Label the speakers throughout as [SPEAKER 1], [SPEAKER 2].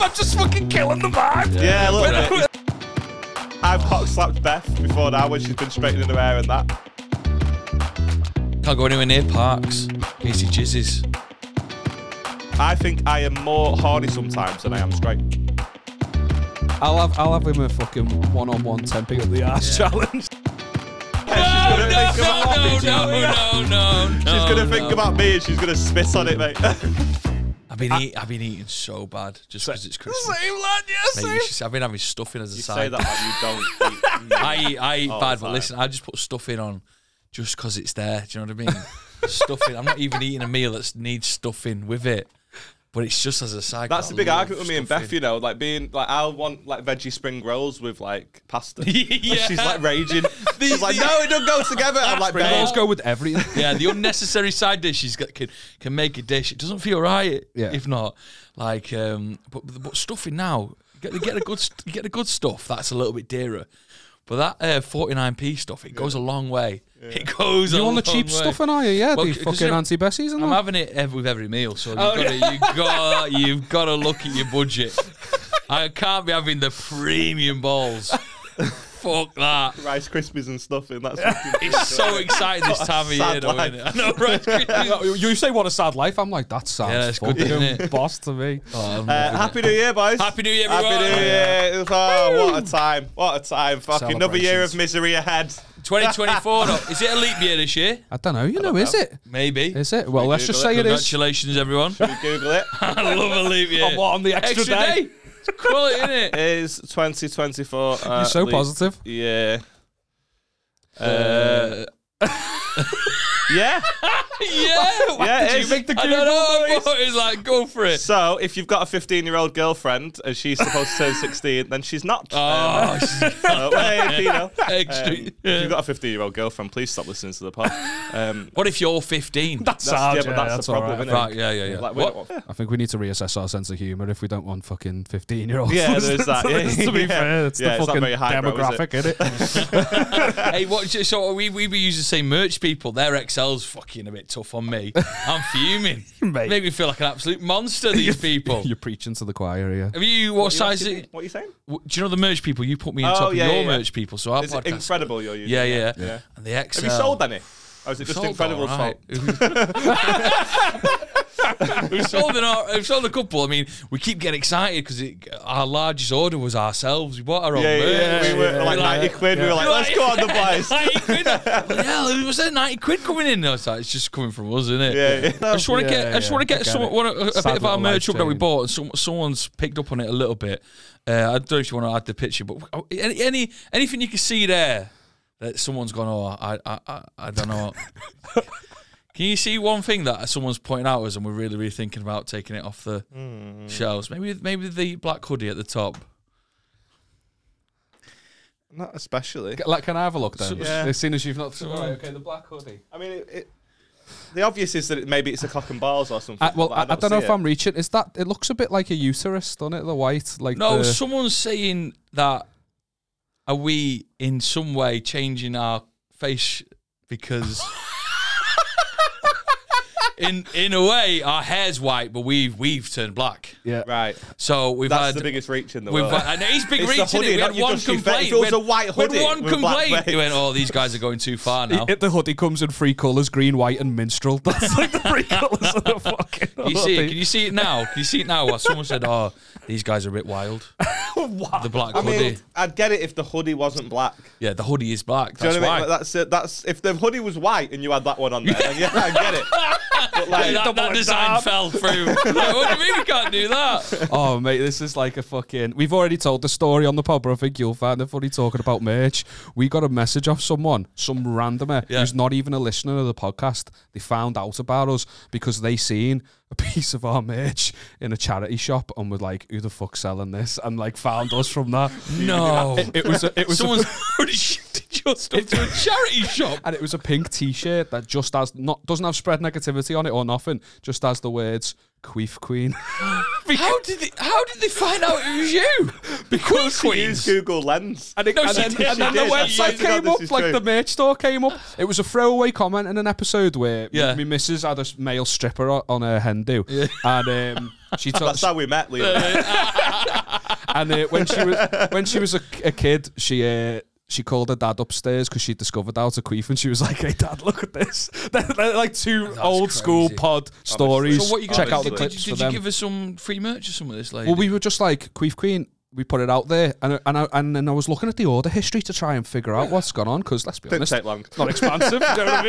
[SPEAKER 1] I'm just fucking killing the vibe.
[SPEAKER 2] Yeah, a little
[SPEAKER 1] When I-
[SPEAKER 2] bit. I've cock slapped Beth before now when she's been straightening her hair and that.
[SPEAKER 1] Can't go anywhere near parks. Easy jizzes.
[SPEAKER 2] I think I am more horny sometimes than I am straight.
[SPEAKER 3] I'll have I'll have him a fucking one on one ten pick up the ass challenge.
[SPEAKER 2] she's gonna think about
[SPEAKER 1] Oh, no, no, no, no,
[SPEAKER 2] She's gonna
[SPEAKER 1] no.
[SPEAKER 2] think about me and she's gonna spit on it, mate.
[SPEAKER 1] I've been, eat, I've been eating so bad just because it's Christmas.
[SPEAKER 3] Same lad, yes.
[SPEAKER 1] Mate, you should- I've been having stuffing as a
[SPEAKER 2] you
[SPEAKER 1] side.
[SPEAKER 2] say that Oh, like you don't. eat
[SPEAKER 1] I eat, I eat
[SPEAKER 2] All
[SPEAKER 1] bad,
[SPEAKER 2] the
[SPEAKER 1] but
[SPEAKER 2] time.
[SPEAKER 1] listen, I just put stuffing on just because it's there. Do you know what I mean? stuffing. I'm not even eating a meal that needs stuffing with it, but it's just as a side.
[SPEAKER 2] That's
[SPEAKER 1] I
[SPEAKER 2] the big
[SPEAKER 1] love
[SPEAKER 2] argument with me and
[SPEAKER 1] stuffing.
[SPEAKER 2] Beth, you know, like being like I'll want like veggie spring rolls with like pasta.
[SPEAKER 1] Yeah.
[SPEAKER 2] She's like raging.
[SPEAKER 1] These-
[SPEAKER 2] She's like,
[SPEAKER 1] these-
[SPEAKER 2] no, it don't go together. I'm like,
[SPEAKER 1] Spring
[SPEAKER 2] "Babe."
[SPEAKER 3] Let's go with everything.
[SPEAKER 1] Yeah, the unnecessary side dish is got, can can make a dish. It doesn't feel right
[SPEAKER 3] Yeah.
[SPEAKER 1] if not. Like, um, but but stuffing now get get a good st- get a good stuff that's a little bit dearer. But that forty nine p stuff, it goes a long way. It goes.
[SPEAKER 3] You
[SPEAKER 1] a
[SPEAKER 3] on the
[SPEAKER 1] long
[SPEAKER 3] cheap
[SPEAKER 1] way.
[SPEAKER 3] stuff, and are you? Yeah,
[SPEAKER 1] Well,
[SPEAKER 3] the
[SPEAKER 1] c- 'cause
[SPEAKER 3] fucking
[SPEAKER 1] you-
[SPEAKER 3] Auntie Bessie's and
[SPEAKER 1] I'm
[SPEAKER 3] that.
[SPEAKER 1] having it ev with every meal, so
[SPEAKER 3] Oh,
[SPEAKER 1] you've got to you got you've got to look at your budget. I can't be having the premium balls. Fuck that!
[SPEAKER 2] Rice Krispies and stuff, and that's fucking
[SPEAKER 1] It's so exciting this time of year,
[SPEAKER 2] sad
[SPEAKER 1] though,
[SPEAKER 2] life.
[SPEAKER 1] isn't it? I know, right? Christmas.
[SPEAKER 3] Oh, You- You say what a sad life. I'm like that sounds
[SPEAKER 1] Yeah, that's good,
[SPEAKER 3] fucking
[SPEAKER 1] isn't it?
[SPEAKER 3] boss to me.
[SPEAKER 1] Oh, I'm
[SPEAKER 2] Uh,
[SPEAKER 1] loving it.
[SPEAKER 2] happy New Year, boys.
[SPEAKER 1] Happy New Year,
[SPEAKER 2] Happy
[SPEAKER 1] everyone.
[SPEAKER 2] New Year. Oh, what a time. What a time. Fucking another year
[SPEAKER 3] Celebrations.
[SPEAKER 2] of misery ahead.
[SPEAKER 1] 2024. though. Is it a leap year this year?
[SPEAKER 3] I don't know. You know, is it?
[SPEAKER 1] Maybe.
[SPEAKER 3] Is it? Well, let's just
[SPEAKER 2] Google
[SPEAKER 3] say it is.
[SPEAKER 1] Congratulations, everyone.
[SPEAKER 2] You Google it.
[SPEAKER 1] I love a leap year.
[SPEAKER 3] Oh, what, on the extra day?
[SPEAKER 1] It's quality, isn't it?
[SPEAKER 2] Is 2024. Uh,
[SPEAKER 3] You're so
[SPEAKER 2] leap-
[SPEAKER 3] positive.
[SPEAKER 2] Yeah.
[SPEAKER 1] Uh,
[SPEAKER 2] Yeah.
[SPEAKER 1] yeah.
[SPEAKER 2] yeah, it
[SPEAKER 3] Did you
[SPEAKER 2] is.
[SPEAKER 3] make the
[SPEAKER 1] I don't know. But it's like, go for it.
[SPEAKER 2] So, if you've got a 15 year old girlfriend and she's supposed to turn 16, then she's not.
[SPEAKER 1] Oh, she's
[SPEAKER 2] Uh, wait, you know.
[SPEAKER 1] extra.
[SPEAKER 2] Um, if you've got a 15 year old girlfriend, please stop listening to the pod. Um,
[SPEAKER 1] What if you're 15?
[SPEAKER 3] That's
[SPEAKER 2] that's,
[SPEAKER 3] sad.
[SPEAKER 2] yeah, but that's, the
[SPEAKER 3] all
[SPEAKER 2] problem,
[SPEAKER 3] right.
[SPEAKER 2] isn't
[SPEAKER 1] Right, yeah, yeah, yeah.
[SPEAKER 2] Like, we
[SPEAKER 1] What?
[SPEAKER 2] don't want-
[SPEAKER 3] I think we need to reassess our sense of humor if we don't want fucking 15 year olds.
[SPEAKER 2] Yeah, there's that.
[SPEAKER 3] to, this, to be
[SPEAKER 2] Yeah.
[SPEAKER 3] fair, it's
[SPEAKER 2] Yeah,
[SPEAKER 3] the
[SPEAKER 2] it's not
[SPEAKER 3] fucking
[SPEAKER 2] very highbrow, is it?
[SPEAKER 3] demographic, is it?
[SPEAKER 1] hey, what? So we we be using the same merch people. Their Excel's fucking a bit tough on me. I'm fuming.
[SPEAKER 3] Mate.
[SPEAKER 1] Make me feel like an absolute monster. These people.
[SPEAKER 3] You're preaching to the choir here.
[SPEAKER 1] Have you what
[SPEAKER 2] What
[SPEAKER 1] size?
[SPEAKER 2] you-
[SPEAKER 1] it-
[SPEAKER 2] What are you saying?
[SPEAKER 1] w- Do you know the merge people? You put me on
[SPEAKER 2] Oh,
[SPEAKER 1] top
[SPEAKER 2] yeah,
[SPEAKER 1] of your
[SPEAKER 2] yeah, yeah.
[SPEAKER 1] merge people, so our
[SPEAKER 2] Is it
[SPEAKER 1] podcast.
[SPEAKER 2] incredible you're using?
[SPEAKER 1] yeah, yeah,
[SPEAKER 2] Yeah.
[SPEAKER 1] And the XL.
[SPEAKER 2] Have you sold any? Or is it just Incredible's fault?
[SPEAKER 1] fault. we've sold an, or- we've sold a couple. I mean, we keep getting excited because our largest order was ourselves. We bought our own
[SPEAKER 2] Yeah, yeah,
[SPEAKER 1] merch.
[SPEAKER 2] yeah. We were
[SPEAKER 3] yeah,
[SPEAKER 2] like
[SPEAKER 1] yeah.
[SPEAKER 2] 90 quid. We were like, let's go on the boys.
[SPEAKER 1] 90 quid. Bloody hell, was there 90 quid coming in? I was like, it's just coming from us, isn't it?
[SPEAKER 2] Yeah, yeah.
[SPEAKER 1] I just want
[SPEAKER 3] Oh,
[SPEAKER 1] to
[SPEAKER 3] Yeah,
[SPEAKER 1] get, I just
[SPEAKER 3] yeah,
[SPEAKER 1] want to
[SPEAKER 3] I
[SPEAKER 1] get
[SPEAKER 3] get
[SPEAKER 1] some,
[SPEAKER 3] it.
[SPEAKER 1] one, a, a
[SPEAKER 3] Sad
[SPEAKER 1] bit of our
[SPEAKER 3] little
[SPEAKER 1] merch
[SPEAKER 3] life
[SPEAKER 1] up that we
[SPEAKER 3] change.
[SPEAKER 1] bought, and some, someone's picked up on it a little bit. Uh, I don't know if you want to add the picture, but oh, any, any anything you can see there that someone's gone, oh, I, I, I, I don't know. can you see one thing that someone's pointing out us, and we're really, really thinking about taking it off the
[SPEAKER 2] Hmm,
[SPEAKER 3] Mm.
[SPEAKER 1] shelves? Maybe, maybe the black hoodie at the top.
[SPEAKER 2] Not especially.
[SPEAKER 3] Like, can I have a look then?
[SPEAKER 2] Yeah.
[SPEAKER 3] As soon as you've not. All right, okay, the black hoodie.
[SPEAKER 2] I mean, it, it, the obvious is that it, maybe it's a cock and balls or something.
[SPEAKER 3] I, Uh, well,
[SPEAKER 2] but
[SPEAKER 3] I, I don't know
[SPEAKER 2] see
[SPEAKER 3] if
[SPEAKER 2] it.
[SPEAKER 3] I'm reaching. Is that? It looks a bit like a uterus, doesn't it? The white, like
[SPEAKER 1] No,
[SPEAKER 3] the,
[SPEAKER 1] someone's saying that are we in some way changing our face because in in a way our hair's white, but we've we've turned black.
[SPEAKER 3] yeah.
[SPEAKER 2] Right.
[SPEAKER 1] so we've
[SPEAKER 2] That's
[SPEAKER 1] had.
[SPEAKER 2] the biggest reach in the
[SPEAKER 1] We've
[SPEAKER 2] world.
[SPEAKER 1] had, I know he's big
[SPEAKER 2] It's the
[SPEAKER 1] reach, innit?
[SPEAKER 2] hoodie,
[SPEAKER 1] We
[SPEAKER 2] not
[SPEAKER 1] had
[SPEAKER 2] your
[SPEAKER 1] one
[SPEAKER 2] dusty face.
[SPEAKER 1] complaint.
[SPEAKER 2] If it was
[SPEAKER 1] We had-
[SPEAKER 2] a white
[SPEAKER 1] we had
[SPEAKER 2] hoodie
[SPEAKER 1] one
[SPEAKER 2] with a black
[SPEAKER 1] complaint.
[SPEAKER 2] face.
[SPEAKER 1] You went, oh, these guys are going too far now.
[SPEAKER 3] It, the hoodie comes in three colours green, white, and minstrel. That's like the three colours of the fucking.
[SPEAKER 1] you see it? Can you see it now? Can you see it now? Well, someone said, oh, these guys are a bit wild. The black
[SPEAKER 2] I
[SPEAKER 1] hoodie.
[SPEAKER 2] mean, I'd get it if the hoodie wasn't black.
[SPEAKER 1] yeah, the hoodie is black.
[SPEAKER 2] Do you
[SPEAKER 1] That's
[SPEAKER 2] know what I
[SPEAKER 1] why.
[SPEAKER 2] mean? Like, that's it. That's if the hoodie was white and you had that one on there, then yeah, I get it. But like,
[SPEAKER 1] that, that design fell through. Like, what do you mean we can't do that?
[SPEAKER 3] Oh mate, this is like a fucking. We've already told the story on the pod, but I think you'll find it funny talking about merch. We got a message off someone, some randomer
[SPEAKER 1] Yeah.
[SPEAKER 3] who's not even a listener of the podcast. They found out about us because they seen a piece of our merch in a charity shop and were like, "Who the fuck's selling this?" And like found us from that.
[SPEAKER 1] No.
[SPEAKER 3] It, it was. A, it was. a-
[SPEAKER 1] Someone's already shifted your stuff to a charity shop.
[SPEAKER 3] and it was a pink T-shirt that just has not doesn't have spread negativity on it or nothing. Just has the words "Queef Queen."
[SPEAKER 1] How did they, how did they find out it was you? Because
[SPEAKER 2] Use
[SPEAKER 1] Queens.
[SPEAKER 2] Google Lens.
[SPEAKER 3] And, it,
[SPEAKER 1] No,
[SPEAKER 3] and
[SPEAKER 1] she
[SPEAKER 3] then,
[SPEAKER 1] did,
[SPEAKER 3] and then
[SPEAKER 1] she
[SPEAKER 3] the
[SPEAKER 1] did.
[SPEAKER 2] I
[SPEAKER 3] website
[SPEAKER 2] kid you
[SPEAKER 3] came
[SPEAKER 2] not,
[SPEAKER 3] up,
[SPEAKER 2] this is
[SPEAKER 3] like
[SPEAKER 2] true.
[SPEAKER 3] the merch store came up. It was a throwaway comment in an episode where
[SPEAKER 1] Yeah.
[SPEAKER 3] my missus had a s- male stripper o- on her Hindu. And um, She took,
[SPEAKER 2] That's how we met, Liam.
[SPEAKER 3] and uh, when she was when she was a, a kid, she uh, she called her dad upstairs because she discovered out a queef, and she was like, "Hey, dad, look at this! they're, they're like two old school
[SPEAKER 1] crazy.
[SPEAKER 3] pod stories.
[SPEAKER 1] So what you
[SPEAKER 3] Check
[SPEAKER 1] gonna
[SPEAKER 3] out the
[SPEAKER 1] do?
[SPEAKER 3] clips
[SPEAKER 1] Did,
[SPEAKER 3] for
[SPEAKER 1] did you
[SPEAKER 3] them."
[SPEAKER 1] give us some free merch or some of this? Lady?
[SPEAKER 3] well, we were just like queef queen. We put it out there, and and I, and then I was looking at the order history to try and figure out what's gone on. Because let's be
[SPEAKER 2] Didn't
[SPEAKER 3] honest,
[SPEAKER 2] take long.
[SPEAKER 3] not expansive. do you know what I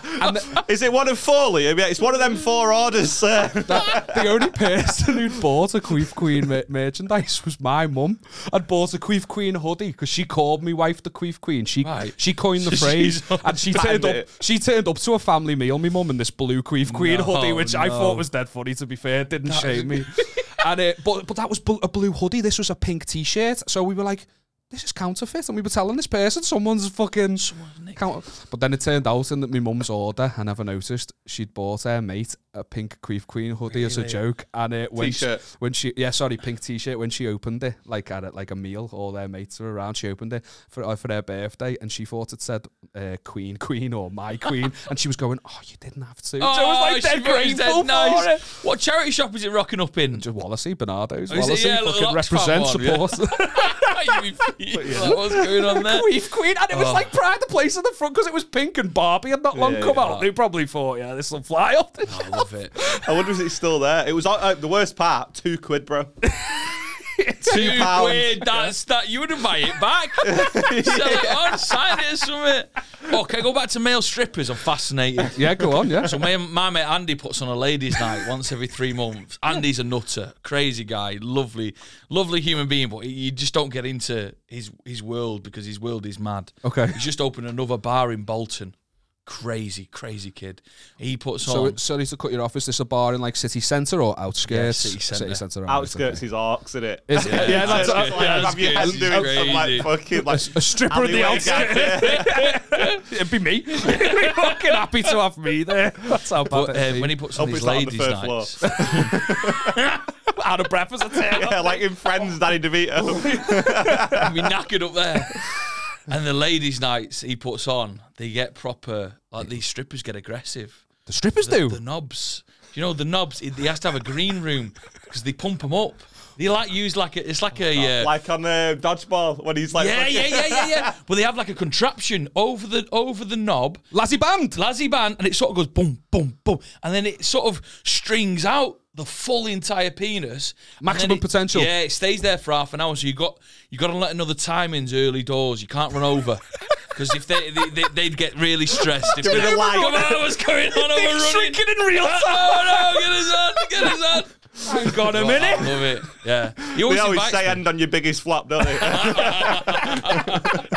[SPEAKER 3] mean? And the,
[SPEAKER 2] Is it one of four, Liam? Yeah, it's one of them four orders, sir.
[SPEAKER 3] the only person who'd bought a Queef Queen mer- merchandise was my mum. I'd bought a Queef Queen hoodie because she called me wife the Queef Queen. She
[SPEAKER 1] Right.
[SPEAKER 3] she coined the
[SPEAKER 1] She's
[SPEAKER 3] phrase,
[SPEAKER 1] on
[SPEAKER 3] and she turned up.
[SPEAKER 2] bandit.
[SPEAKER 3] She turned up to a family meal. My mum in this blue Queef Queen
[SPEAKER 1] No,
[SPEAKER 3] hoodie, which I
[SPEAKER 1] no.
[SPEAKER 3] thought was dead funny. To be fair, it didn't shame me. and uh, but but that was bl- a blue hoodie. This was a pink T-shirt. So we were like. This is counterfeit, and we were telling this person someone's fucking Count- But then it turned out in that my mum's order, I never noticed, she'd bought her mate a pink Queef Queen hoodie as a
[SPEAKER 1] Really?
[SPEAKER 3] joke. And it, when
[SPEAKER 2] T-shirt.
[SPEAKER 3] She, when she, yeah, sorry, pink t-shirt. When she opened it, like at a, like a meal, all their mates were around. She opened it for uh, for her birthday, and she thought it said uh, Queen Queen or My Queen, and she was going, "Oh, you didn't have to."
[SPEAKER 1] Oh,
[SPEAKER 3] so it was like
[SPEAKER 1] she
[SPEAKER 3] dead
[SPEAKER 1] was dead
[SPEAKER 3] grateful
[SPEAKER 1] nice.
[SPEAKER 3] for it.
[SPEAKER 1] What charity shop is it rocking up in?
[SPEAKER 3] Just Wallasey, Bernardo's.
[SPEAKER 1] Oh, is it?
[SPEAKER 3] Wallasey
[SPEAKER 1] Yeah, little
[SPEAKER 3] fucking
[SPEAKER 1] Oxfam
[SPEAKER 3] represent,
[SPEAKER 1] one, yeah.
[SPEAKER 3] support.
[SPEAKER 1] You feel What's going on there?
[SPEAKER 3] Queef Queen, and it was
[SPEAKER 1] Oh.
[SPEAKER 3] like pride the place in the front because it was pink and Barbie had not long
[SPEAKER 2] Yeah,
[SPEAKER 3] come
[SPEAKER 2] yeah.
[SPEAKER 3] out. They probably thought, yeah, this will fly off the
[SPEAKER 1] Oh, I love it.
[SPEAKER 2] I wonder if it's still there. It was uh, uh, the worst part. Two quid, bro.
[SPEAKER 1] Two
[SPEAKER 2] pounds.
[SPEAKER 1] quid. That's that. You wouldn't buy it back. Sell it on. Sign it or something. Oh, can I go back to male strippers? I'm fascinated.
[SPEAKER 3] Yeah, go on, yeah.
[SPEAKER 1] So my, my mate Andy puts on a ladies' night once every three months. Andy's a nutter, crazy guy, lovely, lovely human being, but you just don't get into his his world because his world is mad.
[SPEAKER 3] Okay.
[SPEAKER 1] he's just opened another bar in Bolton. Crazy, crazy kid. He puts
[SPEAKER 3] So,
[SPEAKER 1] on.
[SPEAKER 3] it- sorry to cut you off. Is this a bar in like city centre or outskirts?
[SPEAKER 1] Yeah, city centre.
[SPEAKER 3] right,
[SPEAKER 2] Outskirts
[SPEAKER 3] okay.
[SPEAKER 2] is arcs, isn't it?
[SPEAKER 3] Is- yeah, that's,
[SPEAKER 2] So
[SPEAKER 1] good.
[SPEAKER 2] like,
[SPEAKER 1] Yeah,
[SPEAKER 2] have your
[SPEAKER 1] that's good.
[SPEAKER 2] hand
[SPEAKER 1] This is
[SPEAKER 2] doing some
[SPEAKER 1] crazy.
[SPEAKER 2] like fucking like
[SPEAKER 3] a stripper in the
[SPEAKER 2] alleyway
[SPEAKER 3] outskirts.
[SPEAKER 2] gag, yeah.
[SPEAKER 3] It'd be me. We're fucking happy to have me there. That's how bad
[SPEAKER 1] but
[SPEAKER 3] it'd
[SPEAKER 1] uh,
[SPEAKER 3] be.
[SPEAKER 1] when he puts on
[SPEAKER 2] Hope
[SPEAKER 1] his
[SPEAKER 2] it's not on the
[SPEAKER 1] ladies'
[SPEAKER 2] third floor.
[SPEAKER 1] nights,
[SPEAKER 3] out of breath as a turn.
[SPEAKER 2] Yeah, like in Friends, Danny DeVito.
[SPEAKER 1] and we knackered up there. And the ladies' nights he puts on, they get proper. Like these strippers get aggressive.
[SPEAKER 3] The strippers
[SPEAKER 1] the,
[SPEAKER 3] do.
[SPEAKER 1] the knobs. Do you know the knobs? He has to have a green room because they pump them up. They like use like a, it's like a. Uh,
[SPEAKER 2] like on uh, dodgeball when he's like,
[SPEAKER 1] yeah,
[SPEAKER 2] fucking-
[SPEAKER 1] yeah, yeah, yeah, yeah. Well, they have like a contraption over the over the knob,
[SPEAKER 3] Lassie band.
[SPEAKER 1] lazzy band, and it sort of goes boom, boom, boom, and then it sort of strings out the full entire penis. and then
[SPEAKER 3] Maximum
[SPEAKER 1] it-
[SPEAKER 3] potential.
[SPEAKER 1] Yeah, it stays there for half an hour. So you got you got to let another time in's early doors. You can't run over. Because if they, they, they they'd get really stressed if they
[SPEAKER 2] the light.
[SPEAKER 1] come on, what's going on? Over running.
[SPEAKER 3] in real
[SPEAKER 1] Oh no, get us on, get us on.
[SPEAKER 3] I've got a
[SPEAKER 1] Oh, I
[SPEAKER 3] minute.
[SPEAKER 1] love it. Yeah. He
[SPEAKER 2] They
[SPEAKER 1] always,
[SPEAKER 2] always
[SPEAKER 1] invites
[SPEAKER 2] say
[SPEAKER 1] me.
[SPEAKER 2] end on your biggest flop, don't they?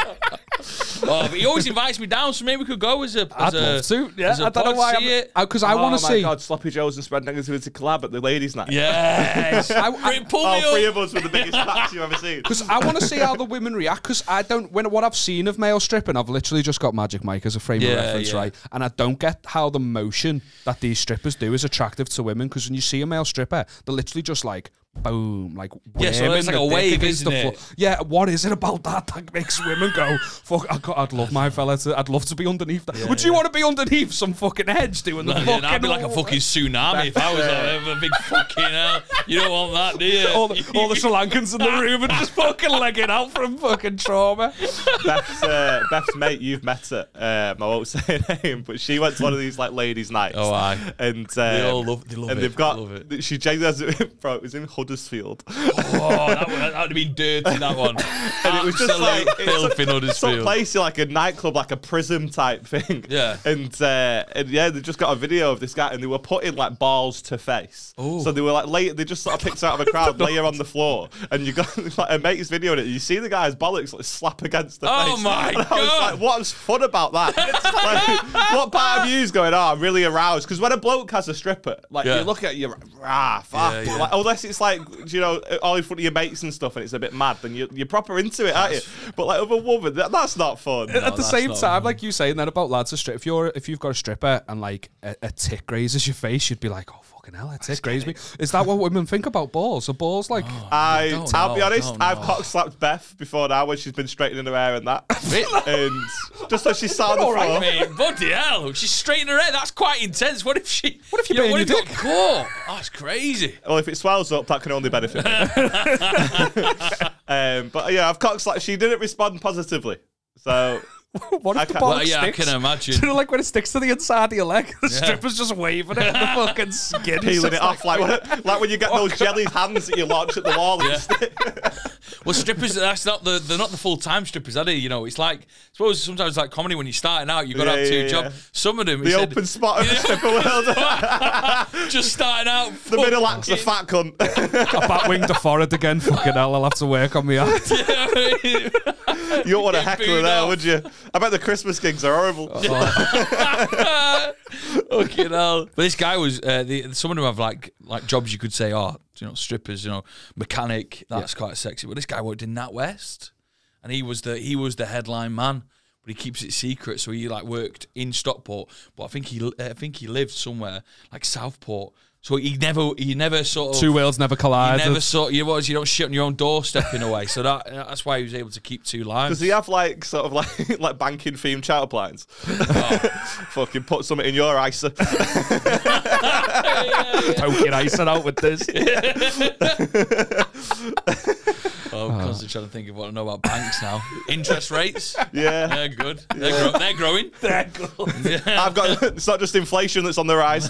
[SPEAKER 1] Oh, but he always invites me down, so maybe we could go as a.
[SPEAKER 3] I'd
[SPEAKER 1] as a,
[SPEAKER 3] love to. Yeah,
[SPEAKER 1] as a
[SPEAKER 3] I don't know
[SPEAKER 1] pod, see
[SPEAKER 3] why.
[SPEAKER 1] it.
[SPEAKER 3] Because I
[SPEAKER 2] oh
[SPEAKER 3] want to
[SPEAKER 2] my
[SPEAKER 3] see.
[SPEAKER 2] God, Sloppy Joe's and Spread Negativity collab at the ladies' night.
[SPEAKER 1] Yes.
[SPEAKER 3] I-
[SPEAKER 1] Bring- pull
[SPEAKER 2] All three
[SPEAKER 1] me up.
[SPEAKER 2] Oh, of us with the biggest packs you've ever seen.
[SPEAKER 3] Because I want to see how the women react. Because I don't. When what I've seen of male stripping, I've literally just got Magic Mike as a frame
[SPEAKER 1] Yeah,
[SPEAKER 3] of reference,
[SPEAKER 1] yeah.
[SPEAKER 3] right? And I don't get how the motion that these strippers do is attractive to women. Because when you see a male stripper, they're literally just like boom, like
[SPEAKER 1] Yeah, so
[SPEAKER 3] whamming
[SPEAKER 1] it's like
[SPEAKER 3] the
[SPEAKER 1] a
[SPEAKER 3] dick
[SPEAKER 1] wave,
[SPEAKER 3] against the
[SPEAKER 1] isn't
[SPEAKER 3] floor.
[SPEAKER 1] it?
[SPEAKER 3] Yeah, what is it about that that makes women go fuck? I got, I'd love my fella to. I'd love to be underneath that. Would you want to be underneath some fucking hedge doing the
[SPEAKER 1] Oh, Yeah,
[SPEAKER 3] fucking?
[SPEAKER 1] and I'd be like a fucking tsunami if I was like, a big fucking hell. You don't want that, do you?
[SPEAKER 3] All the, all the Sri Lankans in the room and just fucking legging out from fucking trauma.
[SPEAKER 2] Beth's, uh, Beth's mate, you've met her. Um, I won't say her name, but she went to one of these like ladies' nights.
[SPEAKER 1] Oh, aye.
[SPEAKER 2] And um,
[SPEAKER 1] They all love- they love
[SPEAKER 2] and
[SPEAKER 1] it.
[SPEAKER 2] they've got.
[SPEAKER 1] They love
[SPEAKER 2] She genuinely has it. Bro, it was in Huddersfield.
[SPEAKER 1] Oh, that would, that would have been dirty, that one.
[SPEAKER 2] and it was just like it's
[SPEAKER 1] filth in
[SPEAKER 2] some
[SPEAKER 1] Huddersfield.
[SPEAKER 2] place like a nightclub, like a prism type thing.
[SPEAKER 1] Yeah.
[SPEAKER 2] and uh, and yeah, they just got a video of this guy, and they were putting like balls to face.
[SPEAKER 1] Ooh.
[SPEAKER 2] So they were like, lay, they just sort of picked her out of a crowd, lay her on the floor, and you got like a mate's videoing it. You see the guy's bollocks like slap against the
[SPEAKER 1] Oh
[SPEAKER 2] face.
[SPEAKER 1] my
[SPEAKER 2] And I was
[SPEAKER 1] God.
[SPEAKER 2] like, what's fun about that? Like, what part of you's going? Oh, I'm really aroused because when a bloke has a stripper, like
[SPEAKER 1] Yeah.
[SPEAKER 2] you look at it, you're rah, fuck.
[SPEAKER 1] Yeah, yeah.
[SPEAKER 2] Like, unless it's like you know all in front of your mates and stuff, and it's a bit mad, then you, you're proper into it, aren't you? But like other woman, that, that's not fun.
[SPEAKER 3] at the
[SPEAKER 1] that's
[SPEAKER 3] same
[SPEAKER 1] not
[SPEAKER 3] time, like you saying that about lads to strip. If you're if you've got a stripper and like a, a tick grazes your face, you'd be like, oh fuck. fucking hell, it crazy. me. Is that what women think about balls? Are balls like
[SPEAKER 1] Oh.
[SPEAKER 2] I,
[SPEAKER 1] don't
[SPEAKER 2] I'll be
[SPEAKER 1] know,
[SPEAKER 2] honest,
[SPEAKER 1] don't
[SPEAKER 2] I've
[SPEAKER 1] know.
[SPEAKER 2] cock slapped Beth before now when she's been straightening her hair and that. and just so she sat on the floor.
[SPEAKER 1] I mean, bloody hell, she's straightening her hair. That's quite intense. What if she? What
[SPEAKER 3] if you
[SPEAKER 1] yeah,
[SPEAKER 3] bang
[SPEAKER 1] what if
[SPEAKER 3] your
[SPEAKER 1] got caught? Oh, That's crazy.
[SPEAKER 2] Well, if it swells up, that can only benefit me. um, but yeah, I've cock slapped. She didn't respond positively. So
[SPEAKER 3] what
[SPEAKER 2] I
[SPEAKER 3] if the
[SPEAKER 2] can't-
[SPEAKER 3] ball
[SPEAKER 2] Well,
[SPEAKER 1] yeah, I
[SPEAKER 3] sticks?
[SPEAKER 1] can imagine.
[SPEAKER 3] You know, like when it sticks to the inside of your leg, the stripper's just waving it, and the fucking skin is
[SPEAKER 2] peeling
[SPEAKER 3] just
[SPEAKER 2] it off like when, like when you get those jelly hands that you launch at the wall. and stick.
[SPEAKER 1] Well, strippers, that's not the they're not the full time strippers, are they? You know, it's like I suppose sometimes it's like comedy when you're starting out, you got to
[SPEAKER 2] Yeah,
[SPEAKER 1] have two
[SPEAKER 2] yeah,
[SPEAKER 1] jobs.
[SPEAKER 2] yeah.
[SPEAKER 1] Some of them, he
[SPEAKER 2] The
[SPEAKER 1] said,
[SPEAKER 2] open spot of the stripper world.
[SPEAKER 1] just starting out.
[SPEAKER 2] the middle act's a fat cunt.
[SPEAKER 3] I batwinged the forehead again. Fucking hell, I'll have to work on my act.
[SPEAKER 2] you don't want a
[SPEAKER 1] Get
[SPEAKER 2] heckler
[SPEAKER 1] booed
[SPEAKER 2] there,
[SPEAKER 1] off.
[SPEAKER 2] would you? I bet the Christmas gigs are horrible.
[SPEAKER 1] Fucking hell! But this guy was. Uh, the, some of them have like like jobs you could say, oh, you know, strippers, you know, mechanic. That's quite sexy. But this guy worked in Nat West, and he was the he was the headline man. But he keeps it secret, so he like worked in Stockport. But I think he I think he lived somewhere like Southport. So he never he never sort of
[SPEAKER 3] Two worlds never
[SPEAKER 1] You
[SPEAKER 3] collide.
[SPEAKER 1] never saw you was you don't shit on your own doorstep in a way. So that that's why he was able to keep two lines.
[SPEAKER 2] Does he have like sort of like like banking themed chat lines? Fucking put something in your ISA.
[SPEAKER 3] poking icing out with this.
[SPEAKER 1] oh,
[SPEAKER 2] Ah.
[SPEAKER 1] I'm constantly trying to think of what I know about banks now. Interest rates.
[SPEAKER 2] Yeah.
[SPEAKER 1] They're good. They're, gro- they're growing. They're good.
[SPEAKER 2] I've got it's not just inflation that's on the rise.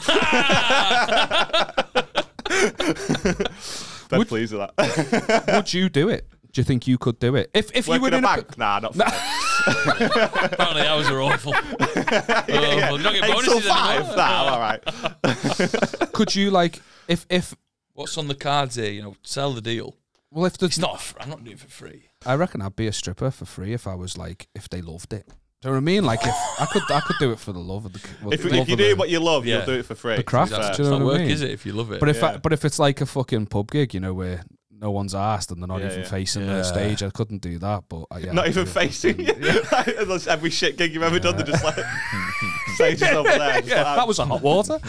[SPEAKER 2] Dead pleased with that.
[SPEAKER 3] Would you do it? Do you think you could do it? If if you
[SPEAKER 2] Working
[SPEAKER 3] were
[SPEAKER 2] in a
[SPEAKER 3] in
[SPEAKER 2] bank? Nah, not for me.
[SPEAKER 1] Apparently, ours are awful. Oh,
[SPEAKER 2] yeah, yeah.
[SPEAKER 1] well, you don't get
[SPEAKER 2] Eight till
[SPEAKER 1] bonuses anymore.
[SPEAKER 2] five. Nah, I'm all right.
[SPEAKER 3] a, could you like if if
[SPEAKER 1] What's on the cards here? You know, sell the deal.
[SPEAKER 3] well if
[SPEAKER 1] It's
[SPEAKER 3] there's
[SPEAKER 1] not. fr- I'm not doing it for free.
[SPEAKER 3] I reckon I'd be a stripper for free if I was like if they loved it. Do you know what I mean? Like if I could I could do it for the love of the well,
[SPEAKER 2] If,
[SPEAKER 3] the
[SPEAKER 2] if
[SPEAKER 3] love
[SPEAKER 2] you
[SPEAKER 3] of the-
[SPEAKER 2] do what you love,
[SPEAKER 1] Yeah.
[SPEAKER 2] you'll do it for free. uh,
[SPEAKER 3] The craft,
[SPEAKER 2] to be fair.
[SPEAKER 3] do you
[SPEAKER 1] It's
[SPEAKER 3] know
[SPEAKER 1] not
[SPEAKER 3] what I
[SPEAKER 1] work,
[SPEAKER 3] mean?
[SPEAKER 1] is it? If you love it.
[SPEAKER 3] But if I,
[SPEAKER 2] Yeah.
[SPEAKER 3] but if it's like a fucking pub gig, you know, where no one's asked and they're not
[SPEAKER 2] Yeah,
[SPEAKER 3] even
[SPEAKER 2] yeah.
[SPEAKER 3] facing
[SPEAKER 1] Yeah.
[SPEAKER 3] the stage, I couldn't do that. But uh, yeah,
[SPEAKER 2] Not
[SPEAKER 3] I'd
[SPEAKER 2] even
[SPEAKER 3] do it.
[SPEAKER 2] facing you. That's Every shit gig you've ever done, they're just like stages over there. Just like,
[SPEAKER 3] That was a hot water.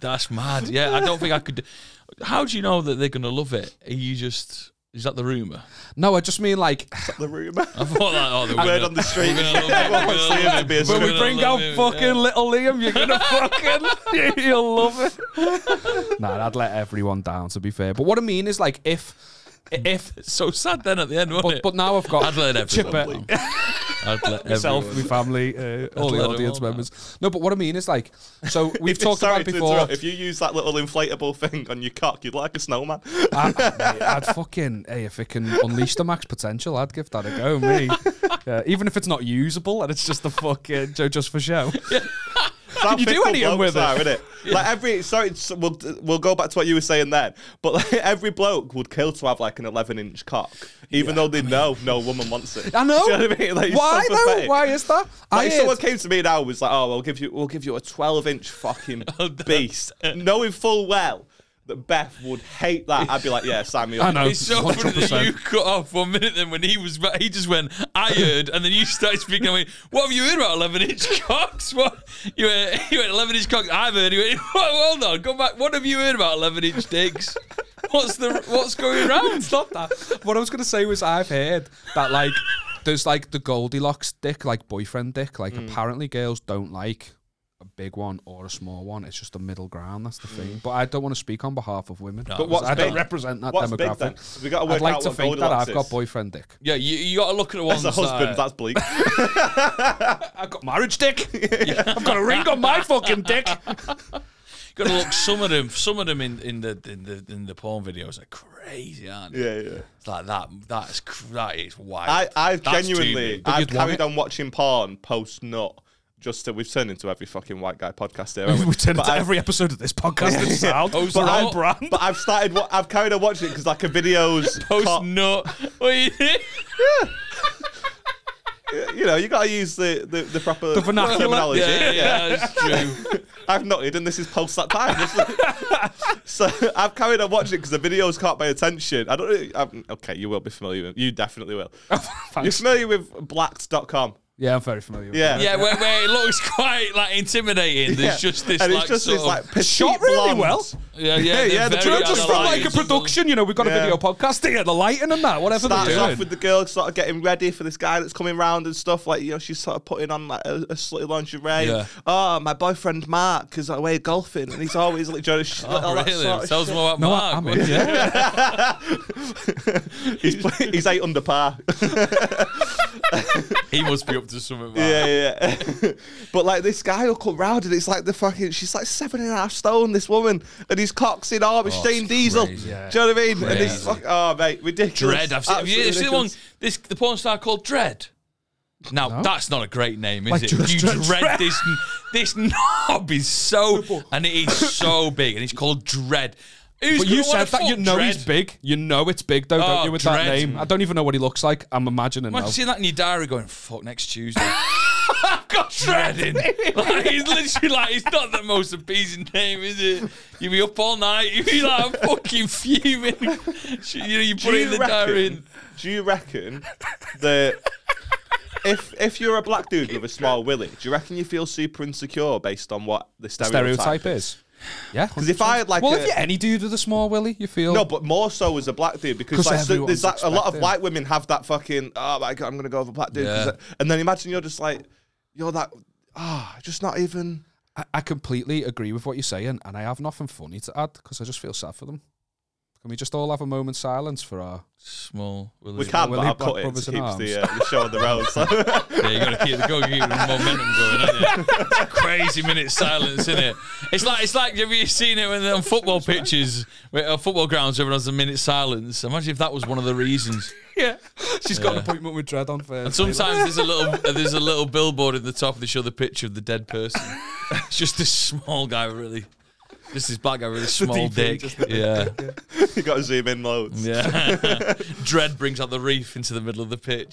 [SPEAKER 1] That's mad. Yeah, I don't think I could. do- How do you know that they're gonna love it? Are you just is that the rumor?
[SPEAKER 3] no, I just mean like
[SPEAKER 2] the room.
[SPEAKER 1] I thought that. Oh, the
[SPEAKER 2] Word on the street.
[SPEAKER 1] We're gonna love it.
[SPEAKER 2] Everyone wants
[SPEAKER 1] We're gonna
[SPEAKER 2] Liam
[SPEAKER 1] love
[SPEAKER 2] to
[SPEAKER 1] it.
[SPEAKER 2] be a
[SPEAKER 1] We're
[SPEAKER 3] when
[SPEAKER 2] stripper.
[SPEAKER 3] we
[SPEAKER 1] gonna
[SPEAKER 3] bring out
[SPEAKER 1] love him,
[SPEAKER 3] fucking
[SPEAKER 1] yeah.
[SPEAKER 3] little Liam, you're gonna fucking you'll love it. nah, I'd let everyone down to be fair. But what I mean is like if if
[SPEAKER 1] So sad then at the end, wasn't
[SPEAKER 3] but,
[SPEAKER 1] it?
[SPEAKER 3] but now I've got
[SPEAKER 1] I'd let everyone.
[SPEAKER 3] Chipper,
[SPEAKER 1] down. I'd let
[SPEAKER 3] myself, my
[SPEAKER 1] everyone.
[SPEAKER 3] family, uh, all the
[SPEAKER 1] let 'em
[SPEAKER 3] audience
[SPEAKER 1] all down.
[SPEAKER 3] members. No, but what I mean is like so we've talked
[SPEAKER 2] Sorry
[SPEAKER 3] about
[SPEAKER 2] to
[SPEAKER 3] before.
[SPEAKER 2] interrupt. If you use that little inflatable thing on your cock, you'd like a snowman.
[SPEAKER 3] I, mate, I'd fucking hey, if it can unleash the max potential, I'd give that a go, me. Yeah, even if it's not usable and it's just the fucking Joe just for show.
[SPEAKER 2] Can
[SPEAKER 3] you do anything with it?
[SPEAKER 2] Are, innit? Like every sorry, it's- we'll we'll go back to what you were saying then. But like every bloke would kill to have like an eleven inch cock, even though they know no woman wants it.
[SPEAKER 3] I know.
[SPEAKER 2] Do you know what I mean? Like, it's
[SPEAKER 3] Why
[SPEAKER 2] so
[SPEAKER 3] though?
[SPEAKER 2] pathetic.
[SPEAKER 3] Why is that? I
[SPEAKER 2] Like if
[SPEAKER 3] heard-
[SPEAKER 2] someone came to me now and was like, "Oh, we'll give you, we'll give you a 12 inch fucking
[SPEAKER 3] Oh,
[SPEAKER 2] beast," knowing full well that Beth would hate that, I'd be like, "Yeah, sign me up."
[SPEAKER 3] I know.
[SPEAKER 1] It's so funny that you cut off one minute. Then when he was, he just went, "I heard," and then you started speaking. I went, "What have you heard about eleven inch cocks? What you went? You went eleven inch cocks. I've heard." You went, "Hold on, go back. What have you heard about eleven inch dicks? What's the what's going around?"
[SPEAKER 3] It's not that. What I was gonna say was I've heard that like there's like the Goldilocks dick, like boyfriend dick. Like
[SPEAKER 2] Mm.
[SPEAKER 3] apparently girls don't like a big one or a small one. It's just a middle ground. That's the thing. But I don't want to speak on behalf of women.
[SPEAKER 1] But
[SPEAKER 2] Mm. what's
[SPEAKER 3] I don't
[SPEAKER 2] big?
[SPEAKER 3] represent that
[SPEAKER 2] What's big
[SPEAKER 3] demographic.
[SPEAKER 2] then? We gotta work
[SPEAKER 3] I'd like
[SPEAKER 2] out
[SPEAKER 3] to
[SPEAKER 2] what
[SPEAKER 3] think that
[SPEAKER 2] Goldilocks
[SPEAKER 3] I've got
[SPEAKER 2] is.
[SPEAKER 3] boyfriend dick.
[SPEAKER 1] Yeah, you, you got to look at the ones
[SPEAKER 2] As a husband,
[SPEAKER 1] that,
[SPEAKER 2] that's bleak.
[SPEAKER 3] I've got marriage dick. I've got a ring on my fucking dick.
[SPEAKER 1] got to look. Some of them, some of them in, in the in the in the porn videos are crazy, aren't they?
[SPEAKER 2] yeah, yeah.
[SPEAKER 1] It's like that. That's cr- that is wild.
[SPEAKER 2] I, I've
[SPEAKER 1] That's too
[SPEAKER 2] genuinely,
[SPEAKER 1] big.
[SPEAKER 2] I've
[SPEAKER 3] you'd want
[SPEAKER 2] carried
[SPEAKER 3] it?
[SPEAKER 2] on watching porn post nut. Just to, we've turned into every fucking white guy podcast here. haven't we?
[SPEAKER 3] We've turned
[SPEAKER 2] But
[SPEAKER 3] into
[SPEAKER 2] I've- Oh,
[SPEAKER 3] every episode of this podcast in sound.
[SPEAKER 1] Those
[SPEAKER 3] We're
[SPEAKER 1] are
[SPEAKER 3] on
[SPEAKER 1] all-
[SPEAKER 3] brand.
[SPEAKER 2] But I've started. wa- I've carried on watching it because like a videos.
[SPEAKER 1] Post
[SPEAKER 2] cock-
[SPEAKER 1] nut. What you think?
[SPEAKER 2] you know, you gotta use the the, the proper the
[SPEAKER 3] vernacular.
[SPEAKER 2] terminology.
[SPEAKER 1] Yeah, yeah, that's true.
[SPEAKER 2] I've noted, and this is post that time. isn't it? so I've carried on watching because the videos caught my attention. I
[SPEAKER 3] Oh,
[SPEAKER 2] don't. Really, i okay, you will be familiar. with You definitely will. You're familiar with Blacks.com.
[SPEAKER 3] Yeah, I'm very familiar. With
[SPEAKER 2] Yeah.
[SPEAKER 3] that.
[SPEAKER 1] Yeah, where, where it looks quite like intimidating. There's
[SPEAKER 2] Yeah.
[SPEAKER 1] just this
[SPEAKER 2] and
[SPEAKER 1] like
[SPEAKER 2] it's just
[SPEAKER 1] sort
[SPEAKER 2] this
[SPEAKER 1] of-
[SPEAKER 2] like petite
[SPEAKER 3] Shot really
[SPEAKER 2] blonde.
[SPEAKER 3] well.
[SPEAKER 1] yeah, yeah,
[SPEAKER 2] yeah, the
[SPEAKER 1] they're very
[SPEAKER 2] Very
[SPEAKER 3] Just from like a
[SPEAKER 1] analysed.
[SPEAKER 3] production, you know, we've got
[SPEAKER 2] Yeah.
[SPEAKER 3] a video podcast here, the lighting and that, whatever they're
[SPEAKER 2] starts
[SPEAKER 3] doing.
[SPEAKER 2] off with the girl sort of getting ready for this guy that's coming round and stuff. Like, you know, she's sort of putting on like a, a slutty lingerie.
[SPEAKER 1] Yeah.
[SPEAKER 2] Oh, my boyfriend Mark is away golfing and he's always like, Joe, sh-
[SPEAKER 1] Oh,
[SPEAKER 2] all that
[SPEAKER 1] really?
[SPEAKER 2] sort of
[SPEAKER 1] Tell us more about
[SPEAKER 3] no,
[SPEAKER 1] Mark.
[SPEAKER 3] I'm
[SPEAKER 1] What-
[SPEAKER 3] in. Yeah.
[SPEAKER 2] shit. he's, play- he's eight under par.
[SPEAKER 1] Ah. He must be up to something. Mark.
[SPEAKER 2] yeah, yeah. yeah. but like, this guy will come round and it's like the fucking, she's like seven and a half stone, this woman, and he's cock's in arm. It's
[SPEAKER 1] Oh,
[SPEAKER 2] Shane
[SPEAKER 1] it's
[SPEAKER 2] Diesel.
[SPEAKER 1] crazy. Yeah.
[SPEAKER 2] Do you know what I mean? And
[SPEAKER 1] Crazy.
[SPEAKER 2] it's like, oh, mate, ridiculous.
[SPEAKER 1] Dread. I've seen, have you
[SPEAKER 2] Absolutely
[SPEAKER 1] seen the one?
[SPEAKER 2] ridiculous.
[SPEAKER 1] This the porn star called Dread. Now
[SPEAKER 3] No.
[SPEAKER 1] that's not a great name, is
[SPEAKER 3] Like
[SPEAKER 1] it?
[SPEAKER 3] Dread-
[SPEAKER 1] you
[SPEAKER 3] Dread-
[SPEAKER 1] dread,
[SPEAKER 3] Dread.
[SPEAKER 1] this. This knob is so, and it is so big, and it's called Dread. Who's
[SPEAKER 3] But you
[SPEAKER 1] gonna wanna
[SPEAKER 3] said that you
[SPEAKER 1] fuck
[SPEAKER 3] know
[SPEAKER 1] Dread?
[SPEAKER 3] he's big. You know it's big though,
[SPEAKER 1] Oh,
[SPEAKER 3] don't you? With that
[SPEAKER 1] dread.
[SPEAKER 3] name, I don't even know what he looks like. I'm imagining
[SPEAKER 1] Imagine
[SPEAKER 3] now.
[SPEAKER 1] seeing that in your diary, going "fuck next Tuesday." I've got dreading. like, he's literally like, it's not the most appeasing name, is it? You be up all night. You be like, I'm fucking fuming. you know, you put
[SPEAKER 2] Do
[SPEAKER 1] it
[SPEAKER 2] you
[SPEAKER 1] in the
[SPEAKER 2] reckon-
[SPEAKER 1] diary. And,
[SPEAKER 2] Do you reckon that if if you're a black dude with a small willy, do you reckon you feel super insecure based on what the stereotype,
[SPEAKER 3] Stereotype is. Yeah.
[SPEAKER 2] Because if I had like
[SPEAKER 3] well,
[SPEAKER 2] a,
[SPEAKER 3] if you're any dude with a small willy, you feel
[SPEAKER 2] no, but more so as a black
[SPEAKER 3] 'Cause
[SPEAKER 2] dude because like, so
[SPEAKER 3] everyone's
[SPEAKER 2] there's like a lot of
[SPEAKER 3] expecting.
[SPEAKER 2] white women have that fucking oh my god I'm gonna go with a black dude 'cause
[SPEAKER 1] Yeah.
[SPEAKER 2] I-" and then imagine you're just like you're that ah just not even
[SPEAKER 3] I, I completely agree with what you're saying, and I have nothing funny to add because I just feel sad for them. Can we just all have a moment's silence for our?
[SPEAKER 1] Small. Willy.
[SPEAKER 2] we can't
[SPEAKER 3] Willy
[SPEAKER 2] but I'll
[SPEAKER 3] Black
[SPEAKER 2] cut it
[SPEAKER 3] Brothers
[SPEAKER 2] to
[SPEAKER 3] in
[SPEAKER 2] keep
[SPEAKER 3] Arms.
[SPEAKER 2] the, uh, the show on the road so.
[SPEAKER 1] Yeah, you gotta keep the go, keep the momentum going, haven't you? It's crazy minute silence, isn't it? It's like it's like have you seen it when they're on football pitches, where, on football grounds, everyone has a minute silence. Imagine if that was one of the reasons.
[SPEAKER 3] Yeah, she's got an appointment with Dread on Thursday.
[SPEAKER 1] And sometimes there's a little there's a little billboard at the top that show the picture of the dead person. It's just this small guy, really. Just this black guy, with a small
[SPEAKER 3] DP,
[SPEAKER 1] dick.
[SPEAKER 3] just
[SPEAKER 1] Yeah,
[SPEAKER 2] you gotta zoom in loads
[SPEAKER 1] yeah. Dread brings out the reef into the middle of the pitch.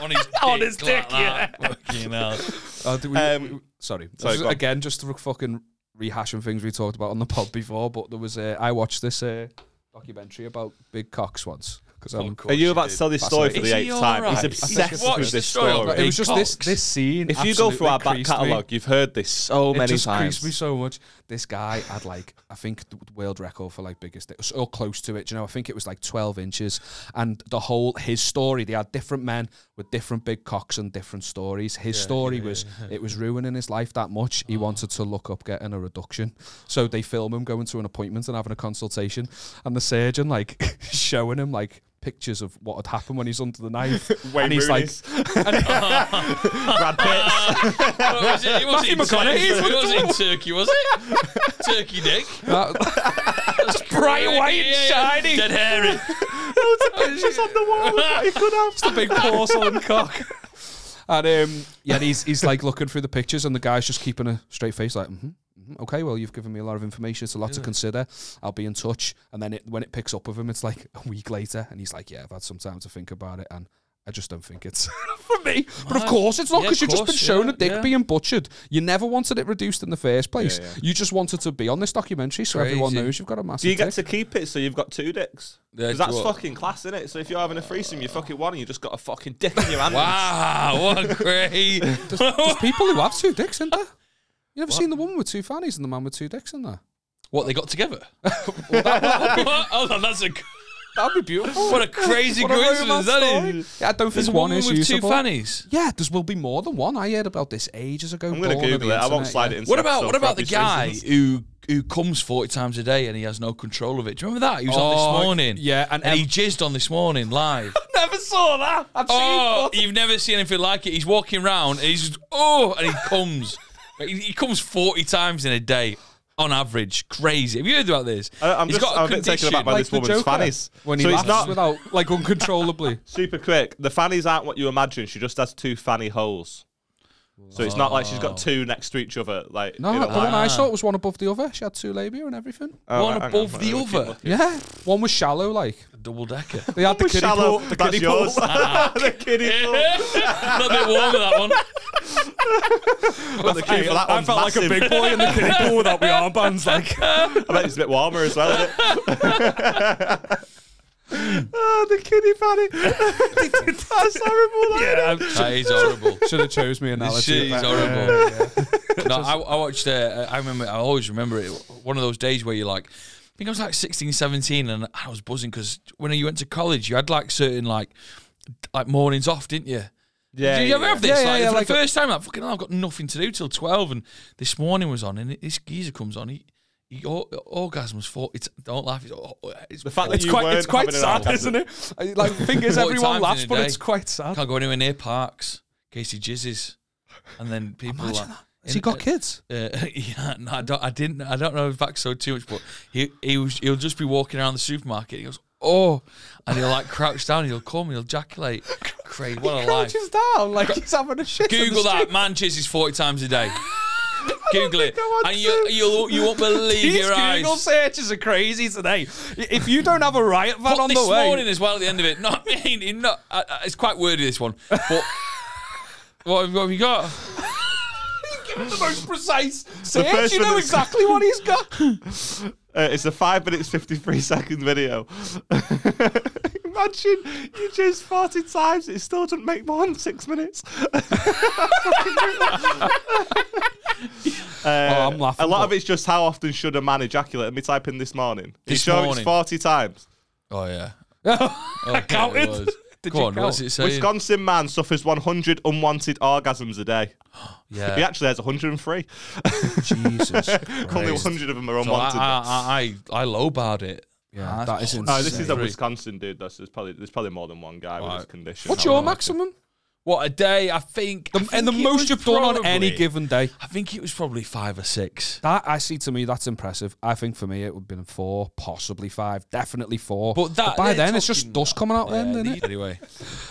[SPEAKER 1] on his dick,
[SPEAKER 3] On his dick,
[SPEAKER 1] like that. Fucking hell.
[SPEAKER 3] Uh, do we-
[SPEAKER 2] Um,
[SPEAKER 3] sorry, This
[SPEAKER 2] sorry,
[SPEAKER 3] is,
[SPEAKER 2] go on.
[SPEAKER 3] again, just to fucking rehashing things we talked about on the pod before. But there was uh, I watched this uh, documentary about big cocks once because
[SPEAKER 1] Of
[SPEAKER 3] I'm.
[SPEAKER 1] course
[SPEAKER 2] are you
[SPEAKER 1] you
[SPEAKER 2] about
[SPEAKER 1] did.
[SPEAKER 2] to tell this story for
[SPEAKER 1] Is
[SPEAKER 2] the
[SPEAKER 1] he
[SPEAKER 2] eighth
[SPEAKER 1] all
[SPEAKER 2] time he's
[SPEAKER 1] right?
[SPEAKER 2] obsessed
[SPEAKER 1] Watch
[SPEAKER 2] with
[SPEAKER 1] the
[SPEAKER 2] this
[SPEAKER 1] story.
[SPEAKER 2] story
[SPEAKER 3] it was just this
[SPEAKER 1] cocks.
[SPEAKER 3] this scene.
[SPEAKER 2] If you go
[SPEAKER 3] absolutely
[SPEAKER 2] through our back
[SPEAKER 3] creased me.
[SPEAKER 2] catalogue, you've heard this so
[SPEAKER 3] it
[SPEAKER 2] many
[SPEAKER 3] just
[SPEAKER 2] times.
[SPEAKER 3] creased me so much. This guy had like I think the world record for like biggest dick, or close to it. do You know, I think it was like twelve inches. And the whole his story, they had different men with different big cocks and different stories. His story was it was ruining his life that much.
[SPEAKER 2] Oh.
[SPEAKER 3] He wanted to look up getting a reduction, so they film him going to an appointment and having a consultation, and the surgeon like showing him like pictures of what had happened when he's under the knife,
[SPEAKER 2] Wayne
[SPEAKER 3] and he's
[SPEAKER 2] Rooney's. Brad Pitt.
[SPEAKER 1] What was it? It wasn't
[SPEAKER 3] Matthew
[SPEAKER 1] in
[SPEAKER 3] McConaughey,
[SPEAKER 1] Turkey.
[SPEAKER 3] he's
[SPEAKER 1] It wasn't in Turkey, was it? Turkey dick.
[SPEAKER 3] like.
[SPEAKER 1] That's
[SPEAKER 3] bright white and shiny.
[SPEAKER 1] Dead hairy.
[SPEAKER 2] Pictures on the wall. He could have.
[SPEAKER 3] Just a big porcelain cock. And um, yeah, he's he's like looking through the pictures, and the guy's just keeping a straight face, like, mm-hmm, okay, well, you've given me a lot of information. It's a lot to consider. I'll be in touch. And then it, when it picks up with him, it's like a week later, and he's like, yeah, I've had some time to think about it, and I just don't think it's for me. But of
[SPEAKER 1] Mad.
[SPEAKER 3] course, it's not
[SPEAKER 1] Yeah,
[SPEAKER 3] because
[SPEAKER 1] of
[SPEAKER 3] you've just been
[SPEAKER 1] course,
[SPEAKER 3] shown
[SPEAKER 1] yeah,
[SPEAKER 3] a dick
[SPEAKER 1] yeah.
[SPEAKER 3] being butchered. You never wanted it reduced in the first place.
[SPEAKER 2] yeah.
[SPEAKER 3] You just wanted to be on this documentary, so everyone
[SPEAKER 1] Crazy.
[SPEAKER 3] knows you've got a massive.
[SPEAKER 2] Do you get
[SPEAKER 3] dick.
[SPEAKER 2] to keep it so you've got two dicks?
[SPEAKER 1] Yeah,
[SPEAKER 2] Because that's
[SPEAKER 1] what?
[SPEAKER 2] fucking class, isn't it? So if you're having a threesome, you fucking one and you just got a fucking dick in your hand.
[SPEAKER 1] Wow, what a great.
[SPEAKER 3] There's people who have two dicks in there. You never seen the woman with two fannies and the man with two dicks in there?
[SPEAKER 1] what, they got together? What? Hold on, that's a.
[SPEAKER 3] That'd be beautiful.
[SPEAKER 1] What a crazy coincidence that is.
[SPEAKER 3] Yeah, I don't
[SPEAKER 1] There's
[SPEAKER 3] think one
[SPEAKER 1] one woman
[SPEAKER 3] is
[SPEAKER 1] with two
[SPEAKER 3] usable.
[SPEAKER 1] fannies.
[SPEAKER 3] Yeah, there's will be more than one. I heard about this ages ago.
[SPEAKER 2] I'm gonna
[SPEAKER 3] dawn of
[SPEAKER 2] Google it.
[SPEAKER 3] the
[SPEAKER 2] I won't
[SPEAKER 3] internet,
[SPEAKER 2] slide
[SPEAKER 3] yeah.
[SPEAKER 2] it into
[SPEAKER 1] What about
[SPEAKER 2] episode
[SPEAKER 1] what
[SPEAKER 2] for
[SPEAKER 1] about the
[SPEAKER 2] obvious
[SPEAKER 1] guy
[SPEAKER 2] reasons.
[SPEAKER 1] who who comes forty times a day and he has no control of it? Do you remember that? He was on
[SPEAKER 3] Oh,
[SPEAKER 1] this morning.
[SPEAKER 3] yeah, and
[SPEAKER 1] and he jizzed on this morning live.
[SPEAKER 3] Never saw that. I've
[SPEAKER 1] Oh, you've never seen anything like it. He's walking round and he's just, oh, and he comes. he, he comes 40 times in a day on average. Crazy. Have you heard about this?
[SPEAKER 2] I- I'm
[SPEAKER 1] He's
[SPEAKER 2] just- I'm a bit taken aback by
[SPEAKER 1] condition.
[SPEAKER 2] this woman's fannies.
[SPEAKER 3] When he
[SPEAKER 2] So he's
[SPEAKER 3] laughs
[SPEAKER 2] not-
[SPEAKER 3] without, like, uncontrollably.
[SPEAKER 2] Super quick. The fannies aren't what you imagine. She just has two fanny holes. So it's not like she's got two next to each other. Like
[SPEAKER 3] No,
[SPEAKER 2] in
[SPEAKER 3] Ah, the
[SPEAKER 2] a
[SPEAKER 3] one
[SPEAKER 2] line.
[SPEAKER 3] I saw was one above the other. She had two labia and everything.
[SPEAKER 2] Oh,
[SPEAKER 1] one
[SPEAKER 2] hang on,
[SPEAKER 1] above
[SPEAKER 2] hang
[SPEAKER 1] the
[SPEAKER 2] on, we keep
[SPEAKER 1] other.
[SPEAKER 2] looking.
[SPEAKER 3] Yeah, one was shallow. Like
[SPEAKER 1] Double decker.
[SPEAKER 3] they had the
[SPEAKER 2] We're
[SPEAKER 3] kiddie
[SPEAKER 2] shallow.
[SPEAKER 3] pool. The
[SPEAKER 2] That's
[SPEAKER 3] kiddie pool.
[SPEAKER 2] yours. the kiddie pool.
[SPEAKER 1] Not a bit warmer that one.
[SPEAKER 2] But the key for that
[SPEAKER 3] I
[SPEAKER 2] one's
[SPEAKER 3] felt like a
[SPEAKER 2] massive.
[SPEAKER 3] big boy in the kiddie pool without my armbands. Like
[SPEAKER 2] I bet it's a bit warmer as well, isn't it? oh, the kiddie fanny. That's horrible. Yeah.
[SPEAKER 1] That is horrible.
[SPEAKER 3] Should have chose me analogy.
[SPEAKER 1] She's horrible. no, I, I watched. Uh, I remember. I always remember it. One of those days where you're like, I think I was like 16, 17, and I was buzzing because when you went to college, you had like certain like like mornings off, didn't you?
[SPEAKER 2] Yeah,
[SPEAKER 1] Did you ever
[SPEAKER 2] yeah.
[SPEAKER 1] have this?
[SPEAKER 3] Yeah,
[SPEAKER 1] like,
[SPEAKER 3] yeah, yeah,
[SPEAKER 1] for
[SPEAKER 3] like
[SPEAKER 1] the
[SPEAKER 3] a-
[SPEAKER 1] first time, like fucking, hell, I've got nothing to do till twelve, and this morning was on, and it- this geezer comes on. He, he or, orgasms for it's don't laugh. It's, oh, it's
[SPEAKER 2] The fact that
[SPEAKER 3] It's
[SPEAKER 2] you
[SPEAKER 3] quite,
[SPEAKER 2] weren't
[SPEAKER 3] it's quite
[SPEAKER 2] having an
[SPEAKER 3] sad, isn't
[SPEAKER 2] orgasm.
[SPEAKER 3] it? I- Like, thing is,
[SPEAKER 1] Forty times
[SPEAKER 3] everyone
[SPEAKER 1] in
[SPEAKER 3] laughs,
[SPEAKER 1] a
[SPEAKER 3] but
[SPEAKER 1] day.
[SPEAKER 3] it's quite sad.
[SPEAKER 1] can't go anywhere near parks. Casey jizzes, and then people
[SPEAKER 3] Imagine
[SPEAKER 1] like,
[SPEAKER 3] that. Has he got kids?
[SPEAKER 1] Uh, yeah, no, I don't. I didn't. I don't know if back so too much, but he he was, he'll just be walking around the supermarket. and He goes, oh, and he'll like crouch down. and He'll come. and He'll ejaculate. Craig, what a life.
[SPEAKER 3] Crouches down like he's having a shit. in the
[SPEAKER 1] Google that.
[SPEAKER 3] street.
[SPEAKER 1] Man jizzes forty times a day. Google it,
[SPEAKER 3] think I want
[SPEAKER 1] and you
[SPEAKER 3] to.
[SPEAKER 1] you'll, you won't believe
[SPEAKER 3] These
[SPEAKER 1] your eyes.
[SPEAKER 3] Google searches are crazy today. If you don't have a riot van
[SPEAKER 1] But
[SPEAKER 3] on
[SPEAKER 1] this
[SPEAKER 3] the way,
[SPEAKER 1] morning as well at the end of it. Not mean, you're not. I, I- it's quite wordy this one. But what, have- what have you got?
[SPEAKER 3] the most precise
[SPEAKER 2] first
[SPEAKER 3] search. You
[SPEAKER 2] one
[SPEAKER 3] know
[SPEAKER 2] is-
[SPEAKER 3] exactly what he's got.
[SPEAKER 2] Uh, it's a five minutes fifty three second video. Imagine you just forty times. It still doesn't make more than six minutes. Uh,
[SPEAKER 3] I'm laughing,
[SPEAKER 2] A lot of
[SPEAKER 3] but-
[SPEAKER 2] it's just how often should a man ejaculate? Let me type in this morning.
[SPEAKER 1] This
[SPEAKER 2] It's showing
[SPEAKER 1] morning.
[SPEAKER 2] it's forty times.
[SPEAKER 1] Oh yeah,
[SPEAKER 3] I counted. Did
[SPEAKER 1] Go
[SPEAKER 3] you
[SPEAKER 1] on, what's
[SPEAKER 3] count?
[SPEAKER 1] it saying?
[SPEAKER 2] Wisconsin man suffers one hundred unwanted orgasms a day. He
[SPEAKER 1] Yeah,
[SPEAKER 2] actually has one hundred and three.
[SPEAKER 3] Jesus.
[SPEAKER 2] Only one
[SPEAKER 1] Christ.
[SPEAKER 2] hundred of them are
[SPEAKER 1] So uh, I,
[SPEAKER 2] unwanted.
[SPEAKER 1] I, I, I lowbarred it.
[SPEAKER 3] Yeah,
[SPEAKER 1] Ah,
[SPEAKER 3] that is
[SPEAKER 1] that's
[SPEAKER 2] no, Uh, Oh, this is a
[SPEAKER 1] insane.
[SPEAKER 2] Wisconsin dude. That's there's probably there's probably more than one guy with
[SPEAKER 1] Right.
[SPEAKER 2] this condition.
[SPEAKER 3] What's
[SPEAKER 2] I
[SPEAKER 3] your
[SPEAKER 2] don't know.
[SPEAKER 3] maximum?
[SPEAKER 1] What a day! I think, I think
[SPEAKER 3] and the
[SPEAKER 1] it was
[SPEAKER 3] most you've done on any
[SPEAKER 1] probably-
[SPEAKER 3] given day.
[SPEAKER 1] I think it was probably five or six.
[SPEAKER 3] That I see to me, that's impressive. I think for me, it would have been four, possibly five, definitely four.
[SPEAKER 1] But that-
[SPEAKER 3] by
[SPEAKER 1] they're
[SPEAKER 3] then, it's just
[SPEAKER 1] talking-
[SPEAKER 3] dust coming out. then,
[SPEAKER 1] Yeah,
[SPEAKER 3] isn't
[SPEAKER 1] the- Anyway,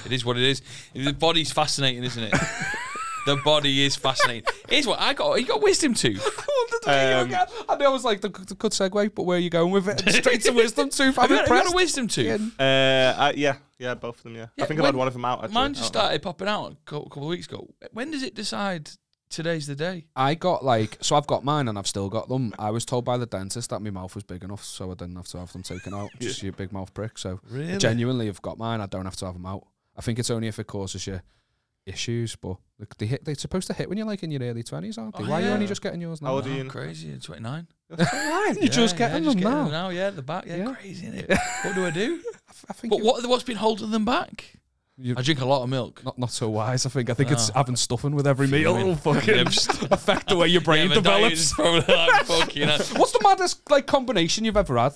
[SPEAKER 1] it is what it is. The body's fascinating, isn't it? the body is fascinating. Here's what I got. You got wisdom tooth.
[SPEAKER 2] Um,
[SPEAKER 3] I know I was like the, the good segue, but where are you going with it? Straight to wisdom tooth. I'm
[SPEAKER 1] Have you got- have you
[SPEAKER 3] impressed.
[SPEAKER 1] got a wisdom tooth?
[SPEAKER 3] Yeah.
[SPEAKER 2] Uh, uh, yeah, yeah, both of them. Yeah,
[SPEAKER 1] Yeah,
[SPEAKER 2] I think I've had
[SPEAKER 1] when-
[SPEAKER 2] one of them out. Actually.
[SPEAKER 1] Mine just
[SPEAKER 2] I don't
[SPEAKER 1] started popping out a cou- couple of weeks ago. When does it decide today's the day?
[SPEAKER 3] I got like so I've got mine and I've still got them. I was told by the dentist that my mouth was big enough, so I didn't have to have them taken out. Just you big mouth prick. So
[SPEAKER 1] Really?
[SPEAKER 3] genuinely, I've got mine. I don't have to have them out. I think it's only if it causes you issues, but they- they hit, they're supposed to hit when you're like in your early twenties, aren't they?
[SPEAKER 1] Oh,
[SPEAKER 3] Why are
[SPEAKER 1] yeah.
[SPEAKER 3] you only just getting yours
[SPEAKER 2] How
[SPEAKER 3] now?
[SPEAKER 2] old are you?
[SPEAKER 1] Oh, crazy. You're 29.
[SPEAKER 3] You're
[SPEAKER 1] Yeah,
[SPEAKER 3] just
[SPEAKER 1] yeah,
[SPEAKER 3] getting
[SPEAKER 1] just
[SPEAKER 3] them
[SPEAKER 1] getting
[SPEAKER 3] now.
[SPEAKER 1] them now. Yeah, the back. Yeah,
[SPEAKER 3] Yeah.
[SPEAKER 1] crazy, isn't it? what do I do?
[SPEAKER 3] I f- I think
[SPEAKER 1] But
[SPEAKER 3] you-
[SPEAKER 1] what what's been holding them back?
[SPEAKER 3] You-
[SPEAKER 1] I drink a lot of milk.
[SPEAKER 3] Not not so wise. I think I think it's
[SPEAKER 1] No.
[SPEAKER 3] having stuffing with every meal.
[SPEAKER 1] Fuming.
[SPEAKER 3] It'll fucking
[SPEAKER 1] Fuming.
[SPEAKER 3] affect the way your brain
[SPEAKER 1] Yeah, my diet
[SPEAKER 3] develops.
[SPEAKER 1] is probably like fucking hell.
[SPEAKER 3] What's the maddest like combination you've ever had?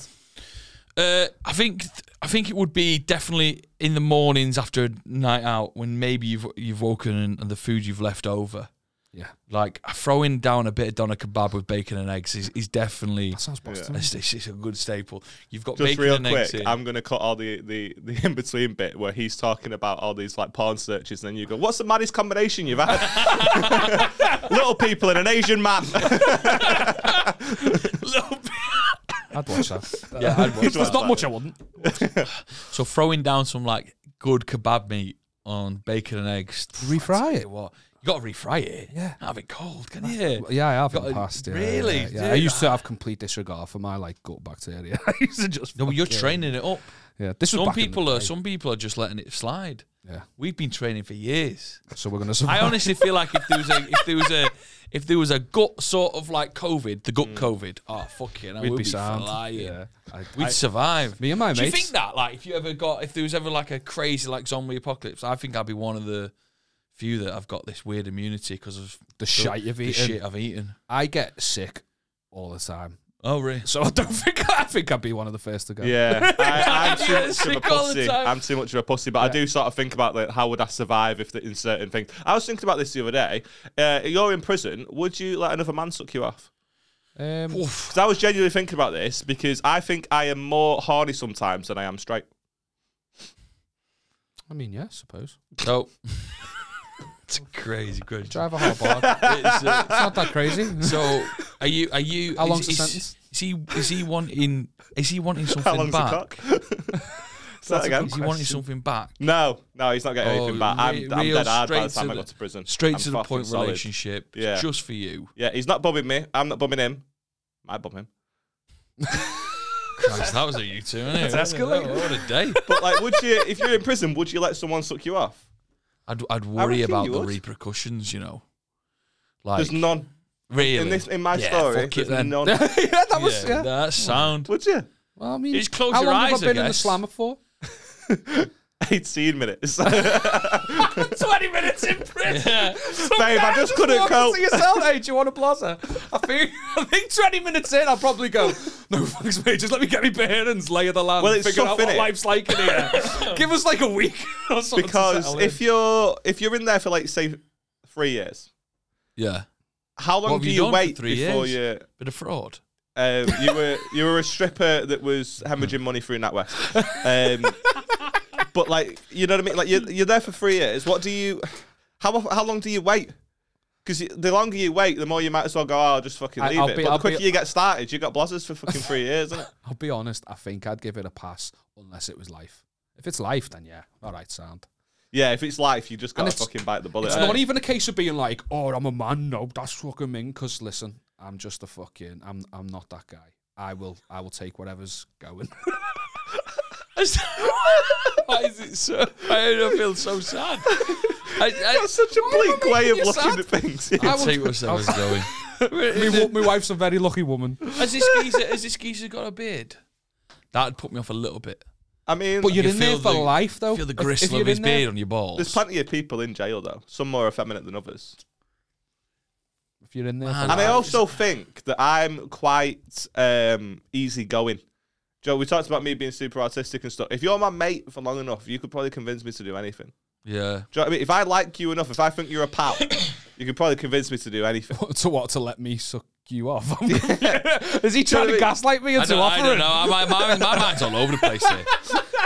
[SPEAKER 1] Uh, I think I think it would be definitely in the mornings after a night out when maybe you've you've woken and, and the food you've left over.
[SPEAKER 3] Yeah.
[SPEAKER 1] Like throwing down a bit of doner kebab with bacon and eggs is, is definitely
[SPEAKER 3] That sounds positive.
[SPEAKER 1] it's, it's- it's a good staple. You've got
[SPEAKER 2] Just
[SPEAKER 1] bacon
[SPEAKER 2] real
[SPEAKER 1] and eggs.
[SPEAKER 2] quick,
[SPEAKER 1] in.
[SPEAKER 2] I'm gonna cut all the, the, the in between bit where he's talking about all these like porn searches, and then you go, "What's the maddest combination you've had?" Little people and an Asian man.
[SPEAKER 3] I'd watch that.
[SPEAKER 1] Yeah, I'd watch
[SPEAKER 2] You'd
[SPEAKER 3] There's not
[SPEAKER 2] watch that,
[SPEAKER 3] much I
[SPEAKER 2] yeah.
[SPEAKER 3] wouldn't.
[SPEAKER 1] So throwing down some like good kebab meat on bacon and eggs.
[SPEAKER 3] Refry it.
[SPEAKER 1] What you got to refry it?
[SPEAKER 3] Yeah.
[SPEAKER 1] Can't have it cold, can you?
[SPEAKER 3] Yeah, I have
[SPEAKER 1] Got
[SPEAKER 3] in the
[SPEAKER 1] a-
[SPEAKER 3] past. Yeah,
[SPEAKER 1] really,
[SPEAKER 3] Yeah, yeah. I
[SPEAKER 1] dude?
[SPEAKER 3] used to have complete disregard for my like gut bacteria. I used to just.
[SPEAKER 1] No, you're
[SPEAKER 3] fucking-
[SPEAKER 1] training it up.
[SPEAKER 3] Yeah, this was
[SPEAKER 1] Some
[SPEAKER 3] back in the
[SPEAKER 1] people are
[SPEAKER 3] day.
[SPEAKER 1] some people are just letting it slide.
[SPEAKER 3] Yeah,
[SPEAKER 1] We've been training for years.
[SPEAKER 3] so we're gonna.
[SPEAKER 1] I
[SPEAKER 3] Survive.
[SPEAKER 1] honestly feel like if there was a if there was a if there was a gut sort of like COVID, the gut COVID, oh fucking, hell, we'd, be,
[SPEAKER 3] sound.
[SPEAKER 1] flying.
[SPEAKER 3] Yeah, I,
[SPEAKER 1] We'd survive.
[SPEAKER 3] me and my
[SPEAKER 1] Do you
[SPEAKER 3] mates.
[SPEAKER 1] think that like if you ever got if there was ever like a crazy like zombie apocalypse, I think I'd be one of the few that I've got this weird immunity because of
[SPEAKER 3] the shite you've
[SPEAKER 1] the
[SPEAKER 3] eaten.
[SPEAKER 1] shit I've eaten.
[SPEAKER 3] I get sick all the time,
[SPEAKER 1] Oh really?
[SPEAKER 3] so I don't think I think I'd be one of the first to go.
[SPEAKER 2] Yeah, I, I'm too
[SPEAKER 1] Yeah,
[SPEAKER 2] much of a
[SPEAKER 1] sick all the
[SPEAKER 2] pussy.
[SPEAKER 1] time.
[SPEAKER 2] I'm too much of a pussy, but I do sort of think about like, how would I survive if the, in certain things. I was thinking about this the other day. Uh, you're in prison. Would you let another man suck you off?
[SPEAKER 3] Um,
[SPEAKER 1] Oof.
[SPEAKER 2] Because I was genuinely thinking about this because I think I am more horny sometimes than I am straight.
[SPEAKER 3] I mean, yeah, I suppose.
[SPEAKER 1] So it's a crazy question.
[SPEAKER 3] Drive a hard bar.
[SPEAKER 1] It's, uh,
[SPEAKER 3] it's not that crazy.
[SPEAKER 1] So are you? Are you?
[SPEAKER 3] How
[SPEAKER 1] is-
[SPEAKER 3] long's the
[SPEAKER 1] is,
[SPEAKER 3] sentence?
[SPEAKER 1] Is he? Is he wanting? Is he wanting something
[SPEAKER 2] How long's the
[SPEAKER 1] back?
[SPEAKER 2] cock? Say that again.
[SPEAKER 1] Is he wanting something back?
[SPEAKER 2] No, no, he's not getting
[SPEAKER 1] Oh,
[SPEAKER 2] anything back. I'm,
[SPEAKER 1] re-
[SPEAKER 2] I'm
[SPEAKER 1] real
[SPEAKER 2] dead hard by the
[SPEAKER 1] straight
[SPEAKER 2] time
[SPEAKER 1] to
[SPEAKER 2] I
[SPEAKER 1] the-
[SPEAKER 2] got to prison.
[SPEAKER 1] Straight
[SPEAKER 2] I'm
[SPEAKER 1] to the
[SPEAKER 2] fucking
[SPEAKER 1] point
[SPEAKER 2] solid.
[SPEAKER 1] relationship.
[SPEAKER 2] Yeah.
[SPEAKER 1] Just for you.
[SPEAKER 2] Yeah, he's not bumming me. I'm not bumming him. Might bum him.
[SPEAKER 1] Christ, that was a you two, innit? Oh,
[SPEAKER 3] That's escalated.
[SPEAKER 1] What a day.
[SPEAKER 2] But like, would you, if you're in prison, would you let someone suck you off?
[SPEAKER 1] I'd, I'd worry
[SPEAKER 2] reckon
[SPEAKER 1] about
[SPEAKER 2] you
[SPEAKER 1] the
[SPEAKER 2] would.
[SPEAKER 1] repercussions, you know. Like,
[SPEAKER 2] There's none
[SPEAKER 1] really.
[SPEAKER 2] in this in my
[SPEAKER 1] Yeah,
[SPEAKER 2] story.
[SPEAKER 1] fuck
[SPEAKER 2] there's
[SPEAKER 1] it then.
[SPEAKER 2] none.
[SPEAKER 3] yeah, that was
[SPEAKER 1] yeah,
[SPEAKER 3] yeah.
[SPEAKER 1] That sound.
[SPEAKER 2] Would you?
[SPEAKER 3] Well, I mean,
[SPEAKER 1] You just close
[SPEAKER 3] how
[SPEAKER 1] your
[SPEAKER 3] long
[SPEAKER 1] eyes,
[SPEAKER 3] have
[SPEAKER 1] I
[SPEAKER 3] I been in the
[SPEAKER 1] guess.
[SPEAKER 3] slammer for?
[SPEAKER 2] 18 minutes.
[SPEAKER 3] Twenty minutes in prison.
[SPEAKER 1] Yeah.
[SPEAKER 2] Babe, I just couldn't
[SPEAKER 3] walk
[SPEAKER 2] cope.
[SPEAKER 3] up to yourself, hey, do you want a blazer? I think, I think 20 minutes in, I'll probably go, no thanks, mate, just let me get my bearings, lay of the land,
[SPEAKER 2] Well, it's
[SPEAKER 3] figure out
[SPEAKER 2] tough,
[SPEAKER 3] what
[SPEAKER 2] innit?
[SPEAKER 3] life's like in here. Give us like a week or something. to
[SPEAKER 2] because
[SPEAKER 3] settle
[SPEAKER 2] if
[SPEAKER 3] in.
[SPEAKER 2] you're if you're in there for like say three years,
[SPEAKER 1] yeah.
[SPEAKER 2] how long
[SPEAKER 1] What have
[SPEAKER 2] do
[SPEAKER 1] you
[SPEAKER 2] you,
[SPEAKER 1] done for
[SPEAKER 2] wait
[SPEAKER 1] three
[SPEAKER 2] before
[SPEAKER 1] years? Bit of fraud.
[SPEAKER 2] you um, you were you were a stripper that was hemorrhaging money through NatWest? Um, but like you know what I mean? Like you're you're there for three years. What do you? How of- how long do you wait? Because the longer you wait, the more you might as well go. Oh, I'll just fucking
[SPEAKER 3] I-
[SPEAKER 2] leave
[SPEAKER 3] I'll
[SPEAKER 2] it.
[SPEAKER 3] be-
[SPEAKER 2] but
[SPEAKER 3] I'll
[SPEAKER 2] the quicker
[SPEAKER 3] be-
[SPEAKER 2] you get started, you got blazers for fucking three years. Isn't it?
[SPEAKER 3] I'll be honest, I think I'd give it a pass unless it was life. If it's life, then yeah, all right, sound.
[SPEAKER 2] Yeah, if it's life, you just got to
[SPEAKER 3] it's-
[SPEAKER 2] fucking bite the bullet.
[SPEAKER 3] It's
[SPEAKER 2] eh?
[SPEAKER 3] not even a case of being like, oh, I'm a man. No, that's fucking mean. Because listen, I'm just a fucking. I'm. I'm not that guy. I will. I will take whatever's going.
[SPEAKER 1] Why is it so? I don't feel so sad. I, I,
[SPEAKER 2] That's such a bleak way of
[SPEAKER 3] you
[SPEAKER 2] looking
[SPEAKER 3] sad?
[SPEAKER 2] at things.
[SPEAKER 3] I will
[SPEAKER 1] take what I was doing.
[SPEAKER 3] my, wa- my wife's a very lucky woman.
[SPEAKER 1] Has this geezer? Has this geezer got a beard? That'd put me off a little bit.
[SPEAKER 2] I mean,
[SPEAKER 3] But you're
[SPEAKER 1] You
[SPEAKER 3] in there
[SPEAKER 1] feel
[SPEAKER 3] for
[SPEAKER 1] the-
[SPEAKER 3] life, though.
[SPEAKER 1] Feel the
[SPEAKER 3] If-
[SPEAKER 1] gristle
[SPEAKER 3] if
[SPEAKER 1] of
[SPEAKER 3] you're
[SPEAKER 1] his
[SPEAKER 3] in there-
[SPEAKER 1] beard on your
[SPEAKER 2] There's
[SPEAKER 1] balls.
[SPEAKER 2] plenty of people in jail though. Some more effeminate than others.
[SPEAKER 3] If you're in there,
[SPEAKER 1] Man,
[SPEAKER 3] for
[SPEAKER 2] And I
[SPEAKER 1] Right.
[SPEAKER 2] also think that I'm quite um, easygoing. Joe, we talked about me being super artistic and stuff. If you're my mate for long enough, you could probably convince me to do anything.
[SPEAKER 1] yeah.
[SPEAKER 2] Do you know what I mean? If I like you enough, if I think you're a pal, you could probably convince me to do anything.
[SPEAKER 3] life. to what to let me suck you off? Is he trying
[SPEAKER 2] I
[SPEAKER 3] to
[SPEAKER 2] mean-
[SPEAKER 3] gaslight me
[SPEAKER 1] I
[SPEAKER 3] into
[SPEAKER 1] don't, I
[SPEAKER 3] offering?
[SPEAKER 1] don't know. My, my, my mind's all over the place here.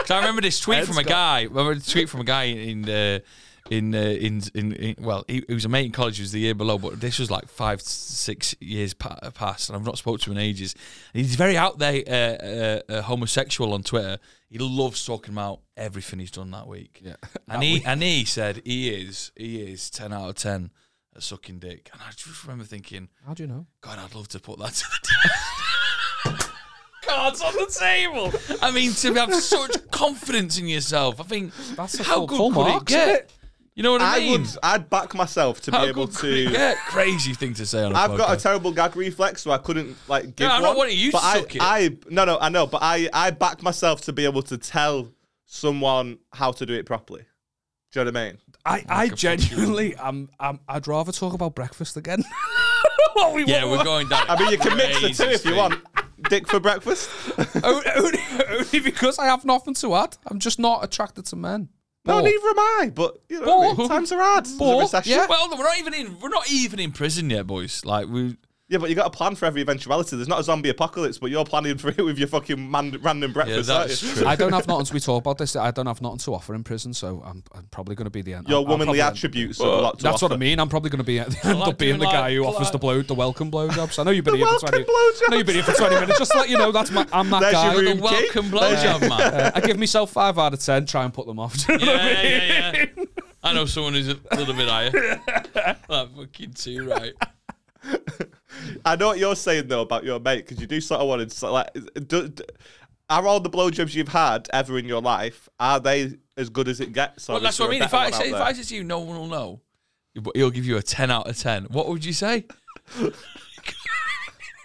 [SPEAKER 1] 'Cause I remember this tweet from a guy. I remember this tweet from a guy in uh, in, uh, in, in in well, he, he was a mate in college. He was the year below, but this was like five six years pa- past, and I've not spoken to him in ages. And he's very out there, uh, uh, uh, homosexual on Twitter. He loves talking about everything he's done that week.
[SPEAKER 3] Yeah.
[SPEAKER 1] and he and he said he is he is ten out of ten at sucking dick. And I just remember thinking.
[SPEAKER 3] How do you know?
[SPEAKER 1] God, I'd love to put that to the test. Cards on the table. I mean, to have such confidence in yourself, I think
[SPEAKER 3] That's a
[SPEAKER 1] how
[SPEAKER 3] full-
[SPEAKER 1] good
[SPEAKER 3] full
[SPEAKER 1] could it
[SPEAKER 3] marks,
[SPEAKER 1] get? You know what I,
[SPEAKER 2] I
[SPEAKER 1] mean?
[SPEAKER 2] would, I'd back myself to
[SPEAKER 1] how
[SPEAKER 2] be able
[SPEAKER 1] good could it
[SPEAKER 2] to.
[SPEAKER 1] get? Crazy thing to say on a
[SPEAKER 2] I've
[SPEAKER 1] podcast.
[SPEAKER 2] got a terrible gag reflex, so I couldn't like give
[SPEAKER 1] I'm
[SPEAKER 2] one.
[SPEAKER 1] not wanting you to
[SPEAKER 2] but I,
[SPEAKER 1] suck it.
[SPEAKER 2] I, no, no, I know, but I, I back myself to be able to tell someone how to do it properly. Do you know what I mean?
[SPEAKER 3] I, I genuinely, I'm, I'm, I'd rather talk about breakfast again. what we
[SPEAKER 1] yeah,
[SPEAKER 3] what-
[SPEAKER 1] we're going down.
[SPEAKER 2] I mean, you can mix the two
[SPEAKER 1] Crazy
[SPEAKER 2] if you
[SPEAKER 1] thing.
[SPEAKER 2] want. Dick for breakfast.
[SPEAKER 3] only, only, only because I have nothing to add. I'm just not attracted to men.
[SPEAKER 2] No,
[SPEAKER 3] Or-
[SPEAKER 2] neither am I. But you know, what I mean?
[SPEAKER 3] Ball.
[SPEAKER 2] times are hard. There's a
[SPEAKER 3] Ball,
[SPEAKER 2] recession.
[SPEAKER 3] yeah.
[SPEAKER 1] Well, we're not even in. We're not even in prison yet, boys. Like we.
[SPEAKER 2] Yeah, but you got a plan for every eventuality. There's not a zombie apocalypse, but you're planning for it with your fucking man- random
[SPEAKER 1] Yeah,
[SPEAKER 2] breakfast. aren't
[SPEAKER 1] that's
[SPEAKER 2] you?
[SPEAKER 1] true.
[SPEAKER 3] I don't have nothing to be taught about this. I don't have nothing to offer in prison, so I'm, I'm probably going to be the end.
[SPEAKER 2] Your
[SPEAKER 3] I'll- I'll
[SPEAKER 2] womanly
[SPEAKER 3] probably-
[SPEAKER 2] attributes are a lot to
[SPEAKER 3] That's what I
[SPEAKER 2] offer.
[SPEAKER 3] mean. I'm probably going to be end
[SPEAKER 1] like
[SPEAKER 3] up being the
[SPEAKER 1] doing
[SPEAKER 3] guy who
[SPEAKER 1] like-
[SPEAKER 3] offers the
[SPEAKER 1] like-
[SPEAKER 3] blow, the welcome blowjobs. I know you've been
[SPEAKER 2] The
[SPEAKER 3] here for twenty.
[SPEAKER 2] welcome blowjobs.
[SPEAKER 3] I know you've been here for twenty minutes. Just to let you know, that's my. I'm that
[SPEAKER 2] There's your
[SPEAKER 3] guy.
[SPEAKER 2] room.
[SPEAKER 1] The welcome blowjob, man.
[SPEAKER 3] Uh, I give myself five out of ten. Try and put them off. Do you know what I
[SPEAKER 1] Yeah,
[SPEAKER 3] mean?
[SPEAKER 1] yeah, yeah, yeah. I know someone who's a little bit higher. that fucking too right.
[SPEAKER 2] I know what you're saying though about your mate because you do sort of want to sort of like. Do, do- are all the blowjobs you've had ever in your life are they as good as it gets? or
[SPEAKER 1] Well,
[SPEAKER 2] is
[SPEAKER 1] that's what I
[SPEAKER 2] there a
[SPEAKER 1] mean. If
[SPEAKER 2] better
[SPEAKER 1] I
[SPEAKER 2] one out
[SPEAKER 1] say, if
[SPEAKER 2] there?
[SPEAKER 1] I said to you, no one will know, but he'll give you a ten out of ten. What would you say?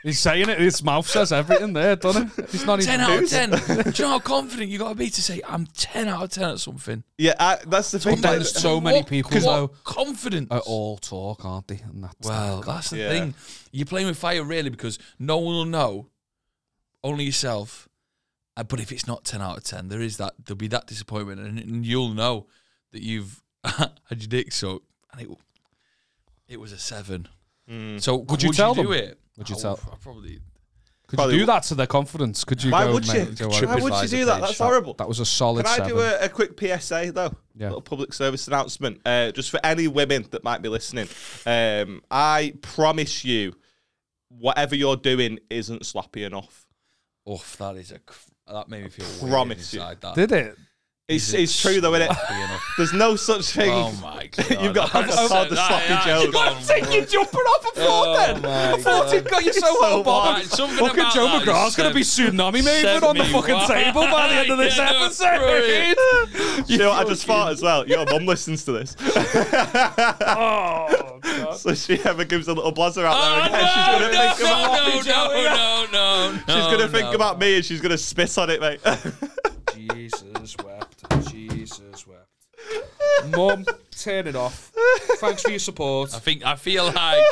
[SPEAKER 3] He's saying it. His mouth says everything there, doesn't it? He's not even.
[SPEAKER 1] Ten out of ten. Do you know how confident you got to be to say I'm ten out of ten at something?
[SPEAKER 2] yeah, I, that's the thing.
[SPEAKER 3] There's
[SPEAKER 2] like,
[SPEAKER 3] so many
[SPEAKER 1] What-
[SPEAKER 3] people,
[SPEAKER 1] what
[SPEAKER 3] though.
[SPEAKER 1] Confidence.
[SPEAKER 3] Are all talk, aren't they? And that's
[SPEAKER 1] Well, that's the
[SPEAKER 2] Yeah.
[SPEAKER 1] thing. You're playing with fire, really, because no one will know, only yourself. Uh, But if it's not ten out of ten, there is that. There'll be that disappointment, and, and you'll know that you've had your dick sucked, and it it was a seven.
[SPEAKER 2] Mm.
[SPEAKER 1] So would,
[SPEAKER 3] you tell
[SPEAKER 1] do
[SPEAKER 3] them?
[SPEAKER 1] it?
[SPEAKER 3] Would you
[SPEAKER 1] I
[SPEAKER 3] tell-
[SPEAKER 1] I probably.
[SPEAKER 3] Could
[SPEAKER 2] Probably-
[SPEAKER 3] you do that to their confidence? Could you
[SPEAKER 2] Why
[SPEAKER 3] go,
[SPEAKER 2] would you?
[SPEAKER 3] mate, go
[SPEAKER 2] Why
[SPEAKER 3] over?
[SPEAKER 2] would you
[SPEAKER 1] TripAdvisor
[SPEAKER 2] do that?
[SPEAKER 1] page.
[SPEAKER 2] That's horrible.
[SPEAKER 3] That was a solid
[SPEAKER 2] Can I
[SPEAKER 3] seven.
[SPEAKER 2] do a, a quick PSA though?
[SPEAKER 3] Yeah.
[SPEAKER 2] Little public service announcement, uh, just for any women that might be listening. Um, I promise you, whatever you're doing isn't sloppy enough.
[SPEAKER 1] Oof, that is a. cr- That made me feel.
[SPEAKER 2] Promise
[SPEAKER 1] weird
[SPEAKER 2] you.
[SPEAKER 1] inside That.
[SPEAKER 3] Did it?
[SPEAKER 2] It's, it's true though, isn't it?
[SPEAKER 1] Sloppy enough.
[SPEAKER 2] There's no such thing.
[SPEAKER 1] Oh my god!
[SPEAKER 2] You've got half a hard the sloppy Joe.
[SPEAKER 1] You've got to take your
[SPEAKER 3] jumper off and fall then. I thought you'd got yourself
[SPEAKER 2] So
[SPEAKER 3] so
[SPEAKER 1] Bob.
[SPEAKER 3] Bob.
[SPEAKER 1] Something
[SPEAKER 3] Fucking
[SPEAKER 1] about
[SPEAKER 3] Joe
[SPEAKER 1] that
[SPEAKER 3] McGrath's going to be tsunami maven on the
[SPEAKER 1] me
[SPEAKER 3] fucking
[SPEAKER 1] wild.
[SPEAKER 3] table by the end of this
[SPEAKER 1] Yeah, no, screw
[SPEAKER 3] episode.
[SPEAKER 1] it.
[SPEAKER 2] You know what I just thought as well? Your mum listens to this.
[SPEAKER 3] oh, God.
[SPEAKER 2] So she ever gives a little buzzer out there
[SPEAKER 1] Oh,
[SPEAKER 2] again.
[SPEAKER 1] no,
[SPEAKER 2] she's gonna
[SPEAKER 1] no,
[SPEAKER 2] think
[SPEAKER 1] no,
[SPEAKER 2] about
[SPEAKER 1] no, no, no, no, no,
[SPEAKER 2] She's gonna think
[SPEAKER 1] Oh, no.
[SPEAKER 2] about me and she's gonna spit on it, mate.
[SPEAKER 3] Jesus wept. Jesus wept. Mum, turn it off. Thanks for your support.
[SPEAKER 1] I think I feel like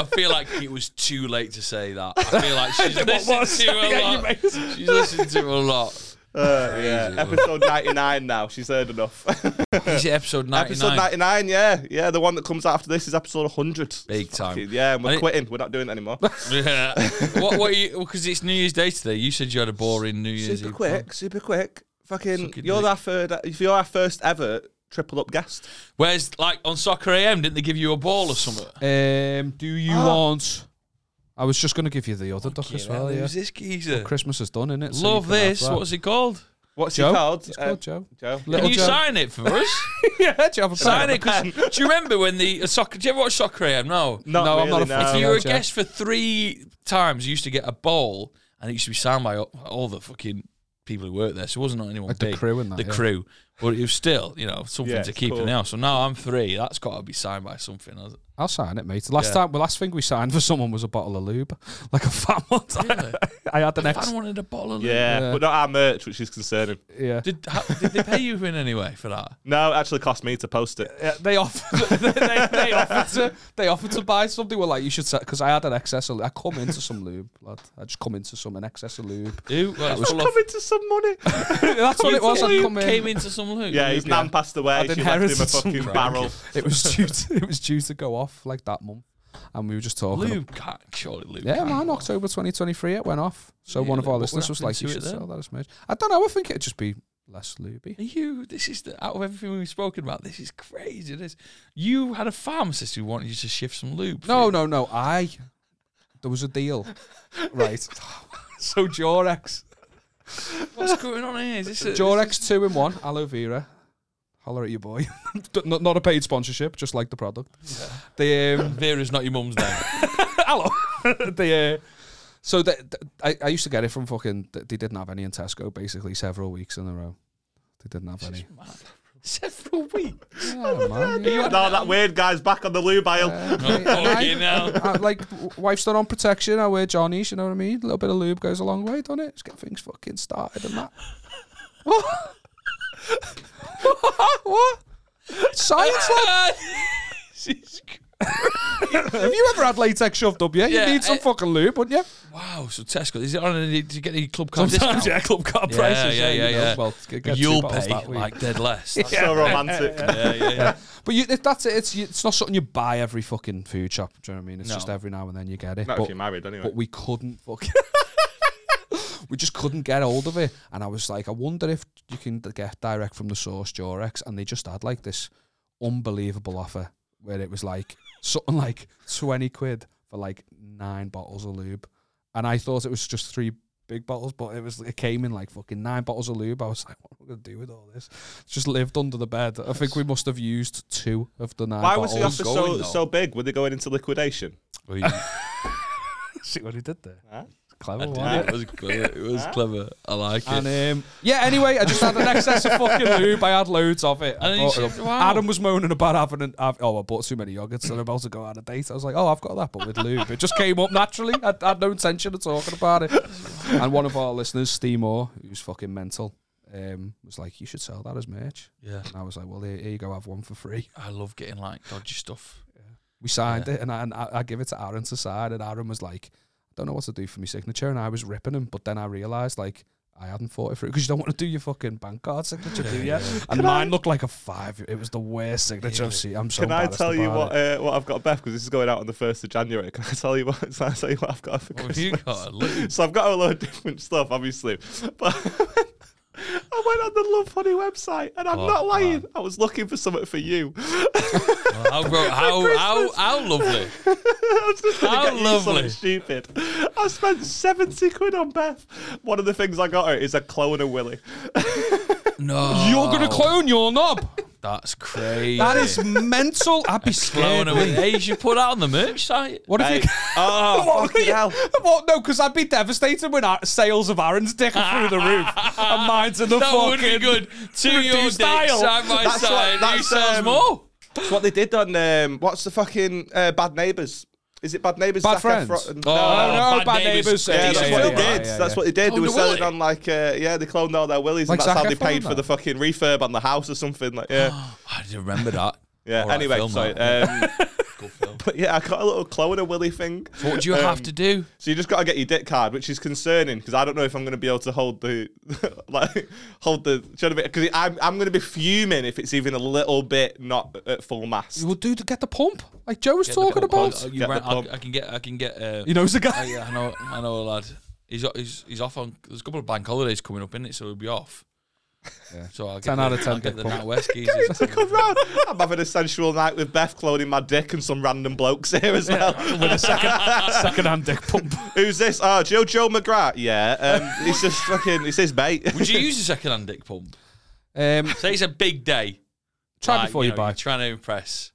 [SPEAKER 1] I feel like it was too late to say that. I feel like she's listened
[SPEAKER 3] was?
[SPEAKER 1] to a
[SPEAKER 3] Yeah, you
[SPEAKER 1] lot.
[SPEAKER 3] made us-
[SPEAKER 1] She's listened to a lot.
[SPEAKER 2] Uh, yeah.
[SPEAKER 1] Jesus.
[SPEAKER 2] Episode 99 now. She's heard enough.
[SPEAKER 1] Is it episode ninety
[SPEAKER 2] episode
[SPEAKER 1] nine?
[SPEAKER 2] 99, yeah. Yeah, the one that comes after this is episode 100.
[SPEAKER 1] Big time.
[SPEAKER 2] Fucking- yeah, and we're
[SPEAKER 1] And it-
[SPEAKER 2] quitting. We're not doing it anymore.
[SPEAKER 1] Yeah. What? What? Because it's New Year's Day today. You said you had a boring New Year's.
[SPEAKER 2] super
[SPEAKER 1] Eve
[SPEAKER 2] quick,
[SPEAKER 1] plan.
[SPEAKER 2] super quick. Fucking,
[SPEAKER 1] Suck it,
[SPEAKER 2] you're
[SPEAKER 1] Nick.
[SPEAKER 2] our third, if you're our first ever triple up guest.
[SPEAKER 1] Whereas, like on Soccer AM, didn't they give you a ball or something?
[SPEAKER 3] Um, do you
[SPEAKER 1] Ah.
[SPEAKER 3] want? I was just going to give you the other duck as well. Yeah.
[SPEAKER 1] Who's this geezer?
[SPEAKER 3] Christmas is done, innit?
[SPEAKER 1] Love this. What was it called?
[SPEAKER 2] What's
[SPEAKER 3] Joe?
[SPEAKER 2] he called?
[SPEAKER 3] It's
[SPEAKER 2] Uh,
[SPEAKER 3] called Joe.
[SPEAKER 2] Joe.
[SPEAKER 1] Can
[SPEAKER 3] Little
[SPEAKER 1] you
[SPEAKER 3] Joe.
[SPEAKER 1] sign it for us?
[SPEAKER 3] yeah, do you have a
[SPEAKER 1] sign
[SPEAKER 3] plan?
[SPEAKER 1] it. 'cause do you remember when the uh, soccer? Do you ever watch Soccer AM? No.
[SPEAKER 2] Not
[SPEAKER 3] Oh, No, I'm
[SPEAKER 2] really,
[SPEAKER 3] not a
[SPEAKER 2] no.
[SPEAKER 3] fan.
[SPEAKER 1] If you were a
[SPEAKER 3] Joe.
[SPEAKER 1] guest for three times, you used to get a bowl, and it used to be signed by all, all the fucking people who worked there. So it wasn't on anyone
[SPEAKER 3] Like the
[SPEAKER 1] big.
[SPEAKER 3] crew and that,
[SPEAKER 1] The
[SPEAKER 3] yeah.
[SPEAKER 1] crew. But it was still, you know, something
[SPEAKER 2] Yeah,
[SPEAKER 1] to
[SPEAKER 2] it's
[SPEAKER 1] keep
[SPEAKER 2] cool.
[SPEAKER 1] in the house. So now I'm three. That's got to be signed by something. hasn't it?
[SPEAKER 3] I'll sign it, mate. The last
[SPEAKER 1] Yeah.
[SPEAKER 3] time, the last thing we signed for someone was a bottle of lube, like a fat one.
[SPEAKER 1] Really?
[SPEAKER 3] I had the next.
[SPEAKER 1] Fan wanted a bottle of
[SPEAKER 2] Yeah,
[SPEAKER 3] Yeah.
[SPEAKER 2] but not our merch, which is concerning.
[SPEAKER 3] Yeah.
[SPEAKER 1] Did, how, did they pay you in any way for that?
[SPEAKER 2] No, it actually cost me to post it.
[SPEAKER 3] Yeah, they offered. They, they, they offered to. They offered to buy something. Were like, you should set because I had an excess. Of, I come into some lube, lad. I just come into some an excess of lube.
[SPEAKER 1] Who? Well, it's full of-
[SPEAKER 2] Come into some money.
[SPEAKER 3] That's what it was. I
[SPEAKER 1] Who
[SPEAKER 3] come in.
[SPEAKER 1] came into some loot.
[SPEAKER 2] Yeah, his nan passed away.
[SPEAKER 3] I'd
[SPEAKER 2] She left him a
[SPEAKER 3] inherited some
[SPEAKER 2] fucking
[SPEAKER 3] crack.
[SPEAKER 2] barrel.
[SPEAKER 3] It was due. To, it was due to go off like that month, and we were just talking.
[SPEAKER 1] Lube can't surely Lube.
[SPEAKER 3] Yeah,
[SPEAKER 1] can't
[SPEAKER 3] man,
[SPEAKER 1] go.
[SPEAKER 3] October 2023, it went off. So one
[SPEAKER 1] Really?
[SPEAKER 3] of our
[SPEAKER 1] What would
[SPEAKER 3] listeners was
[SPEAKER 1] happen
[SPEAKER 3] like,
[SPEAKER 1] to
[SPEAKER 3] you
[SPEAKER 1] it
[SPEAKER 3] should
[SPEAKER 1] then?
[SPEAKER 3] sell that as merch. I don't know. I think it'd just be less
[SPEAKER 1] Are
[SPEAKER 3] luby.
[SPEAKER 1] you? This is the, out of everything we've spoken about. This is crazy. This you had a pharmacist who wanted you to shift some lube. for
[SPEAKER 3] No,
[SPEAKER 1] you.
[SPEAKER 3] no, no. I. There was a deal. right. so Jorex.
[SPEAKER 1] What's going on here? Is this a,
[SPEAKER 3] Jorex 2 in 1, aloe vera. Holler at your boy. not, not a paid sponsorship, just like the product. The, um,
[SPEAKER 1] Vera's not your mum's name.
[SPEAKER 3] hello. the, uh, so the, the- I, I used to get it from fucking. They didn't have any in Tesco basically several weeks in a row. They didn't have any.
[SPEAKER 1] Several weeks.
[SPEAKER 3] Yeah, man, Uh, yeah.
[SPEAKER 2] No, that weird guy's back on the lube aisle.
[SPEAKER 1] Oh, fucking hell.
[SPEAKER 3] I, uh, like w- wife's not on protection. I wear Johnny's. You know what I mean? A little bit of lube goes a long way, do not it? Just get things fucking started and that. what? what? Science lab?
[SPEAKER 1] Jesus Christ.
[SPEAKER 3] Have you ever had latex shoved up yet?
[SPEAKER 1] Yeah,
[SPEAKER 3] you need some
[SPEAKER 1] I-
[SPEAKER 3] fucking lube, wouldn't you?
[SPEAKER 1] wow. So Tesco is it on? Any, do you get any club card discount?
[SPEAKER 3] yeah, club car
[SPEAKER 1] Yeah,
[SPEAKER 3] prices.
[SPEAKER 1] yeah, yeah,
[SPEAKER 3] you know.
[SPEAKER 1] yeah.
[SPEAKER 3] Well, get, get two
[SPEAKER 1] You'll
[SPEAKER 3] bottles
[SPEAKER 1] pay
[SPEAKER 3] that week.
[SPEAKER 1] like dead less. That's-
[SPEAKER 2] So romantic.
[SPEAKER 1] yeah, yeah, yeah.
[SPEAKER 3] But you, if that's it, it's it's not something you buy every fucking food shop. Do you know what I mean? It's
[SPEAKER 1] No.
[SPEAKER 3] just every now and then you get it.
[SPEAKER 2] Not
[SPEAKER 3] but-
[SPEAKER 2] if you're married, anyway.
[SPEAKER 3] but we couldn't fuck. we just couldn't get hold of it, and I was like, I wonder if you can d- get direct from the source Jorex, and they just had like this unbelievable offer where it was like something like twenty quid for like nine bottles of lube, and I thought it was just three big bottles, but it was it came in like fucking nine bottles of lube. I was like, what am I gonna do with all this? Just lived under the bed. I think we must have used two of the nine.
[SPEAKER 2] Why was
[SPEAKER 3] bottles.
[SPEAKER 2] the offer
[SPEAKER 1] going,
[SPEAKER 2] so,
[SPEAKER 1] though.
[SPEAKER 2] so big? Were they going into liquidation?
[SPEAKER 1] Well, you-
[SPEAKER 3] See what he did there.
[SPEAKER 2] Huh?
[SPEAKER 3] Clever
[SPEAKER 1] I
[SPEAKER 3] one.
[SPEAKER 1] did it. It was clever. It was clever. I like it.
[SPEAKER 3] And um, yeah, anyway, I just had an excess of fucking lube. I had loads of it. I
[SPEAKER 1] And you
[SPEAKER 3] bought it
[SPEAKER 1] said,
[SPEAKER 3] up.
[SPEAKER 1] wow.
[SPEAKER 3] Adam was moaning about having an. Have, oh, I bought too many yogurts. I'm about to go out on a date. I was like, oh, I've got that, but with lube. It just came up naturally. I, I had no intention of talking about it. And one of our listeners, Steve Moore, who's fucking mental, um, was like, you should sell that as merch.
[SPEAKER 1] yeah,
[SPEAKER 3] And I was like, well, here, here you go, have one for free.
[SPEAKER 1] I love getting like dodgy stuff.
[SPEAKER 3] We signed
[SPEAKER 1] Yeah.
[SPEAKER 3] it, and I, and I, I give it to Aaron to sign, and Aaron was like, I don't know what to do for my signature, and I was ripping him, but then I realised, like, I hadn't thought it through because you don't want to do your fucking bank card signature, do you? And mine looked like a five. It was the worst signature I've seen. I'm so
[SPEAKER 2] Can I
[SPEAKER 3] embarrassed
[SPEAKER 2] tell you
[SPEAKER 3] about
[SPEAKER 2] what
[SPEAKER 3] it.
[SPEAKER 2] uh, what I've got, Beth? Because this is going out on the first of January. Can I tell you what? Can I tell you what I've got for
[SPEAKER 1] What have
[SPEAKER 2] Christmas?
[SPEAKER 1] you got? Lube.
[SPEAKER 2] So I've got a lot of different stuff, obviously. But I went on the Love Honey website, and I'm
[SPEAKER 1] Oh,
[SPEAKER 2] not lying.
[SPEAKER 1] man.
[SPEAKER 2] I was looking for something for you.
[SPEAKER 1] How, gro- how, how, how lovely.
[SPEAKER 2] I was just gonna
[SPEAKER 1] How
[SPEAKER 2] get you
[SPEAKER 1] lovely.
[SPEAKER 2] something stupid. I spent seventy quid on Beth. One of the things I got her is a clone of Willy.
[SPEAKER 1] No.
[SPEAKER 3] You're gonna clone your knob.
[SPEAKER 1] That's crazy.
[SPEAKER 3] That is mental. I'd be scared.
[SPEAKER 1] Blowing away. Hey, you should put that on the merch site.
[SPEAKER 3] What if
[SPEAKER 2] Hey.
[SPEAKER 3] you?
[SPEAKER 2] Oh,
[SPEAKER 3] What,
[SPEAKER 2] fucking hell.
[SPEAKER 3] What? No, because I'd be devastated when our sales of Aaron's dick are through the roof and mine's in the
[SPEAKER 1] That
[SPEAKER 3] fucking.
[SPEAKER 1] would be good. Two your dicks
[SPEAKER 3] style.
[SPEAKER 1] side by
[SPEAKER 2] That's
[SPEAKER 1] side.
[SPEAKER 2] what-
[SPEAKER 1] Who
[SPEAKER 2] that's,
[SPEAKER 1] sells
[SPEAKER 2] um,
[SPEAKER 1] more?
[SPEAKER 2] It's what they did on um, what's the fucking uh, Bad Neighbors? Is it Bad Neighbors?
[SPEAKER 3] Bad
[SPEAKER 2] Zac
[SPEAKER 3] Friends?
[SPEAKER 2] Efron-
[SPEAKER 1] Oh,
[SPEAKER 3] Oh
[SPEAKER 2] no.
[SPEAKER 3] no,
[SPEAKER 1] Bad
[SPEAKER 3] bad,
[SPEAKER 1] Neighbours.
[SPEAKER 3] neighbors.
[SPEAKER 2] Yeah, that's
[SPEAKER 1] yeah,
[SPEAKER 2] what
[SPEAKER 1] yeah,
[SPEAKER 2] they did. that's what they did.
[SPEAKER 1] Oh,
[SPEAKER 2] They were
[SPEAKER 1] they
[SPEAKER 2] selling
[SPEAKER 1] will?
[SPEAKER 2] on like uh, yeah, they cloned all their willies,
[SPEAKER 3] Like
[SPEAKER 2] and that's
[SPEAKER 3] Zac
[SPEAKER 2] how they
[SPEAKER 3] Efron
[SPEAKER 2] paid
[SPEAKER 3] and
[SPEAKER 2] for
[SPEAKER 3] that?
[SPEAKER 2] the fucking refurb on the house or something. Like yeah,
[SPEAKER 1] "Oh, I do remember that.
[SPEAKER 2] yeah.
[SPEAKER 1] All right,
[SPEAKER 2] anyway,
[SPEAKER 1] film
[SPEAKER 2] sorry.
[SPEAKER 1] that.
[SPEAKER 2] Um,
[SPEAKER 1] Good film.
[SPEAKER 2] but yeah, I got a little clone a willy thing.
[SPEAKER 1] So what do you
[SPEAKER 2] Um,
[SPEAKER 1] have to do?
[SPEAKER 2] So you just got to get your dick hard, which is concerning because I don't know if I'm going to be able to hold the, like, hold the. Do you know what I mean? Because I'm, I'm going to be fuming if it's even a little bit not at full mass.
[SPEAKER 3] You will do to get the pump, like Joe was
[SPEAKER 1] Get the
[SPEAKER 3] talking
[SPEAKER 1] pump. Oh,
[SPEAKER 3] about.
[SPEAKER 1] I'll- Uh,
[SPEAKER 2] Get
[SPEAKER 1] you
[SPEAKER 2] the
[SPEAKER 1] ran- I'll-
[SPEAKER 2] pump.
[SPEAKER 1] I can get. I can get. Uh,
[SPEAKER 3] He knows the
[SPEAKER 1] I,
[SPEAKER 3] guy.
[SPEAKER 1] I know. I know a lad. He's, o- he's he's off on. There's a couple of bank holidays coming up, isn't it? So he'll be off. So I'll get
[SPEAKER 3] 10
[SPEAKER 1] the,
[SPEAKER 3] out of 10
[SPEAKER 1] I'll
[SPEAKER 3] dick
[SPEAKER 1] get the
[SPEAKER 3] pump.
[SPEAKER 1] NatWest geezers.
[SPEAKER 2] Come round. I'm having a sensual night with Beth cloning my dick and some random blokes here as well.
[SPEAKER 3] With a second, second-hand dick pump.
[SPEAKER 2] Who's this? Oh, Joe Joe McGrath. Yeah, um, he's just fucking. It's his mate.
[SPEAKER 1] Would you use a second-hand dick pump?
[SPEAKER 3] Um,
[SPEAKER 1] Say it's a big day.
[SPEAKER 3] try
[SPEAKER 1] like,
[SPEAKER 3] before you,
[SPEAKER 1] know,
[SPEAKER 3] buy.
[SPEAKER 1] you're Trying to impress.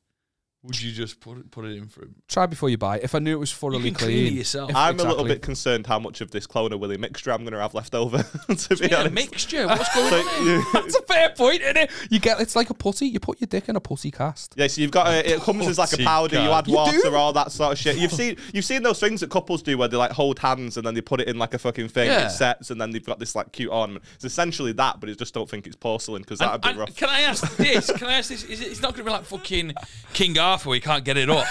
[SPEAKER 1] Would you just put it, put it in for him?
[SPEAKER 3] Try before you buy. If I knew it was
[SPEAKER 1] You
[SPEAKER 3] thoroughly
[SPEAKER 1] can
[SPEAKER 3] clean,
[SPEAKER 1] clean it yourself.
[SPEAKER 3] If-
[SPEAKER 2] I'm a
[SPEAKER 3] exactly.
[SPEAKER 2] little bit concerned how much of this cloner Willie mixture I'm going to have left over. to be
[SPEAKER 1] yeah,
[SPEAKER 2] honest,
[SPEAKER 1] mixture. What's going
[SPEAKER 2] So
[SPEAKER 1] on? Here?
[SPEAKER 2] you-
[SPEAKER 3] That's a fair point, isn't it? You get it's like a putty. You put your dick in a putty cast.
[SPEAKER 2] Yeah, so you've got a, it comes as like a
[SPEAKER 1] Bloody
[SPEAKER 2] powder. You
[SPEAKER 1] God.
[SPEAKER 2] add water,
[SPEAKER 3] You do?
[SPEAKER 2] all that sort of shit. You've seen you've seen those things that couples do where they like hold hands and then they put it in like a fucking thing.
[SPEAKER 1] Yeah.
[SPEAKER 2] It sets and then they've got this like cute ornament. It's essentially that, but I just don't think it's porcelain because
[SPEAKER 1] And-
[SPEAKER 2] that'd be
[SPEAKER 1] and
[SPEAKER 2] rough.
[SPEAKER 1] Can I ask this? Can I ask this? Is it, it's not going to be like fucking King Arthur where you can't get it off.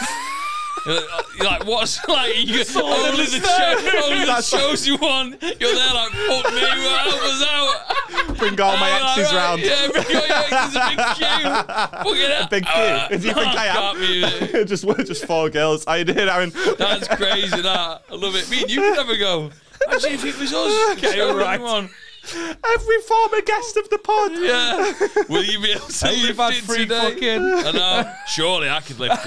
[SPEAKER 1] You're like- you're like, what's like? You, only the, cho- only the
[SPEAKER 2] That's-
[SPEAKER 1] chosen one. You're there like, fuck me, well, help us out.
[SPEAKER 2] Bring all my
[SPEAKER 1] Like,
[SPEAKER 2] exes
[SPEAKER 1] right,
[SPEAKER 2] round.
[SPEAKER 1] Yeah, bring all your exes a big queue. Fuck it up.
[SPEAKER 2] Big queue.
[SPEAKER 1] Ah,
[SPEAKER 2] Do you think I
[SPEAKER 1] can't be-
[SPEAKER 2] am? just just four girls. How you doing, Aaron?
[SPEAKER 1] That's crazy, that. I love it. Me and you could have a go. Imagine if it was us. Okay, all right.
[SPEAKER 2] Every former guest of the pod.
[SPEAKER 1] Yeah. Will you be able to lift
[SPEAKER 3] had
[SPEAKER 1] it
[SPEAKER 3] free
[SPEAKER 1] today?
[SPEAKER 3] fucking-
[SPEAKER 1] I know. Surely I could lift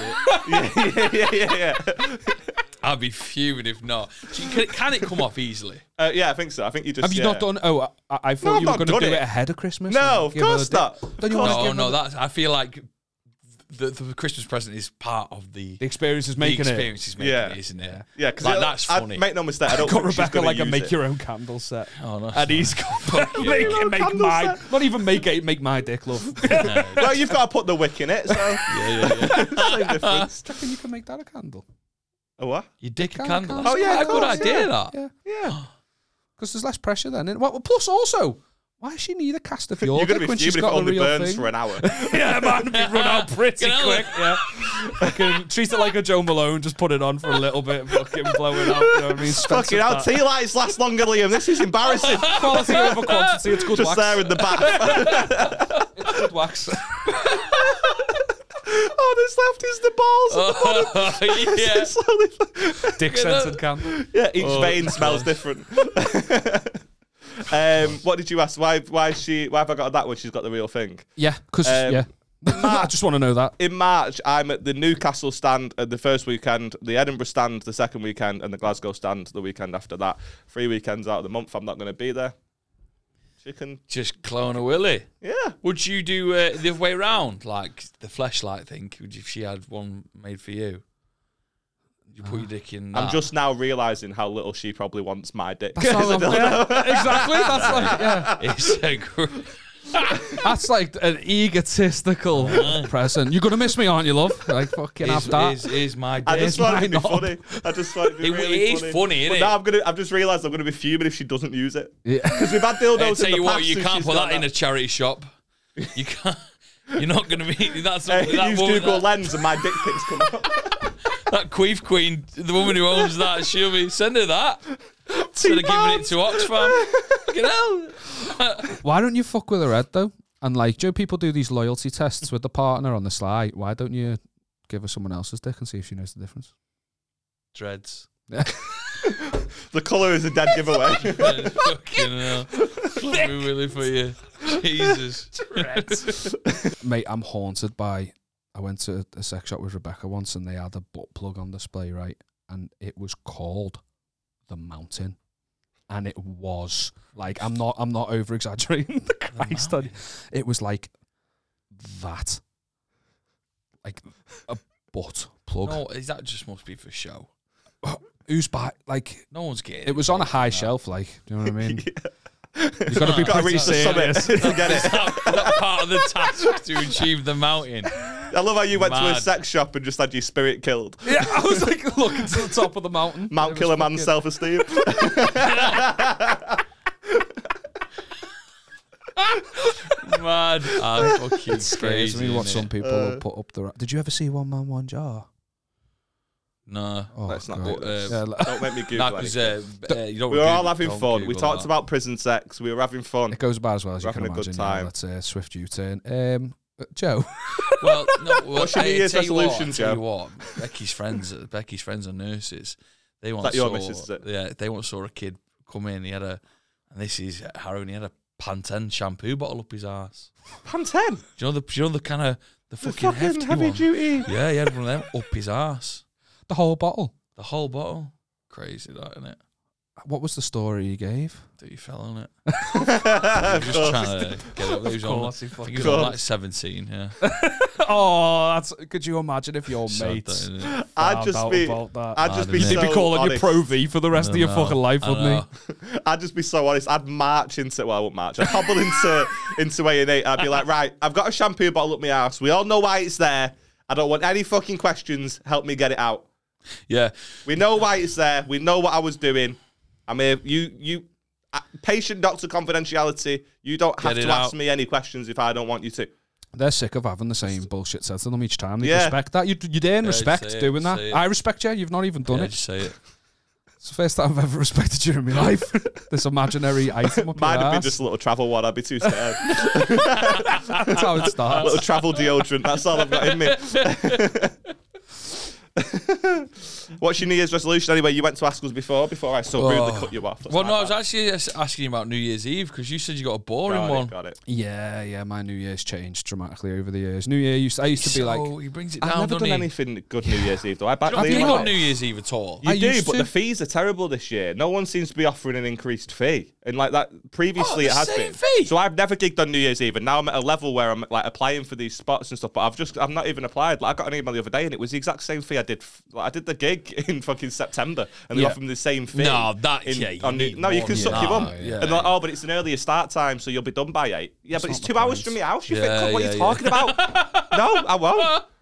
[SPEAKER 2] yeah,
[SPEAKER 1] it.
[SPEAKER 2] yeah, yeah, yeah.
[SPEAKER 1] I'd be fuming if not. Do you- Can it, can it come off easily?
[SPEAKER 2] Uh, yeah, I think so. I think you just
[SPEAKER 3] Have you
[SPEAKER 2] yeah.
[SPEAKER 3] not done? Oh, I, I
[SPEAKER 2] No,
[SPEAKER 3] thought you were
[SPEAKER 2] I've not
[SPEAKER 3] going to
[SPEAKER 2] done
[SPEAKER 3] do it.
[SPEAKER 2] it.
[SPEAKER 3] ahead of Christmas.
[SPEAKER 2] No,
[SPEAKER 3] and
[SPEAKER 2] of
[SPEAKER 3] give her a
[SPEAKER 2] course
[SPEAKER 3] dick.
[SPEAKER 2] not.
[SPEAKER 3] Don't you
[SPEAKER 2] Of
[SPEAKER 3] want to
[SPEAKER 1] No,
[SPEAKER 3] give
[SPEAKER 1] no.
[SPEAKER 3] no,
[SPEAKER 1] That's. I feel like the, the Christmas present is part of the,
[SPEAKER 3] the experience is
[SPEAKER 1] the
[SPEAKER 3] making it.
[SPEAKER 1] experience is making
[SPEAKER 2] Yeah.
[SPEAKER 1] it, isn't it?
[SPEAKER 2] Yeah, because
[SPEAKER 1] Like, that's funny.
[SPEAKER 2] make no mistake. I don't
[SPEAKER 3] Got
[SPEAKER 2] think she's
[SPEAKER 3] Rebecca
[SPEAKER 2] gonna
[SPEAKER 3] like a
[SPEAKER 2] use
[SPEAKER 3] make
[SPEAKER 2] it.
[SPEAKER 3] your own candle set.
[SPEAKER 1] Oh, no.
[SPEAKER 3] And he's got
[SPEAKER 1] you.
[SPEAKER 3] make
[SPEAKER 2] Your own
[SPEAKER 3] it, make
[SPEAKER 2] candle
[SPEAKER 3] mine.
[SPEAKER 2] set.
[SPEAKER 3] Not even make it, make my dick, love.
[SPEAKER 2] Well, you've got to put the wick in it, so
[SPEAKER 1] yeah, yeah, yeah.
[SPEAKER 2] same difference.
[SPEAKER 3] Reckon you can make that a candle?
[SPEAKER 2] Oh, what?
[SPEAKER 1] You dick a
[SPEAKER 3] Can-
[SPEAKER 1] candle.
[SPEAKER 3] can-
[SPEAKER 1] That's
[SPEAKER 2] Oh, yeah,
[SPEAKER 1] quite
[SPEAKER 2] of
[SPEAKER 1] a good
[SPEAKER 2] course,
[SPEAKER 1] idea,
[SPEAKER 2] yeah.
[SPEAKER 1] that. Ah.
[SPEAKER 3] Yeah,
[SPEAKER 2] Yeah.
[SPEAKER 3] because there's less pressure then. innit? Well, plus also, why does she need a cast of your
[SPEAKER 2] You're going
[SPEAKER 3] dick
[SPEAKER 2] to be
[SPEAKER 3] when she's
[SPEAKER 2] fuming if it
[SPEAKER 3] got the
[SPEAKER 2] only
[SPEAKER 3] real
[SPEAKER 2] burns
[SPEAKER 3] thing?
[SPEAKER 2] for an hour.
[SPEAKER 3] yeah, man, we run out pretty
[SPEAKER 1] Get out of
[SPEAKER 3] quick. Yeah, fucking treat it like a Joe Malone. Just put it on for a little bit, and fucking blow it up. You know what I mean?
[SPEAKER 2] Fucking hell,
[SPEAKER 3] Expensive
[SPEAKER 2] tea lights last longer, Liam. This is embarrassing.
[SPEAKER 3] that. quality over quantity. It's good
[SPEAKER 2] Just
[SPEAKER 3] wax.
[SPEAKER 2] there in the back.
[SPEAKER 3] It's good wax.
[SPEAKER 2] oh, this left is the balls.
[SPEAKER 1] Oh, yeah.
[SPEAKER 2] It's slowly-
[SPEAKER 3] Dick scented candle.
[SPEAKER 2] yeah, each
[SPEAKER 3] Oh,
[SPEAKER 2] vein smells different. um, what did you ask? Why? Why is she? Why have I got that one? She's got the real thing.
[SPEAKER 3] Yeah, because
[SPEAKER 2] Um,
[SPEAKER 3] yeah. I just want to know that.
[SPEAKER 2] in March, I'm at the Newcastle stand at the first weekend, the Edinburgh stand the second weekend, and the Glasgow stand the weekend after that. Three weekends out of the month, I'm not going to be there. Chicken,
[SPEAKER 1] Just clone a Willy.
[SPEAKER 2] yeah.
[SPEAKER 1] Would you do uh, the other way round, like the flashlight thing? Would you, if she had one made for you, you put your dick in. That.
[SPEAKER 2] Ah. I'm just now realizing how little she probably wants my dick.
[SPEAKER 3] That's all I'm- yeah, exactly. That's like yeah.
[SPEAKER 1] It's a gr-
[SPEAKER 3] That's like an egotistical present. You're gonna miss me, aren't you, love? Like fucking
[SPEAKER 1] is,
[SPEAKER 3] have that.
[SPEAKER 1] is, is my
[SPEAKER 2] I
[SPEAKER 1] dick.
[SPEAKER 2] just
[SPEAKER 3] It's
[SPEAKER 2] thought
[SPEAKER 3] mine
[SPEAKER 2] it'd be
[SPEAKER 3] up.
[SPEAKER 2] funny. I just thought it'd be
[SPEAKER 1] It-
[SPEAKER 2] really
[SPEAKER 1] it is
[SPEAKER 2] funny.
[SPEAKER 1] funny,
[SPEAKER 2] But
[SPEAKER 1] innit?
[SPEAKER 2] now I'm gonna. I've just realised I'm gonna be fuming if she doesn't use it.
[SPEAKER 3] Yeah.
[SPEAKER 2] Because we've had dildos
[SPEAKER 1] I
[SPEAKER 2] in
[SPEAKER 1] tell
[SPEAKER 2] the
[SPEAKER 1] you
[SPEAKER 2] past
[SPEAKER 1] what, you
[SPEAKER 2] and
[SPEAKER 1] can't
[SPEAKER 2] she's
[SPEAKER 1] put
[SPEAKER 2] done
[SPEAKER 1] that in a charity shop. You can't. You're not going to be. That's not,
[SPEAKER 2] Hey,
[SPEAKER 1] that,
[SPEAKER 2] use
[SPEAKER 1] woman,
[SPEAKER 2] Google
[SPEAKER 1] that,
[SPEAKER 2] Lens and my dick pics come up.
[SPEAKER 1] that queef queen, the woman who owns that, she'll be send her that instead of giving it to Oxfam. Fucking hell.
[SPEAKER 3] Why don't you fuck with her head though? And like, Joe, people do these loyalty tests with the partner on the sly. Why don't you give her someone else's dick and see if she knows the difference?
[SPEAKER 1] Dreads.
[SPEAKER 2] The colour is a dead giveaway.
[SPEAKER 1] Fucking hell. Fucking Willy for you. Jesus.
[SPEAKER 3] Mate, I'm haunted by. I went to a sex shop with Rebecca once, and they had a butt plug on display, right? And it was called the Mountain. and it was like I'm not I'm not over exaggerating. the Christ, on you. it was like that, like a butt plug.
[SPEAKER 1] No, is that just must be for show?
[SPEAKER 3] Who's back? Like
[SPEAKER 1] No one's getting.
[SPEAKER 3] it was on a high shelf. Like, do you know what I mean? You've got to be
[SPEAKER 2] Gotta
[SPEAKER 3] pretty
[SPEAKER 2] reach the
[SPEAKER 3] serious.
[SPEAKER 2] summit to get it.
[SPEAKER 1] that, that part of the task to achieve the mountain.
[SPEAKER 2] I love how you went to a
[SPEAKER 1] Mad.
[SPEAKER 2] sex shop and just had your spirit killed.
[SPEAKER 3] Yeah, I was like looking to the top of the mountain. It
[SPEAKER 2] Mount
[SPEAKER 3] was
[SPEAKER 2] Killer Man's
[SPEAKER 3] fucking-
[SPEAKER 2] self esteem.
[SPEAKER 1] Mad. I'm fucking
[SPEAKER 3] Ah, It scares
[SPEAKER 1] crazy,
[SPEAKER 3] me what
[SPEAKER 1] innit?
[SPEAKER 3] some people
[SPEAKER 2] Uh,
[SPEAKER 3] will put up their. Did you ever see One Man One Jar?
[SPEAKER 1] No.
[SPEAKER 3] Oh,
[SPEAKER 2] Let's not
[SPEAKER 3] God.
[SPEAKER 2] do this.
[SPEAKER 3] Yeah, like-
[SPEAKER 2] Don't make me Google
[SPEAKER 1] That
[SPEAKER 2] anything.
[SPEAKER 1] was, uh, uh, you don't
[SPEAKER 2] We were
[SPEAKER 1] Goog-
[SPEAKER 2] all having
[SPEAKER 1] don't
[SPEAKER 2] fun. We
[SPEAKER 1] Google
[SPEAKER 2] talked
[SPEAKER 1] that.
[SPEAKER 2] about prison sex. We were having fun.
[SPEAKER 3] It goes about as well as you
[SPEAKER 2] We're
[SPEAKER 3] can
[SPEAKER 2] having a
[SPEAKER 3] imagine.
[SPEAKER 2] good
[SPEAKER 3] Yeah,
[SPEAKER 2] time.
[SPEAKER 3] that's a swift U-turn. Um, uh, Joe,
[SPEAKER 1] Well, no, well,
[SPEAKER 2] What's your
[SPEAKER 1] I-
[SPEAKER 2] New
[SPEAKER 1] I
[SPEAKER 2] Year's
[SPEAKER 1] tell you
[SPEAKER 2] resolution,
[SPEAKER 1] what, I tell you what, Becky's friends, Becky's friends are nurses. They once
[SPEAKER 2] that your
[SPEAKER 1] saw,
[SPEAKER 2] missus, is it?
[SPEAKER 1] yeah, they once saw a kid come in. He had a, and this is heroin. He had a Pantene shampoo bottle up his ass.
[SPEAKER 2] Pan 10.
[SPEAKER 1] Do you know the, do you know the kind of
[SPEAKER 2] The
[SPEAKER 1] the fucking,
[SPEAKER 2] fucking
[SPEAKER 1] hefty
[SPEAKER 2] heavy
[SPEAKER 1] one?
[SPEAKER 2] duty.
[SPEAKER 1] Yeah, he had one of them up his ass.
[SPEAKER 3] the whole bottle.
[SPEAKER 1] The whole bottle. Crazy, that isn't it?
[SPEAKER 3] What was the story you gave?
[SPEAKER 1] That you fell on it.
[SPEAKER 2] Of
[SPEAKER 1] Just
[SPEAKER 2] course.
[SPEAKER 1] trying to get it. He was on, I think he was on
[SPEAKER 2] course.
[SPEAKER 1] like seventeen. Yeah,
[SPEAKER 3] oh, that's. Could you imagine if your
[SPEAKER 1] Sad that,
[SPEAKER 3] mates?
[SPEAKER 1] isn't it?
[SPEAKER 2] I'd just
[SPEAKER 3] found
[SPEAKER 2] be,
[SPEAKER 3] out about that?
[SPEAKER 2] I'd just be,
[SPEAKER 1] You'd
[SPEAKER 2] so
[SPEAKER 3] You'd be calling
[SPEAKER 2] honest.
[SPEAKER 3] you Pro V for the rest of your
[SPEAKER 1] I know.
[SPEAKER 3] fucking life,
[SPEAKER 1] I
[SPEAKER 3] wouldn't
[SPEAKER 1] know.
[SPEAKER 3] he?
[SPEAKER 2] I'd just be so honest. I'd march into well, I wouldn't march. I'd hobble into into A and E. I'd be like, right, I've got a shampoo bottle up my ass. We all know why it's there. I don't want any fucking questions. Help me get it out.
[SPEAKER 1] Yeah,
[SPEAKER 2] We know why it's there. We know what I was doing. I'm here. You you. uh, Patient doctor confidentiality. You don't have
[SPEAKER 1] Get it
[SPEAKER 2] to ask
[SPEAKER 1] out.
[SPEAKER 2] me any questions if I don't want you to.
[SPEAKER 3] They're sick of having the same bullshit said to them each time. They
[SPEAKER 2] Yeah.
[SPEAKER 3] respect that. You, you dare
[SPEAKER 1] Yeah,
[SPEAKER 3] respect
[SPEAKER 1] say it,
[SPEAKER 3] doing that.
[SPEAKER 1] say it.
[SPEAKER 3] I respect you. You've not even done
[SPEAKER 1] yeah
[SPEAKER 3] it.
[SPEAKER 1] just say it.
[SPEAKER 3] It's the first time I've ever respected you in my life. this imaginary item up
[SPEAKER 2] Mine
[SPEAKER 3] your
[SPEAKER 2] would be
[SPEAKER 3] arse.
[SPEAKER 2] just a little travel one. I'd be too scared.
[SPEAKER 3] That's how it
[SPEAKER 2] a
[SPEAKER 3] starts.
[SPEAKER 2] little travel deodorant. That's all I've got in me. What's your New Year's resolution anyway? You went to ask us before, before I so rudely
[SPEAKER 1] Oh.
[SPEAKER 2] cut you off. That's
[SPEAKER 1] Well,
[SPEAKER 2] my
[SPEAKER 1] no, I was
[SPEAKER 2] bad.
[SPEAKER 1] actually as- asking you about New Year's Eve because you said you got a boring
[SPEAKER 2] Got it,
[SPEAKER 1] one.
[SPEAKER 2] got it.
[SPEAKER 3] Yeah, yeah. My New Year's changed dramatically over the years. New Year used. I used to be like.
[SPEAKER 1] So, he brings it down.
[SPEAKER 2] I've never
[SPEAKER 1] doesn't
[SPEAKER 2] done
[SPEAKER 1] he?
[SPEAKER 2] anything good New Year's Eve though. I back
[SPEAKER 1] Have you
[SPEAKER 2] leave
[SPEAKER 1] got
[SPEAKER 2] that.
[SPEAKER 1] New Year's Eve at all?
[SPEAKER 2] You
[SPEAKER 3] I
[SPEAKER 2] do,
[SPEAKER 3] used
[SPEAKER 2] but
[SPEAKER 3] to.
[SPEAKER 2] the fees are terrible this year. No one seems to be offering an increased fee, and like that previously
[SPEAKER 1] Oh,
[SPEAKER 2] it
[SPEAKER 1] the
[SPEAKER 2] has
[SPEAKER 1] same
[SPEAKER 2] been.
[SPEAKER 1] fee?
[SPEAKER 2] So I've never gigged on New Year's Eve, and now I'm at a level where I'm like applying for these spots and stuff. But I've just I've not even applied. Like I got an email the other day, and it was the exact same fee I did. f- Like, I did the gig in fucking September, and they
[SPEAKER 3] Yeah.
[SPEAKER 2] offered me the same fee.
[SPEAKER 1] No, that-
[SPEAKER 2] in-
[SPEAKER 1] yeah, you
[SPEAKER 2] on New-
[SPEAKER 1] need
[SPEAKER 2] no, you
[SPEAKER 1] more
[SPEAKER 2] can
[SPEAKER 1] than
[SPEAKER 2] suck
[SPEAKER 1] that.
[SPEAKER 2] your bum.
[SPEAKER 1] No, yeah.
[SPEAKER 2] And they're like, oh, but it's an earlier start time, so you'll be done by eight. Yeah, but it's
[SPEAKER 3] not
[SPEAKER 2] two
[SPEAKER 3] the
[SPEAKER 2] hours
[SPEAKER 3] point.
[SPEAKER 2] from my house. You
[SPEAKER 1] Yeah,
[SPEAKER 2] think? What are
[SPEAKER 1] yeah,
[SPEAKER 2] you
[SPEAKER 1] yeah.
[SPEAKER 2] talking about? no, I won't.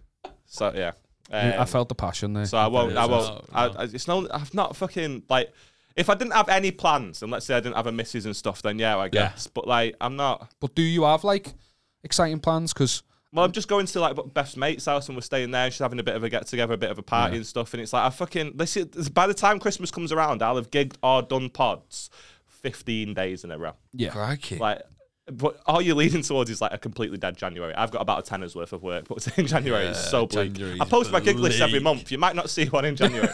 [SPEAKER 2] So yeah. Um,
[SPEAKER 3] I felt the passion there.
[SPEAKER 2] so I won't. I
[SPEAKER 1] is,
[SPEAKER 2] won't.
[SPEAKER 1] no,
[SPEAKER 2] I, I, it's no. I've not fucking like. If I didn't have any plans, and let's say I didn't have a missus and stuff, then yeah, I guess. But like, I'm not.
[SPEAKER 3] But do you have like exciting plans? Because
[SPEAKER 2] Well, I'm just going to like Beth's mate's house, and we're staying there. And she's having a bit of a get together, a bit of a party and stuff. And it's like I fucking. This is, by the time Christmas comes around, I'll have gigged or done pods, 15 days in a row.
[SPEAKER 3] yeah,
[SPEAKER 1] Crikey.
[SPEAKER 2] Like, but all you're leading towards is like a completely dead January. I've got about a tenner's worth of work, but in January it's
[SPEAKER 1] Yeah,
[SPEAKER 2] so bleak.
[SPEAKER 1] January's
[SPEAKER 2] I post my gig list every
[SPEAKER 1] bleak.
[SPEAKER 2] month. You might not see one in January.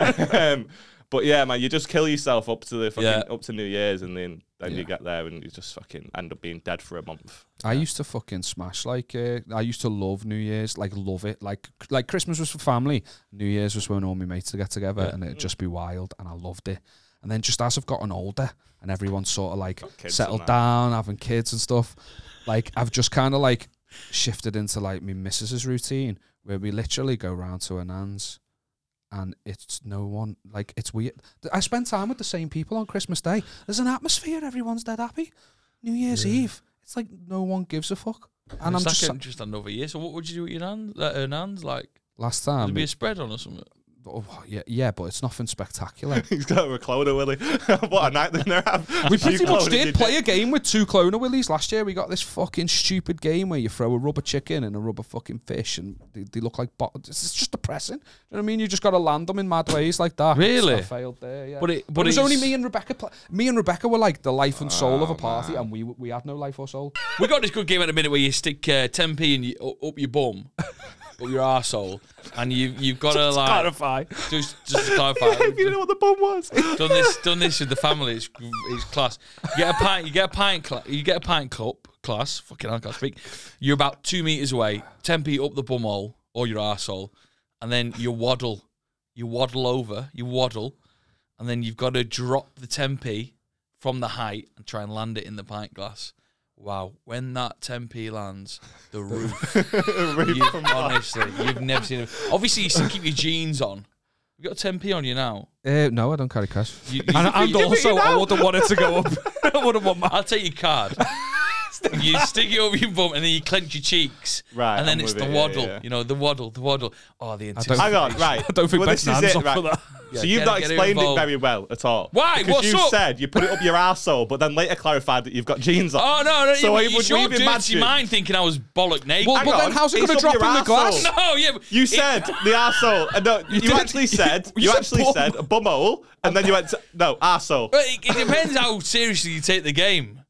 [SPEAKER 2] um, but yeah, man, you just kill yourself up to the fucking
[SPEAKER 1] Yeah.
[SPEAKER 2] up to New Year's, and then then
[SPEAKER 3] Yeah.
[SPEAKER 2] you get there and you just fucking end up being dead for a month.
[SPEAKER 3] I used to fucking smash like uh, I used to love New Year's, like love it. Like like Christmas was for family, New Year's was when all my mates would get together, and
[SPEAKER 2] Mm.
[SPEAKER 3] it'd just be wild, and I loved it. And then just as I've gotten older, and everyone's sort of like
[SPEAKER 2] kids
[SPEAKER 3] settled
[SPEAKER 2] and that.
[SPEAKER 3] down, having kids and stuff, like I've just kind of like shifted into like my missus's routine, where we literally go round to her nan's. And it's no one like it's weird. I spend time with the same people on Christmas Day. There's an atmosphere. Everyone's dead happy. New Year's Eve. It's like no one gives a fuck. And I'm
[SPEAKER 1] It's like
[SPEAKER 3] just
[SPEAKER 1] a- just another year. So what would you do with your hand? That her hands like
[SPEAKER 3] last
[SPEAKER 1] would
[SPEAKER 3] time.
[SPEAKER 1] be a
[SPEAKER 3] It,
[SPEAKER 1] spread on or something.
[SPEAKER 3] oh, yeah, yeah, but it's nothing spectacular.
[SPEAKER 2] He's got a recliner, Willie. what a night they're gonna have.
[SPEAKER 3] we
[SPEAKER 2] You
[SPEAKER 3] pretty much
[SPEAKER 2] cloned
[SPEAKER 3] did
[SPEAKER 2] your
[SPEAKER 3] play a game with two cloner willies last year. We got this fucking stupid game where you throw a rubber chicken and a rubber fucking fish, and they, they look like bottles. It's just depressing. Do you know what I mean? You just got to land them in mad ways like that.
[SPEAKER 1] Really?
[SPEAKER 3] I failed there. Yeah.
[SPEAKER 1] But it- but
[SPEAKER 3] it was
[SPEAKER 1] it's- Ah,
[SPEAKER 3] only me and Rebecca. Pl- me and Rebecca were like the life and soul of a party, and we we had no life or soul.
[SPEAKER 1] We got this good game at a minute where you stick uh, 10p in you, up your bum, up your arsehole, and you you've got to like
[SPEAKER 3] Clarify.
[SPEAKER 1] just just to
[SPEAKER 2] dick.
[SPEAKER 1] clarify.
[SPEAKER 2] If you didn't know what the bum was.
[SPEAKER 1] done this done this with the family. It's, it's class. You get a pint. You get a pint. Cl- you get a pint cup. Class. Fucking hell, I can't speak. You're about two meters away, ten feet up the bumhole or your arsehole, and then you waddle. You waddle over. You waddle, and then you've got to drop the 10p from the height and try and land it in the pint glass. Wow, when that 10p lands, the roof. you, honestly, you've never seen it. Obviously, you still keep your jeans on. You've got 10p on you now.
[SPEAKER 3] Uh, no, I don't carry cash.
[SPEAKER 1] You, you-
[SPEAKER 3] And, and also, I wouldn't want it to go up. I wouldn't want my.
[SPEAKER 1] I'll take your card. you stick it over your bum and then you clench your cheeks.
[SPEAKER 2] Right,
[SPEAKER 1] And then
[SPEAKER 2] I'm
[SPEAKER 1] it's
[SPEAKER 2] with
[SPEAKER 1] the
[SPEAKER 2] it, yeah,
[SPEAKER 1] waddle.
[SPEAKER 2] yeah.
[SPEAKER 1] You know, the waddle, the waddle. Oh, the
[SPEAKER 3] don't-
[SPEAKER 1] anticipation.
[SPEAKER 2] Hang on, right.
[SPEAKER 3] I don't think
[SPEAKER 2] well,
[SPEAKER 3] best
[SPEAKER 2] this is
[SPEAKER 3] hands
[SPEAKER 2] it,
[SPEAKER 3] up
[SPEAKER 2] right.
[SPEAKER 3] for that.
[SPEAKER 1] Yeah,
[SPEAKER 2] so you've
[SPEAKER 1] get-
[SPEAKER 2] not
[SPEAKER 1] get her
[SPEAKER 2] explained it
[SPEAKER 1] involved.
[SPEAKER 2] very well at all.
[SPEAKER 1] Why?
[SPEAKER 2] Because
[SPEAKER 1] What's
[SPEAKER 2] you
[SPEAKER 1] up?
[SPEAKER 2] said you put it up your arsehole, but then later clarified that you've got jeans on.
[SPEAKER 1] Oh, no, no.
[SPEAKER 2] So
[SPEAKER 1] So
[SPEAKER 2] I
[SPEAKER 1] you,
[SPEAKER 2] would
[SPEAKER 1] it's your
[SPEAKER 2] leave
[SPEAKER 1] dirty
[SPEAKER 2] imagine-
[SPEAKER 1] mind thinking I was bollock naked.
[SPEAKER 3] Well,
[SPEAKER 2] Hang
[SPEAKER 3] but
[SPEAKER 2] on,
[SPEAKER 3] then how's it
[SPEAKER 2] it's
[SPEAKER 3] going to
[SPEAKER 2] up
[SPEAKER 3] drop in
[SPEAKER 2] your
[SPEAKER 3] the glass?
[SPEAKER 2] arsehole.
[SPEAKER 1] no, yeah. but
[SPEAKER 2] You
[SPEAKER 1] it-
[SPEAKER 2] said the arsehole. Uh, no, you,
[SPEAKER 3] did.
[SPEAKER 2] actually said
[SPEAKER 3] You
[SPEAKER 2] you,
[SPEAKER 3] said
[SPEAKER 2] actually
[SPEAKER 3] bum.
[SPEAKER 2] said a bumhole, and then you went to, no arsehole.
[SPEAKER 1] But it, it depends how seriously you take the game.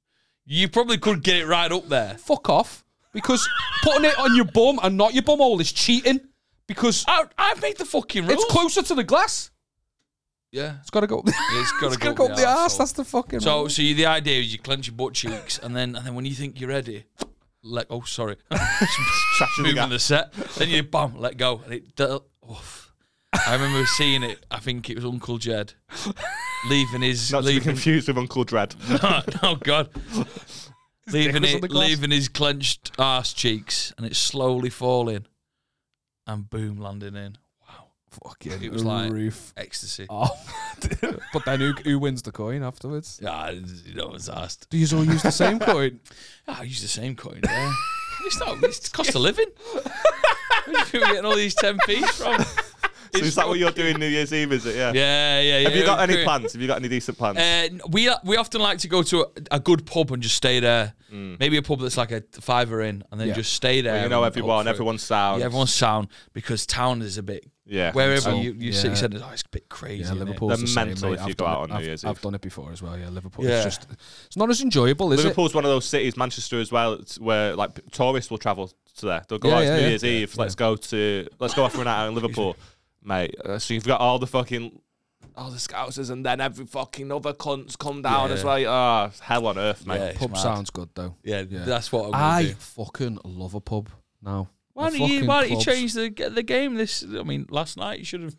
[SPEAKER 1] You probably could get it right up there.
[SPEAKER 3] Fuck off. Because putting it on your bum and not your bum hole is cheating. Because
[SPEAKER 1] I, I've made the fucking rules.
[SPEAKER 3] it's closer to the glass.
[SPEAKER 1] Yeah,
[SPEAKER 3] It's got to go.
[SPEAKER 1] it's
[SPEAKER 3] It's
[SPEAKER 1] gotta
[SPEAKER 3] got to go
[SPEAKER 1] go,
[SPEAKER 3] up the ass.
[SPEAKER 1] arsehole.
[SPEAKER 3] That's the fucking.
[SPEAKER 1] so, so you, the idea is you clench your butt cheeks, and then and then when you think you're ready, let oh sorry,
[SPEAKER 2] Trashing the
[SPEAKER 1] moving
[SPEAKER 2] gap.
[SPEAKER 1] the set, then you bam let go, and it del- oof. I remember seeing it. I think it was Uncle Jed leaving his
[SPEAKER 2] Not to be
[SPEAKER 1] leaving.
[SPEAKER 2] confused with Uncle Dread.
[SPEAKER 1] oh God, leaving
[SPEAKER 3] was
[SPEAKER 1] it,
[SPEAKER 3] on the glass.
[SPEAKER 1] leaving his clenched ass cheeks, and it's slowly falling, and boom, landing in. Wow,
[SPEAKER 3] fucking
[SPEAKER 1] It was like-
[SPEAKER 3] roof.
[SPEAKER 1] ecstasy.
[SPEAKER 3] Oh. but then who, who wins the coin afterwards?
[SPEAKER 1] Yeah, you know it's asked. Ah,
[SPEAKER 3] Do you all use the same coin?
[SPEAKER 1] I use the same coin. Yeah. it's not. It's cost a living. Where do you get all these ten p from?
[SPEAKER 2] So is that what you're doing New Year's Eve? Is it? Yeah.
[SPEAKER 1] Yeah, yeah, yeah.
[SPEAKER 2] Have you got any
[SPEAKER 1] Great.
[SPEAKER 2] plans? Have you got any decent plans?
[SPEAKER 1] Uh, n- we we often like to go to a, a good pub and just stay there. Maybe a pub that's like a fiver in, and then
[SPEAKER 3] Yeah.
[SPEAKER 1] just stay there.
[SPEAKER 2] Mm. you know
[SPEAKER 1] and go
[SPEAKER 2] everyone.
[SPEAKER 1] through.
[SPEAKER 2] Everyone's sound.
[SPEAKER 1] Yeah, everyone's sound because town is a bit.
[SPEAKER 2] Yeah.
[SPEAKER 1] Wherever
[SPEAKER 2] So-
[SPEAKER 1] you, you sit,
[SPEAKER 3] yeah.
[SPEAKER 1] you said, oh, it's a bit crazy.
[SPEAKER 3] Yeah,
[SPEAKER 1] isn't it?"
[SPEAKER 3] Liverpool's
[SPEAKER 2] They're
[SPEAKER 3] the same,
[SPEAKER 2] mental
[SPEAKER 3] mate.
[SPEAKER 2] if you
[SPEAKER 3] I've
[SPEAKER 2] go
[SPEAKER 3] done
[SPEAKER 2] out
[SPEAKER 3] it-
[SPEAKER 2] on New
[SPEAKER 3] I've-
[SPEAKER 2] Year's
[SPEAKER 3] I've
[SPEAKER 2] Eve.
[SPEAKER 3] done it before as well. Yeah, Liverpool.
[SPEAKER 1] Yeah.
[SPEAKER 3] It's just it's not as enjoyable, is
[SPEAKER 2] Liverpool's one of those cities, Manchester as well, it's where like p- tourists will travel to there. They'll go
[SPEAKER 3] Yeah,
[SPEAKER 2] out
[SPEAKER 3] yeah,
[SPEAKER 2] to New
[SPEAKER 3] yeah.
[SPEAKER 2] Year's Eve. Let's go to let's go off for an out in Liverpool, mate. Uh, so you've got all the fucking all the scousers, and then every fucking other cunts come down
[SPEAKER 1] Yeah.
[SPEAKER 2] as well. Ah, hell on earth,
[SPEAKER 1] Yeah,
[SPEAKER 2] mate.
[SPEAKER 1] it's
[SPEAKER 3] it? Pub
[SPEAKER 1] mad.
[SPEAKER 3] sounds good though.
[SPEAKER 1] Yeah,
[SPEAKER 3] Yeah.
[SPEAKER 1] that's what I'm gonna
[SPEAKER 3] I
[SPEAKER 1] do.
[SPEAKER 3] fucking love a pub now.
[SPEAKER 1] Why
[SPEAKER 3] The
[SPEAKER 1] don't you
[SPEAKER 3] fucking
[SPEAKER 1] Why don't you
[SPEAKER 3] clubs.
[SPEAKER 1] change the get the game? This I mean, last night you should have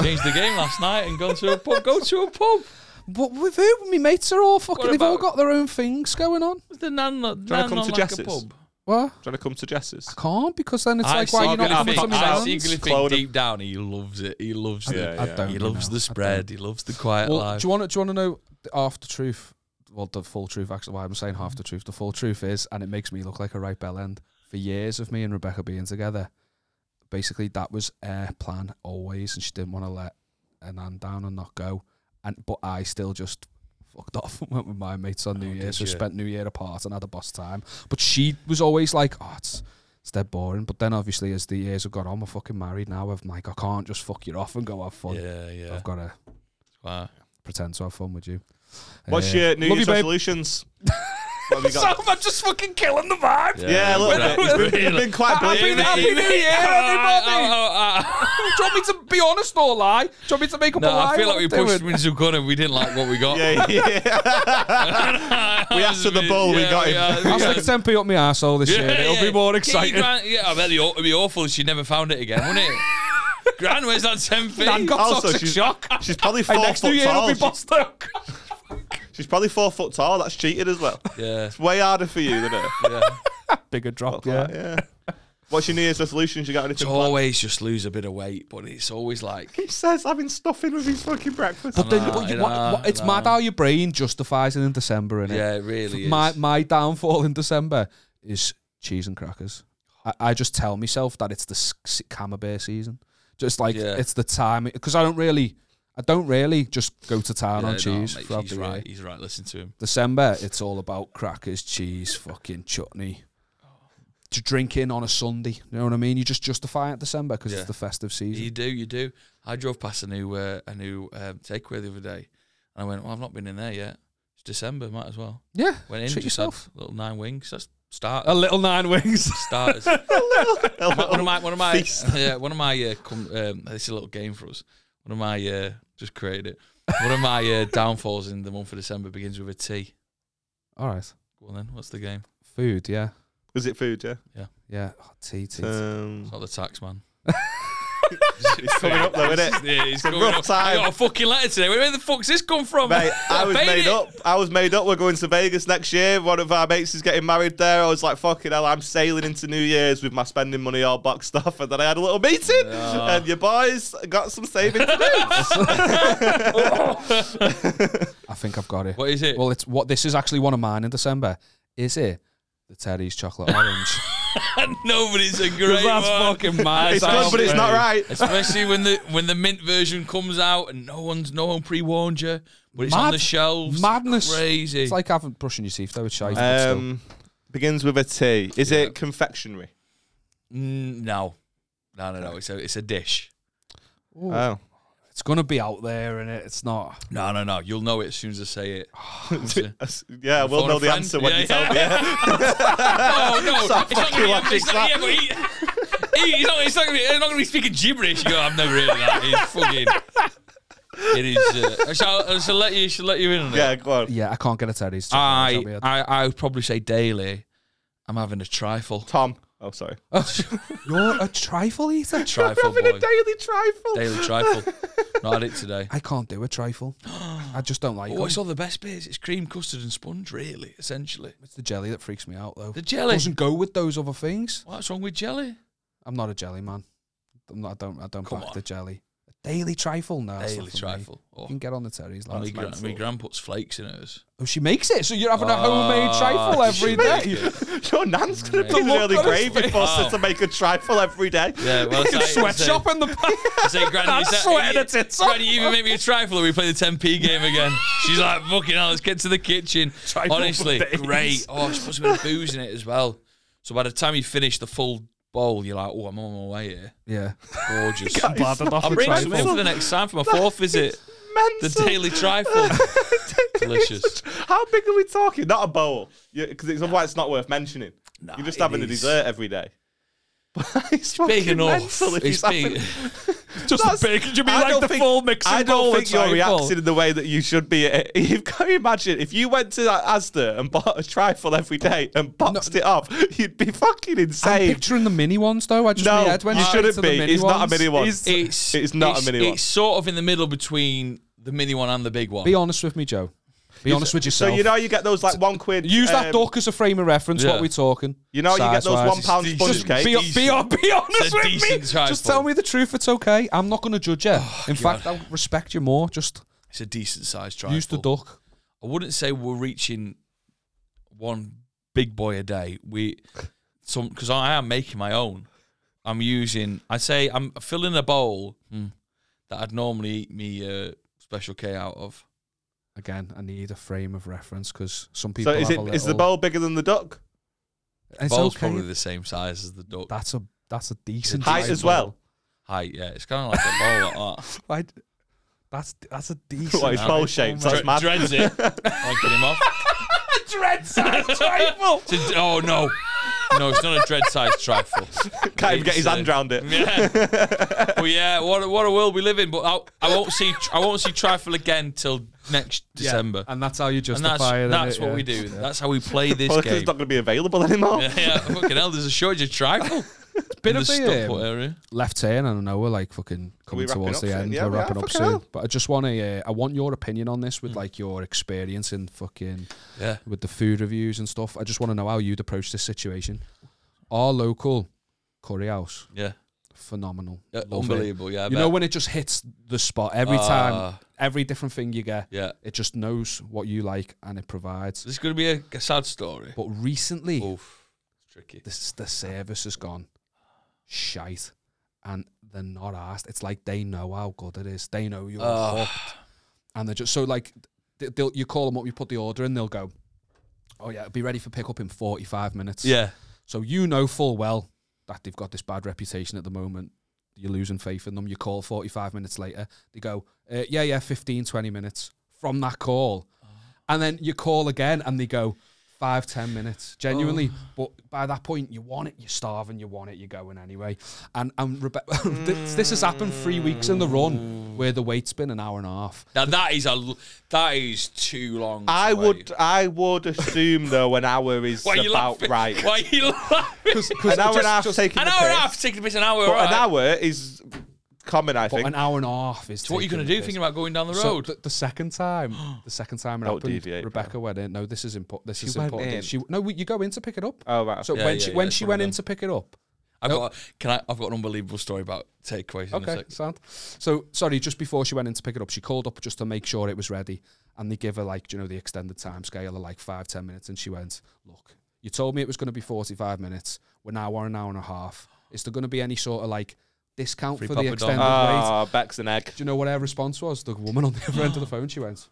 [SPEAKER 1] changed the game last night and gone to a pub. Go to a pub.
[SPEAKER 3] But with who? My mates are all fucking.
[SPEAKER 1] What
[SPEAKER 3] They've all
[SPEAKER 1] about-
[SPEAKER 3] got their own things going on.
[SPEAKER 1] Was the nan
[SPEAKER 2] come
[SPEAKER 1] nan not
[SPEAKER 2] to
[SPEAKER 1] like a
[SPEAKER 2] Jess's?
[SPEAKER 1] pub? Ah,
[SPEAKER 3] What?
[SPEAKER 2] Trying to come to Jess's.
[SPEAKER 3] I can't because then it's
[SPEAKER 1] I
[SPEAKER 3] like why are you not
[SPEAKER 1] secretly
[SPEAKER 3] coming
[SPEAKER 1] think,
[SPEAKER 3] to
[SPEAKER 2] fucking-
[SPEAKER 3] my
[SPEAKER 1] I
[SPEAKER 2] Milan's?
[SPEAKER 1] secretly think
[SPEAKER 2] Clone him.
[SPEAKER 1] deep down he loves it. He loves it.
[SPEAKER 2] Yeah,
[SPEAKER 3] I
[SPEAKER 2] yeah.
[SPEAKER 3] don't.
[SPEAKER 1] He
[SPEAKER 3] you
[SPEAKER 1] loves
[SPEAKER 3] know.
[SPEAKER 1] the
[SPEAKER 3] I don't.
[SPEAKER 1] spread. He loves the quiet
[SPEAKER 3] Well,
[SPEAKER 1] life.
[SPEAKER 3] do you want to do you want to know the- half the truth? Well, the full truth. Actually, why I'm saying half the truth. The full truth is, and it makes me look like a right bell end. For years of me and Rebecca being together, basically that was her plan always, and she didn't want to let her nan down and not go. And but I still just fucked off and went with my mates on New Year.
[SPEAKER 1] Oh, did
[SPEAKER 3] So
[SPEAKER 1] you?
[SPEAKER 3] spent New Year apart and had a boss time. But she was always like, "Oh, it's it's dead boring." But then obviously, as the years have gone on, we're fucking married now. I'm like, I can't just fuck you off and go have fun.
[SPEAKER 1] yeah, yeah.
[SPEAKER 3] I've got to
[SPEAKER 1] Wow.
[SPEAKER 3] pretend to have fun with you.
[SPEAKER 2] What's
[SPEAKER 3] Uh,
[SPEAKER 2] your New
[SPEAKER 3] love
[SPEAKER 2] Year's
[SPEAKER 3] you, babe.
[SPEAKER 2] resolutions? What have you got?
[SPEAKER 3] I'm just fucking killing the vibe.
[SPEAKER 2] yeah, a little
[SPEAKER 1] Well,
[SPEAKER 2] bit. He's been, he's
[SPEAKER 1] really.
[SPEAKER 2] been quite
[SPEAKER 3] Happy-
[SPEAKER 2] bleak.
[SPEAKER 3] happy New Year, everybody!
[SPEAKER 1] Oh, oh, oh, oh.
[SPEAKER 3] Do you want me to be honest or lie? Do you want me to make up a
[SPEAKER 1] No,
[SPEAKER 3] lie?
[SPEAKER 1] I feel
[SPEAKER 3] What
[SPEAKER 1] like we
[SPEAKER 3] I'm
[SPEAKER 1] pushed
[SPEAKER 3] doing?
[SPEAKER 1] Windsor Gunn and we didn't like what we got.
[SPEAKER 2] Yeah, yeah. we asked for the ball, we got him.
[SPEAKER 3] I'll stick 10p up my asshole this year. It'll be more exciting.
[SPEAKER 1] yeah, I bet the- it'd be awful if she never found it again, wouldn't it? Gran, where's that 10 feet?
[SPEAKER 3] Dan got
[SPEAKER 2] Also,
[SPEAKER 3] toxic
[SPEAKER 2] she's-
[SPEAKER 3] shock.
[SPEAKER 2] She's probably
[SPEAKER 3] And
[SPEAKER 2] four
[SPEAKER 3] next New
[SPEAKER 2] foot
[SPEAKER 3] year it'll be
[SPEAKER 2] tall.
[SPEAKER 3] Boston.
[SPEAKER 2] She's probably four foot tall. That's cheating as well.
[SPEAKER 1] Yeah,
[SPEAKER 2] It's way harder for you than it.
[SPEAKER 1] yeah.
[SPEAKER 3] Bigger drop.
[SPEAKER 2] Yeah. yeah. What's your New Year's resolutions? You got
[SPEAKER 1] To
[SPEAKER 2] anything? planned?
[SPEAKER 1] always just lose a bit of weight, but it's always like,
[SPEAKER 2] He says having stuffing with his fucking breakfast.
[SPEAKER 3] But then,
[SPEAKER 1] Nah,
[SPEAKER 3] but you, what,
[SPEAKER 1] nah,
[SPEAKER 3] what, it's
[SPEAKER 1] nah.
[SPEAKER 3] mad how your brain justifies it in December, innit?
[SPEAKER 1] yeah, it really is.
[SPEAKER 3] my my downfall in December is cheese and crackers. I, I just tell myself that it's the s- s- camembert season. Just like
[SPEAKER 1] Yeah.
[SPEAKER 3] it's the time because I don't really, I don't really just go to town
[SPEAKER 1] Yeah,
[SPEAKER 3] on
[SPEAKER 1] no,
[SPEAKER 3] cheese
[SPEAKER 1] mate,
[SPEAKER 3] throughout
[SPEAKER 1] he's
[SPEAKER 3] the year.
[SPEAKER 1] right. He's right. Listen to him.
[SPEAKER 3] December, it's all about crackers, cheese, fucking chutney. To drink in on a Sunday, you know what I mean? You just justify it December because
[SPEAKER 1] Yeah.
[SPEAKER 3] it's the festive season.
[SPEAKER 1] You do, you do. I drove past a new uh, a new um, takeaway the other day, and I went, "Well, I've not been in there yet. It's December, might as well."
[SPEAKER 3] yeah,
[SPEAKER 1] Went in,
[SPEAKER 3] treat
[SPEAKER 1] just
[SPEAKER 3] yourself.
[SPEAKER 1] had little nine wings. That's start
[SPEAKER 3] A little nine wings.
[SPEAKER 1] starters.
[SPEAKER 2] A little-
[SPEAKER 1] one of my one of my
[SPEAKER 2] feast.
[SPEAKER 1] yeah one of my uh, com- um, this is a little game for us. One of my uh, just created it. One of my uh, downfalls in the month of December begins with a T.
[SPEAKER 3] all right,
[SPEAKER 1] Go on then. What's the game?
[SPEAKER 3] food. Yeah,
[SPEAKER 2] Was it food? Yeah.
[SPEAKER 3] yeah. Oh, tea, tea, tea.
[SPEAKER 2] Um,
[SPEAKER 1] It's not the tax man. It's
[SPEAKER 2] coming up though, isn't it?
[SPEAKER 1] Yeah, it's
[SPEAKER 2] a
[SPEAKER 1] coming
[SPEAKER 2] rough
[SPEAKER 1] up.
[SPEAKER 2] time.
[SPEAKER 1] I got a fucking letter today. Where the fuck's this come from?
[SPEAKER 2] Mate, I was
[SPEAKER 1] paid
[SPEAKER 2] made
[SPEAKER 1] it.
[SPEAKER 2] up. I was made up. We're going to Vegas next year. One of our mates is getting married there. I was like, fucking hell, I'm sailing into New Year's with my spending money all boxed off. And then I had a little meeting, and your boys got some saving to do.
[SPEAKER 3] I think I've got it.
[SPEAKER 1] What is it?
[SPEAKER 3] Well, it's what this is actually one of mine in December. Is it the Terry's chocolate orange?
[SPEAKER 1] Nobody's a great one.
[SPEAKER 3] mad.
[SPEAKER 2] it's good, but it's not right.
[SPEAKER 1] Especially when the when the mint version comes out and no one's no one pre warned you, but it's on
[SPEAKER 3] Mad-
[SPEAKER 1] the shelves.
[SPEAKER 3] madness.
[SPEAKER 1] Crazy.
[SPEAKER 3] It's like having brushing your teeth though with shite. but still.
[SPEAKER 2] Um, begins with a T. Is it confectionery?
[SPEAKER 1] Mm, no, no, no, no. It's a it's a dish.
[SPEAKER 3] Ooh,
[SPEAKER 2] Oh.
[SPEAKER 3] it's gonna be out there, and it's not.
[SPEAKER 1] No, no, no. You'll know it as soon as I say it.
[SPEAKER 2] yeah, we'll
[SPEAKER 1] Phone
[SPEAKER 2] know
[SPEAKER 1] a
[SPEAKER 2] the
[SPEAKER 1] friend?
[SPEAKER 2] answer when
[SPEAKER 1] Yeah,
[SPEAKER 2] you tell me.
[SPEAKER 1] Oh no! It's not
[SPEAKER 2] fucking
[SPEAKER 1] gonna
[SPEAKER 2] logic
[SPEAKER 1] be- it's not- yeah, but he- he- He's not, he's not, gonna be, he's not gonna be speaking gibberish. You go, I've never heard of that. It's fucking. It is. Uh, I shall, I shall let you. Shall let you in on it.
[SPEAKER 2] Yeah, go on.
[SPEAKER 3] Yeah, I can't get a Terry's. chocolate orange,
[SPEAKER 1] I,
[SPEAKER 3] that'd be a-
[SPEAKER 1] I, I would probably say daily. I'm having a trifle.
[SPEAKER 2] Tom. Oh, sorry.
[SPEAKER 3] You're a trifle eater.
[SPEAKER 1] Trifle boy.
[SPEAKER 2] daily trifle.
[SPEAKER 1] Daily trifle. Not had it today.
[SPEAKER 3] I can't do a trifle. I just don't like
[SPEAKER 1] Oh,
[SPEAKER 3] it.
[SPEAKER 1] it's all the best bits. It's cream, custard, and sponge, really, essentially.
[SPEAKER 3] It's the jelly that freaks me out though.
[SPEAKER 1] The jelly.
[SPEAKER 3] doesn't go with those other things.
[SPEAKER 1] What's wrong with jelly?
[SPEAKER 3] I'm not a jelly man. I'm not, I don't. I don't
[SPEAKER 1] Come
[SPEAKER 3] back
[SPEAKER 1] on.
[SPEAKER 3] the jelly. A daily trifle, no. that's
[SPEAKER 1] Daily
[SPEAKER 3] not for me.
[SPEAKER 1] trifle.
[SPEAKER 3] You
[SPEAKER 1] Oh,
[SPEAKER 3] can get on the Terry's.
[SPEAKER 1] my,
[SPEAKER 3] lads.
[SPEAKER 1] gran, my gran puts flakes in hers.
[SPEAKER 3] Oh, she makes it, so you're having a
[SPEAKER 2] Ah,
[SPEAKER 1] Oh,
[SPEAKER 3] homemade trifle
[SPEAKER 1] does she
[SPEAKER 3] every
[SPEAKER 1] make
[SPEAKER 3] day.
[SPEAKER 1] it?
[SPEAKER 2] Your nan's gonna
[SPEAKER 1] Mate.
[SPEAKER 2] be
[SPEAKER 3] Look
[SPEAKER 2] nearly
[SPEAKER 3] on his
[SPEAKER 2] grave
[SPEAKER 3] face.
[SPEAKER 2] if forced to make a trifle every day.
[SPEAKER 1] Yeah, well,
[SPEAKER 3] Fucking Sweatshop in the
[SPEAKER 1] I say, Granny,
[SPEAKER 3] I'm
[SPEAKER 1] is that,
[SPEAKER 3] sweating
[SPEAKER 1] you,
[SPEAKER 3] the tits off.
[SPEAKER 1] Granny, you even make me a trifle or we play the 10p game again. She's like, fucking hell, let's get to the kitchen.
[SPEAKER 3] Trifle
[SPEAKER 1] Honestly,
[SPEAKER 3] days.
[SPEAKER 1] great. Oh, she puts a bit of booze in it as well. So by the time you finish the full bowl, you're like, oh, I'm on my way here.
[SPEAKER 3] yeah.
[SPEAKER 1] Gorgeous.
[SPEAKER 3] Bad enough
[SPEAKER 1] I'll
[SPEAKER 3] for
[SPEAKER 1] bring some in
[SPEAKER 3] trifle.
[SPEAKER 1] for the next time for my fourth visit. The
[SPEAKER 2] Mental.
[SPEAKER 1] daily trifle. Delicious.
[SPEAKER 2] How big are we talking? Not a bowl, because it's otherwise it's not worth mentioning.
[SPEAKER 1] Nah,
[SPEAKER 2] You're just
[SPEAKER 1] it
[SPEAKER 2] having a
[SPEAKER 1] is.
[SPEAKER 2] dessert every day. it's
[SPEAKER 1] Big
[SPEAKER 2] fucking
[SPEAKER 1] enough.
[SPEAKER 2] mental if
[SPEAKER 1] It's
[SPEAKER 2] he's having-
[SPEAKER 1] big.
[SPEAKER 3] Just
[SPEAKER 2] That's-
[SPEAKER 3] bacon. You
[SPEAKER 2] I don't think- I don't think you're reacting in the way that you should be. at it. You've got to imagine if you went to that Asda and bought a trifle every day and boxed it off, you'd be fucking
[SPEAKER 3] I'm
[SPEAKER 2] insane.
[SPEAKER 3] picturing the mini ones though. I just
[SPEAKER 2] No,
[SPEAKER 3] my head went
[SPEAKER 2] you
[SPEAKER 3] straight
[SPEAKER 2] shouldn't
[SPEAKER 3] to the
[SPEAKER 2] be.
[SPEAKER 3] mini
[SPEAKER 2] It's not a
[SPEAKER 3] ones.
[SPEAKER 2] mini one.
[SPEAKER 3] Is-
[SPEAKER 1] It's,
[SPEAKER 2] It's not a
[SPEAKER 1] it's-
[SPEAKER 2] mini one.
[SPEAKER 1] It's sort of in the middle between the mini one and the big one.
[SPEAKER 3] Be honest with me, Joe. Be honest with
[SPEAKER 2] So
[SPEAKER 3] yourself.
[SPEAKER 2] you know you get those like one quid.
[SPEAKER 3] Use that
[SPEAKER 2] um,
[SPEAKER 3] duck as a frame of reference.
[SPEAKER 1] Yeah.
[SPEAKER 3] What we're talking.
[SPEAKER 2] You know you get those
[SPEAKER 3] Size-wise.
[SPEAKER 2] one pound
[SPEAKER 1] Just
[SPEAKER 2] sponge
[SPEAKER 1] be-
[SPEAKER 2] cake.
[SPEAKER 3] Be, be,
[SPEAKER 1] Decent.
[SPEAKER 3] be honest
[SPEAKER 1] It's a
[SPEAKER 3] with me.
[SPEAKER 1] decent trifle.
[SPEAKER 3] Just tell me the truth. It's okay. I'm not going to judge you.
[SPEAKER 2] Oh,
[SPEAKER 3] In fact, I'll respect you more. Just
[SPEAKER 1] It's a decent sized trifle.
[SPEAKER 3] use the duck.
[SPEAKER 1] I wouldn't say we're reaching one big boy a day. We some because I am making my own. I'm using. I say I'm filling a bowl
[SPEAKER 3] Hmm.
[SPEAKER 1] that I'd normally eat me uh, special K out of.
[SPEAKER 3] Again, I need a frame of reference because some
[SPEAKER 2] So
[SPEAKER 3] people.
[SPEAKER 2] is
[SPEAKER 3] have
[SPEAKER 2] it
[SPEAKER 3] a
[SPEAKER 2] is the
[SPEAKER 3] little-
[SPEAKER 2] bowl bigger than the duck?
[SPEAKER 3] It's
[SPEAKER 1] Bowl's
[SPEAKER 3] okay.
[SPEAKER 1] probably the same size as the duck
[SPEAKER 3] That's a that's a decent
[SPEAKER 2] Height
[SPEAKER 3] sized
[SPEAKER 2] as well.
[SPEAKER 3] bowl.
[SPEAKER 1] height. Yeah, it's kind of like a bowl like that.
[SPEAKER 3] Why d- That's that's a decent.
[SPEAKER 2] What, it's
[SPEAKER 3] height.
[SPEAKER 2] bowl
[SPEAKER 3] Oh
[SPEAKER 2] shaped,
[SPEAKER 3] my-
[SPEAKER 2] so- That's mad.
[SPEAKER 1] Dreads it. Wanking him off.
[SPEAKER 3] Dread size trifle.
[SPEAKER 1] It's a- oh no, no, it's not a dread sized trifle.
[SPEAKER 2] Can't even get his
[SPEAKER 1] It's, uh,
[SPEAKER 2] hand round it.
[SPEAKER 1] Yeah. well, yeah. What a, what a world we live in. But I, I won't see I won't see trifle again till next December.
[SPEAKER 3] And that's how you
[SPEAKER 1] And that's
[SPEAKER 3] justify it.
[SPEAKER 1] that's
[SPEAKER 3] innit?
[SPEAKER 1] what
[SPEAKER 3] Yeah.
[SPEAKER 1] we do. That's how we play this
[SPEAKER 2] Well, 'cause
[SPEAKER 1] game.
[SPEAKER 2] it's not going to be available anymore.
[SPEAKER 1] yeah, yeah, fucking hell. There's a shortage of trifle. It's
[SPEAKER 3] been
[SPEAKER 1] in
[SPEAKER 3] a
[SPEAKER 1] the
[SPEAKER 3] bit,
[SPEAKER 1] Stockport
[SPEAKER 3] um,
[SPEAKER 1] area.
[SPEAKER 3] left turn, and I know we're like fucking coming
[SPEAKER 2] we wrapping
[SPEAKER 3] towards
[SPEAKER 2] up
[SPEAKER 3] the
[SPEAKER 2] soon?
[SPEAKER 3] end.
[SPEAKER 2] Yeah,
[SPEAKER 3] we're
[SPEAKER 2] we are,
[SPEAKER 3] wrapping up
[SPEAKER 2] fucking
[SPEAKER 3] soon,
[SPEAKER 2] hell.
[SPEAKER 3] but I just want to. Uh, I want your opinion on this with like your experience in fucking
[SPEAKER 1] Yeah.
[SPEAKER 3] with the food reviews and stuff. I just want to know how you'd approach this situation. Our local curry house,
[SPEAKER 1] Yeah.
[SPEAKER 3] phenomenal,
[SPEAKER 1] Yeah,
[SPEAKER 3] Love it.
[SPEAKER 1] Unbelievable. Yeah. I
[SPEAKER 3] You
[SPEAKER 1] bet.
[SPEAKER 3] know when it just hits the spot every time,
[SPEAKER 1] Ah,
[SPEAKER 3] every different thing you get,
[SPEAKER 1] Yeah.
[SPEAKER 3] it just knows what you like and it provides.
[SPEAKER 1] This is going to be a, a sad story.
[SPEAKER 3] But recently,
[SPEAKER 1] Oof. It's tricky.
[SPEAKER 3] this the service has gone shite and they're not asked it's like they know how good it is they know you're
[SPEAKER 1] Oh.
[SPEAKER 3] hooked and they're just so like they- they'll you call them up you put the order in they'll go oh yeah it'll be ready for pickup in 45 minutes
[SPEAKER 1] Yeah.
[SPEAKER 3] so you know full well that they've got this bad reputation at the moment you're losing faith in them you call 45 minutes later they go uh, yeah yeah 15 20 minutes from that call
[SPEAKER 1] Oh.
[SPEAKER 3] and then you call again and they go five ten minutes genuinely
[SPEAKER 1] Oh.
[SPEAKER 3] but by that point you want it you're starving you want it you're going anyway and and Rebe- this, this has happened three weeks in the
[SPEAKER 1] Mm.
[SPEAKER 3] run where the wait's been an hour and a half
[SPEAKER 1] Now that is a l- that is too long. to
[SPEAKER 2] I
[SPEAKER 1] wait.
[SPEAKER 2] would I would assume though an hour is
[SPEAKER 1] Why are you
[SPEAKER 2] about
[SPEAKER 1] laughing?
[SPEAKER 2] right.
[SPEAKER 1] Why are you laughing?
[SPEAKER 3] because
[SPEAKER 2] An hour and a half taking
[SPEAKER 1] An
[SPEAKER 2] the
[SPEAKER 1] hour and a
[SPEAKER 2] piss,
[SPEAKER 1] half, taking a bit an hour.
[SPEAKER 2] But
[SPEAKER 1] right?
[SPEAKER 2] an hour is common, I
[SPEAKER 3] But
[SPEAKER 2] think.
[SPEAKER 3] an hour and a half is.
[SPEAKER 1] So what are you
[SPEAKER 3] taking
[SPEAKER 1] going
[SPEAKER 3] the
[SPEAKER 1] to do?
[SPEAKER 3] piss.
[SPEAKER 1] Thinking about going down the
[SPEAKER 3] So
[SPEAKER 1] road?
[SPEAKER 3] th- the second time, the second time it
[SPEAKER 2] Don't
[SPEAKER 3] happened,
[SPEAKER 2] deviate, bro.
[SPEAKER 3] Rebecca went in. No, this is important. This
[SPEAKER 2] She
[SPEAKER 3] is
[SPEAKER 2] went
[SPEAKER 3] important.
[SPEAKER 2] in?
[SPEAKER 3] She no, you go in to pick it up.
[SPEAKER 2] oh, right.
[SPEAKER 3] So
[SPEAKER 1] Yeah,
[SPEAKER 3] when
[SPEAKER 1] yeah,
[SPEAKER 3] she
[SPEAKER 1] yeah,
[SPEAKER 3] when
[SPEAKER 1] it's
[SPEAKER 3] she
[SPEAKER 1] one of
[SPEAKER 3] went in
[SPEAKER 1] them.
[SPEAKER 3] to pick it up.
[SPEAKER 1] I've
[SPEAKER 3] no.
[SPEAKER 1] got can I? I've got an unbelievable story about takeaways. in a
[SPEAKER 3] Okay,
[SPEAKER 1] sec.
[SPEAKER 3] sound. So sorry, just before she went in to pick it up, she called up just to make sure it was ready, and they give her like you know the extended time scale of like five ten minutes, and she went, "Look, you told me it was going to be forty five minutes. We're now on an hour and a half. Is there going to be any sort of like discount
[SPEAKER 1] Free
[SPEAKER 3] for
[SPEAKER 1] Papa
[SPEAKER 3] the
[SPEAKER 1] Don.
[SPEAKER 3] extended wait?"
[SPEAKER 2] Ah, Beck's an egg.
[SPEAKER 3] Do you know what her response was? The woman on the other end of the phone, she went,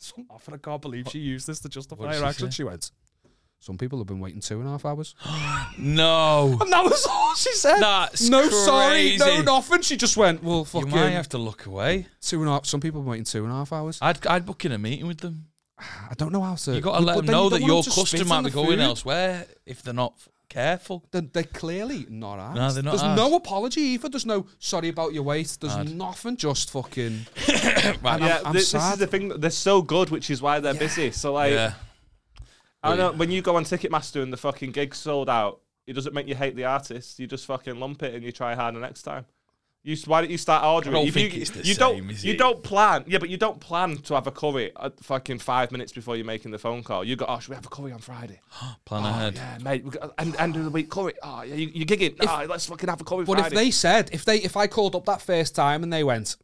[SPEAKER 3] Some often I can't believe she used this to
[SPEAKER 1] What
[SPEAKER 3] justify
[SPEAKER 1] did
[SPEAKER 3] her
[SPEAKER 1] she
[SPEAKER 3] action.
[SPEAKER 1] say?
[SPEAKER 3] She went, Some people have been waiting two and a half hours.
[SPEAKER 1] No,
[SPEAKER 3] And that was all she said.
[SPEAKER 1] that's
[SPEAKER 3] no, sorry,
[SPEAKER 1] crazy.
[SPEAKER 3] no, nothing. She just went, Well,
[SPEAKER 1] You
[SPEAKER 3] fucking
[SPEAKER 1] might have to look away.
[SPEAKER 3] two and a half. Some people have been waiting two and a half hours.
[SPEAKER 1] I'd I'd book in a meeting with them.
[SPEAKER 3] I don't know how to.
[SPEAKER 1] You got to
[SPEAKER 3] But
[SPEAKER 1] let them
[SPEAKER 3] then you
[SPEAKER 1] know
[SPEAKER 3] don't
[SPEAKER 1] that
[SPEAKER 3] want
[SPEAKER 1] your
[SPEAKER 3] them to spit
[SPEAKER 1] customer
[SPEAKER 3] in
[SPEAKER 1] might
[SPEAKER 3] the
[SPEAKER 1] be going
[SPEAKER 3] food.
[SPEAKER 1] elsewhere if they're not f- careful.
[SPEAKER 3] They're, they're clearly not asked.
[SPEAKER 1] they're not
[SPEAKER 3] There's
[SPEAKER 1] asked.
[SPEAKER 3] no apology either. There's no sorry about your wait. There's nothing. Just fucking. And
[SPEAKER 2] Yeah,
[SPEAKER 3] I'm, I'm
[SPEAKER 2] thi- this,
[SPEAKER 3] sad.
[SPEAKER 2] is the thing. They're so good, which is why they're busy. So like,
[SPEAKER 1] yeah,
[SPEAKER 2] I know when you go on Ticketmaster and the fucking gig's sold out, it doesn't make you hate the artist. You just fucking lump it and you try harder next time. You s- why don't you start ordering?
[SPEAKER 1] I don't
[SPEAKER 2] If
[SPEAKER 1] think
[SPEAKER 2] you,
[SPEAKER 1] it's the
[SPEAKER 2] you
[SPEAKER 1] same,
[SPEAKER 2] Don't,
[SPEAKER 1] is
[SPEAKER 2] you
[SPEAKER 1] it?
[SPEAKER 2] don't plan. Yeah, but you don't plan to have a curry at fucking five minutes before you're making the phone call. You go, oh, should we have a curry on Friday?
[SPEAKER 1] plan
[SPEAKER 3] Oh,
[SPEAKER 1] ahead.
[SPEAKER 2] Yeah, mate. We got, end, end of the week curry. Oh, yeah, you, you're gigging. oh, let's fucking have a curry
[SPEAKER 3] But
[SPEAKER 2] Friday.
[SPEAKER 3] if they said, if they, if I called up that first time and they went,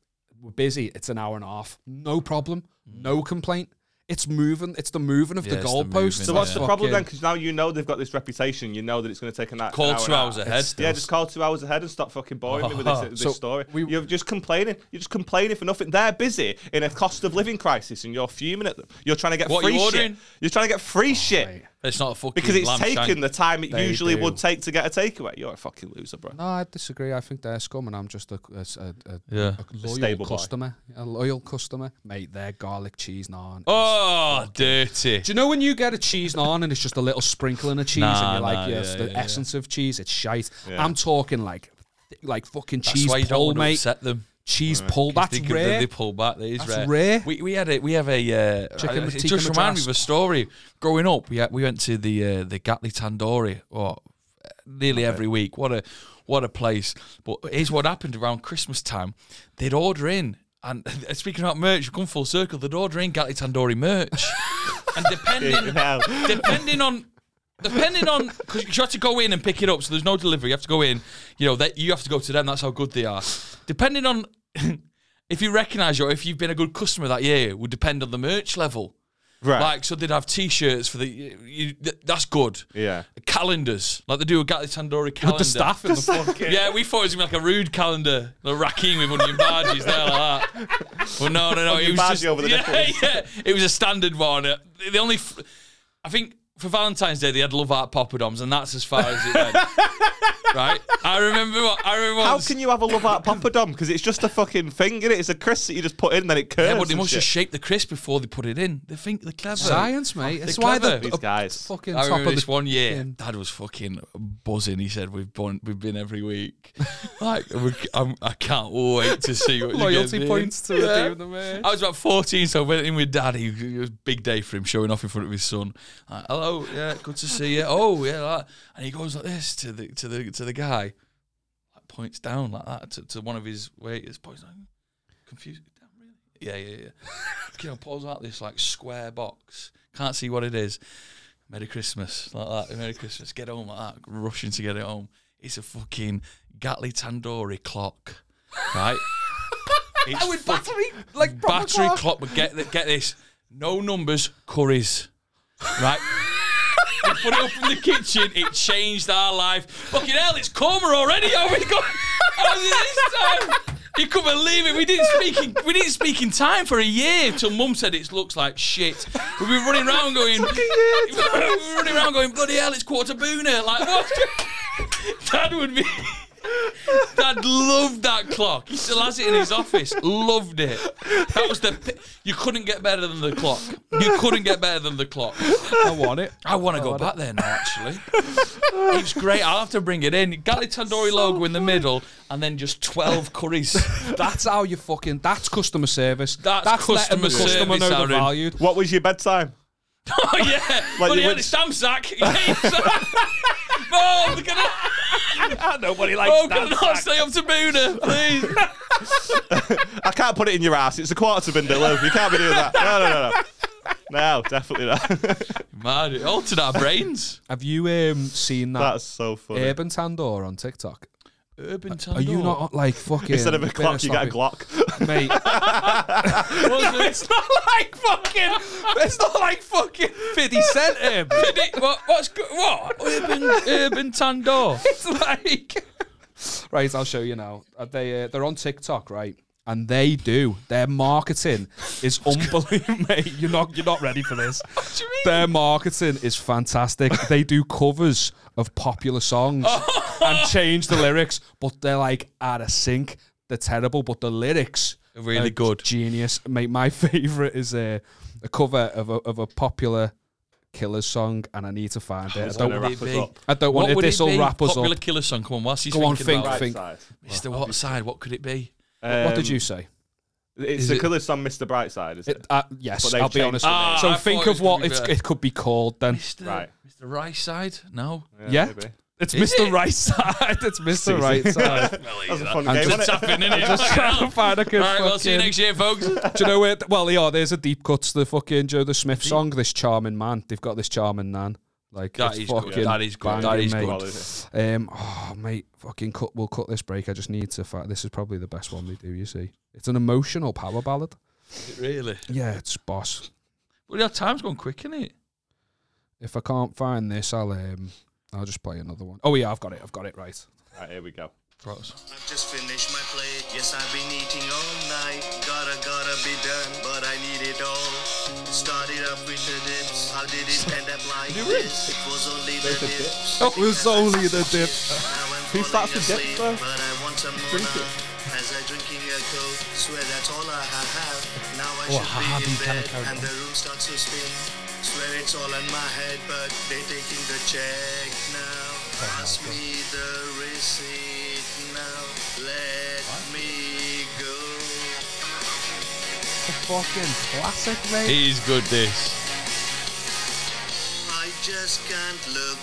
[SPEAKER 3] we're busy, it's an hour and a half, no problem, no complaint. It's moving, it's the moving of
[SPEAKER 1] Mm. Yeah,
[SPEAKER 3] the
[SPEAKER 1] it's the
[SPEAKER 3] goalposts.
[SPEAKER 1] moving,
[SPEAKER 2] so
[SPEAKER 1] yeah.
[SPEAKER 2] what's the problem
[SPEAKER 3] Fucking-
[SPEAKER 2] then? Because now you know they've got this reputation. You know that it's going to take an, hour- an
[SPEAKER 1] Call
[SPEAKER 2] hour
[SPEAKER 1] two
[SPEAKER 2] and a
[SPEAKER 1] hours
[SPEAKER 2] half.
[SPEAKER 1] ahead.
[SPEAKER 2] Yeah, just call two hours ahead and stop fucking boring me with this, this
[SPEAKER 3] So
[SPEAKER 2] story.
[SPEAKER 3] we-
[SPEAKER 2] you're just complaining. You're just complaining for nothing. They're busy in a cost of living crisis, and you're fuming at them. You're trying to get
[SPEAKER 1] What are
[SPEAKER 2] free
[SPEAKER 1] you ordering?
[SPEAKER 2] shit. You're trying to get free shit
[SPEAKER 3] Right.
[SPEAKER 1] It's not a fucking
[SPEAKER 2] because it's
[SPEAKER 1] lamb
[SPEAKER 2] taking
[SPEAKER 1] shank.
[SPEAKER 2] the time it
[SPEAKER 3] Oh, They
[SPEAKER 2] usually
[SPEAKER 3] do.
[SPEAKER 2] would take to get a takeaway. You're a fucking loser, bro.
[SPEAKER 3] No, I disagree. I think they're scum, and I'm just a, a, a, a-
[SPEAKER 1] yeah.
[SPEAKER 3] a loyal
[SPEAKER 2] stable boy.
[SPEAKER 3] customer. A loyal customer, mate. Their garlic cheese naan.
[SPEAKER 1] Oh, dirty.
[SPEAKER 3] Do you know when you get a cheese naan and it's just a little sprinkling of cheese,
[SPEAKER 1] Nah,
[SPEAKER 3] and you're like,
[SPEAKER 1] nah,
[SPEAKER 3] yes,
[SPEAKER 1] yeah,
[SPEAKER 3] the
[SPEAKER 1] yeah, yeah.
[SPEAKER 3] essence of cheese, it's shite.
[SPEAKER 2] Yeah.
[SPEAKER 3] I'm talking like, th- like fucking
[SPEAKER 1] That's
[SPEAKER 3] cheese
[SPEAKER 1] why you don't
[SPEAKER 3] pull,
[SPEAKER 1] want to
[SPEAKER 3] mate.
[SPEAKER 1] upset them.
[SPEAKER 3] Cheese pull.
[SPEAKER 1] 'Cause
[SPEAKER 3] That's
[SPEAKER 1] they, give-
[SPEAKER 3] rare.
[SPEAKER 1] They pull back. That is
[SPEAKER 3] That's
[SPEAKER 1] rare.
[SPEAKER 3] rare.
[SPEAKER 1] We, we had a we have a uh,
[SPEAKER 3] Chicken
[SPEAKER 1] it
[SPEAKER 3] tikka
[SPEAKER 1] just remind me
[SPEAKER 3] madras.
[SPEAKER 1] of a story. Growing up, we had, we went to the uh, the Gatley Tandoori or nearly every week. What a what a place! But here's what happened around Christmas time. They'd order in, and speaking about merch, you come full circle. They'd order in Gatley Tandoori merch, and depending
[SPEAKER 2] Hell.
[SPEAKER 1] depending on depending on because you have to go in and pick it up so there's no delivery you have to go in you know that you have to go to them that's how good they are depending on if you recognize you or if you've been a good customer that year would depend on the merch level
[SPEAKER 2] right.
[SPEAKER 1] like so they'd have t-shirts for the you, th- that's good
[SPEAKER 2] yeah.
[SPEAKER 1] calendars like they do a Gatley Tandoori calendar
[SPEAKER 3] With the staff in the
[SPEAKER 1] yeah, we thought it was gonna be like a rude calendar, like Rakim with onion badges, there like that. But no, no, no,
[SPEAKER 2] Onion
[SPEAKER 1] it was
[SPEAKER 2] badge
[SPEAKER 1] just,
[SPEAKER 2] over the
[SPEAKER 1] yeah,
[SPEAKER 2] necklace.
[SPEAKER 1] yeah, it was a standard one. Uh, The only, f- I think, for Valentine's Day they had love art poppadoms, and that's as far as it went. right? I remember. What, I remember.
[SPEAKER 2] How
[SPEAKER 1] once-
[SPEAKER 2] can you have a love art poppadom? Because it's just a fucking thing, is It's a crisp that you just put in, then it curves.
[SPEAKER 1] yeah, but they
[SPEAKER 2] and
[SPEAKER 1] must
[SPEAKER 2] shit.
[SPEAKER 1] have shaped the crisp before they put it in. They think they're clever.
[SPEAKER 3] Science, mate. It's
[SPEAKER 1] They're
[SPEAKER 3] why
[SPEAKER 1] clever.
[SPEAKER 3] the
[SPEAKER 2] these
[SPEAKER 3] uh,
[SPEAKER 2] guys.
[SPEAKER 3] fucking
[SPEAKER 1] I
[SPEAKER 3] top
[SPEAKER 1] remember
[SPEAKER 3] of
[SPEAKER 1] this
[SPEAKER 3] the
[SPEAKER 1] one year,
[SPEAKER 3] fucking-
[SPEAKER 1] Dad was fucking buzzing. He said, "We've been, we've been every week. Like, we, I'm, I can't wait to see what you
[SPEAKER 3] loyalty
[SPEAKER 1] get
[SPEAKER 3] points to
[SPEAKER 1] in.
[SPEAKER 3] the
[SPEAKER 1] Yeah.
[SPEAKER 3] team of the merch.
[SPEAKER 1] I was about 14, so I went in with dad. He, it was a big day for him, showing off in front of his son. Like, Hello, yeah, good to see you. Oh, yeah, like, and he goes like this to the to the to the guy, like points down like that to, to one of his waiters. Points like, confused. Damn, really? Yeah, yeah, yeah. you know, pulls out this like square box. Can't see what it is. Merry Christmas, like that. Merry Christmas. Get home like that. Rushing to get it home. It's a fucking Gatley Tandoori clock, right? It's
[SPEAKER 3] with
[SPEAKER 1] fuck-
[SPEAKER 3] battery, like proper
[SPEAKER 1] battery
[SPEAKER 3] clock.
[SPEAKER 1] clock, but get th- get this. No numbers, curries. Right? We Put it up in the kitchen, it changed our life. Fucking hell, it's coma already. Oh my god. How did this time? You couldn't believe it. We didn't speak in we didn't speak in time for a year till mum said it looks like shit. We'd be running around going we were running around going, bloody hell, it's quarter boona. Like, what? Dad would be. Dad loved that clock. He still has it in his office. Loved it. That was the. pi- You couldn't get better than the clock. You couldn't get better than the clock.
[SPEAKER 3] I want it.
[SPEAKER 1] I want to go back there now, actually. it's great. I'll have to bring it in. Gali Tandoori logo in the middle, and then just 12 curries.
[SPEAKER 3] That's how you fucking. That's customer service.
[SPEAKER 1] That's
[SPEAKER 3] letting the
[SPEAKER 1] customer
[SPEAKER 3] customer
[SPEAKER 1] service,
[SPEAKER 3] know
[SPEAKER 1] Aaron.
[SPEAKER 3] they're valued.
[SPEAKER 2] What was your bedtime?
[SPEAKER 1] Oh yeah,
[SPEAKER 2] Like
[SPEAKER 1] but
[SPEAKER 2] you
[SPEAKER 1] he had
[SPEAKER 2] went-
[SPEAKER 1] a stamp sack. Yeah, he's- oh, I'm gonna,
[SPEAKER 4] Nobody likes
[SPEAKER 1] oh,
[SPEAKER 4] that.
[SPEAKER 1] can I stay up to Buda, please?
[SPEAKER 2] I can't put it in your ass. It's a quarter to Vindaloo. You can't be doing that. No, no, no, no. No, definitely not.
[SPEAKER 1] Mad, it altered our brains.
[SPEAKER 3] Have you um, seen that
[SPEAKER 2] That's so funny.
[SPEAKER 3] Urban Tandoor on TikTok?
[SPEAKER 1] Urban Tandoor.
[SPEAKER 3] Are you not like fucking?
[SPEAKER 2] Instead of a
[SPEAKER 3] better
[SPEAKER 2] clock, you get a
[SPEAKER 3] stop
[SPEAKER 2] Glock.
[SPEAKER 3] it. mate.
[SPEAKER 1] it's not like fucking.
[SPEAKER 3] it's not like fucking Fifty Cent um, him.
[SPEAKER 1] what, what's go- what? Urban Urban Tandoor.
[SPEAKER 3] It's like right. I'll show you now. Uh, They uh, they're on TikTok, right? And they do their marketing is unbelievable. mate. You're not you're not ready for this.
[SPEAKER 1] do you mean?
[SPEAKER 3] Their marketing is fantastic. they do covers of popular songs and change the lyrics, but they're like out of sync. They're terrible, but the lyrics
[SPEAKER 1] They're really
[SPEAKER 3] are
[SPEAKER 1] good.
[SPEAKER 3] Genius, mate. My favorite is a, a cover of a, of a popular Killers song, and I need to find it. I
[SPEAKER 2] It's gonna
[SPEAKER 3] don't,
[SPEAKER 1] would
[SPEAKER 2] wrap
[SPEAKER 1] it
[SPEAKER 2] us
[SPEAKER 1] be?
[SPEAKER 2] up.
[SPEAKER 3] I don't want
[SPEAKER 1] what
[SPEAKER 3] it.
[SPEAKER 1] would
[SPEAKER 3] This
[SPEAKER 1] it
[SPEAKER 3] will
[SPEAKER 1] be?
[SPEAKER 3] wrap us
[SPEAKER 1] Popular
[SPEAKER 3] up.
[SPEAKER 1] killer song. Come on, whilst he's
[SPEAKER 3] Go on,
[SPEAKER 1] thinking
[SPEAKER 3] think,
[SPEAKER 1] about it.
[SPEAKER 3] think.
[SPEAKER 4] Side.
[SPEAKER 1] Mr. What side? What could it be?
[SPEAKER 3] what
[SPEAKER 1] um,
[SPEAKER 3] did you say?
[SPEAKER 2] Um, It's
[SPEAKER 1] Is
[SPEAKER 2] the
[SPEAKER 1] it-
[SPEAKER 2] colours on Mr. Brightside, is it?
[SPEAKER 3] It- uh, yes,
[SPEAKER 2] But they've
[SPEAKER 3] I'll be honest.
[SPEAKER 2] changed the
[SPEAKER 3] with you.
[SPEAKER 1] name.
[SPEAKER 3] so
[SPEAKER 1] Ah, I
[SPEAKER 3] think
[SPEAKER 1] thought it
[SPEAKER 3] of
[SPEAKER 1] was
[SPEAKER 3] what
[SPEAKER 1] gonna be
[SPEAKER 3] it's,
[SPEAKER 1] that.
[SPEAKER 3] it could be called. Then
[SPEAKER 1] Mr.
[SPEAKER 2] Right.
[SPEAKER 1] Mr. Right side? No.
[SPEAKER 3] Yeah.
[SPEAKER 2] maybe.
[SPEAKER 3] it's
[SPEAKER 1] Is
[SPEAKER 3] Mr.
[SPEAKER 1] it?
[SPEAKER 3] Right Side. It's Mr.
[SPEAKER 2] Easy.
[SPEAKER 3] Right Side.
[SPEAKER 2] That was a fun
[SPEAKER 3] I'm
[SPEAKER 2] game,
[SPEAKER 3] just
[SPEAKER 2] wasn't it?
[SPEAKER 1] Tapping in it.
[SPEAKER 3] Just trying to find a good
[SPEAKER 1] All right, well, see you
[SPEAKER 3] fucking-
[SPEAKER 1] next year, folks.
[SPEAKER 3] Do you know where? Well, yeah, there's a deep cut to the fucking Joe the Smith song. This charming man. They've got this charming nan. Like
[SPEAKER 1] That
[SPEAKER 3] it's
[SPEAKER 1] is good.
[SPEAKER 3] fucking
[SPEAKER 1] That is good. That
[SPEAKER 3] banging,
[SPEAKER 1] is
[SPEAKER 3] mate.
[SPEAKER 1] good.
[SPEAKER 2] Well, is
[SPEAKER 3] Um, oh mate, fucking cut. We'll cut this break. I just need to. Fi- this is probably the best one they do. You see, it's an emotional power ballad.
[SPEAKER 1] really?
[SPEAKER 3] Yeah, it's boss.
[SPEAKER 1] Well, your time's going quick, isn't it?
[SPEAKER 3] If I can't find this, I'll um, I'll just play another one. Oh yeah, I've got it. I've got it right.
[SPEAKER 2] it? Right, here we go.
[SPEAKER 5] I've just finished my plate. Yes, I've been eating all night. Gotta, gotta be done, but I need it all. Started up with the dips. How did it end up like this? It was only the dips.
[SPEAKER 3] It was only the dip.
[SPEAKER 5] Who
[SPEAKER 2] starts the dips, though?
[SPEAKER 5] But I want some more
[SPEAKER 2] Drink it.
[SPEAKER 5] now. As I drinking a coke, swear that's all I ha- have. Now I should
[SPEAKER 1] ha-
[SPEAKER 5] be
[SPEAKER 1] have
[SPEAKER 5] in
[SPEAKER 1] you kinda
[SPEAKER 5] bed,
[SPEAKER 1] carried
[SPEAKER 5] and the room starts to spin. Swear it's all in my head, but they taking the check now.
[SPEAKER 1] Oh
[SPEAKER 5] Pass me the receipt now. Let me go.
[SPEAKER 3] Fucking classic, mate.
[SPEAKER 1] It is good, this.
[SPEAKER 5] I just can't look.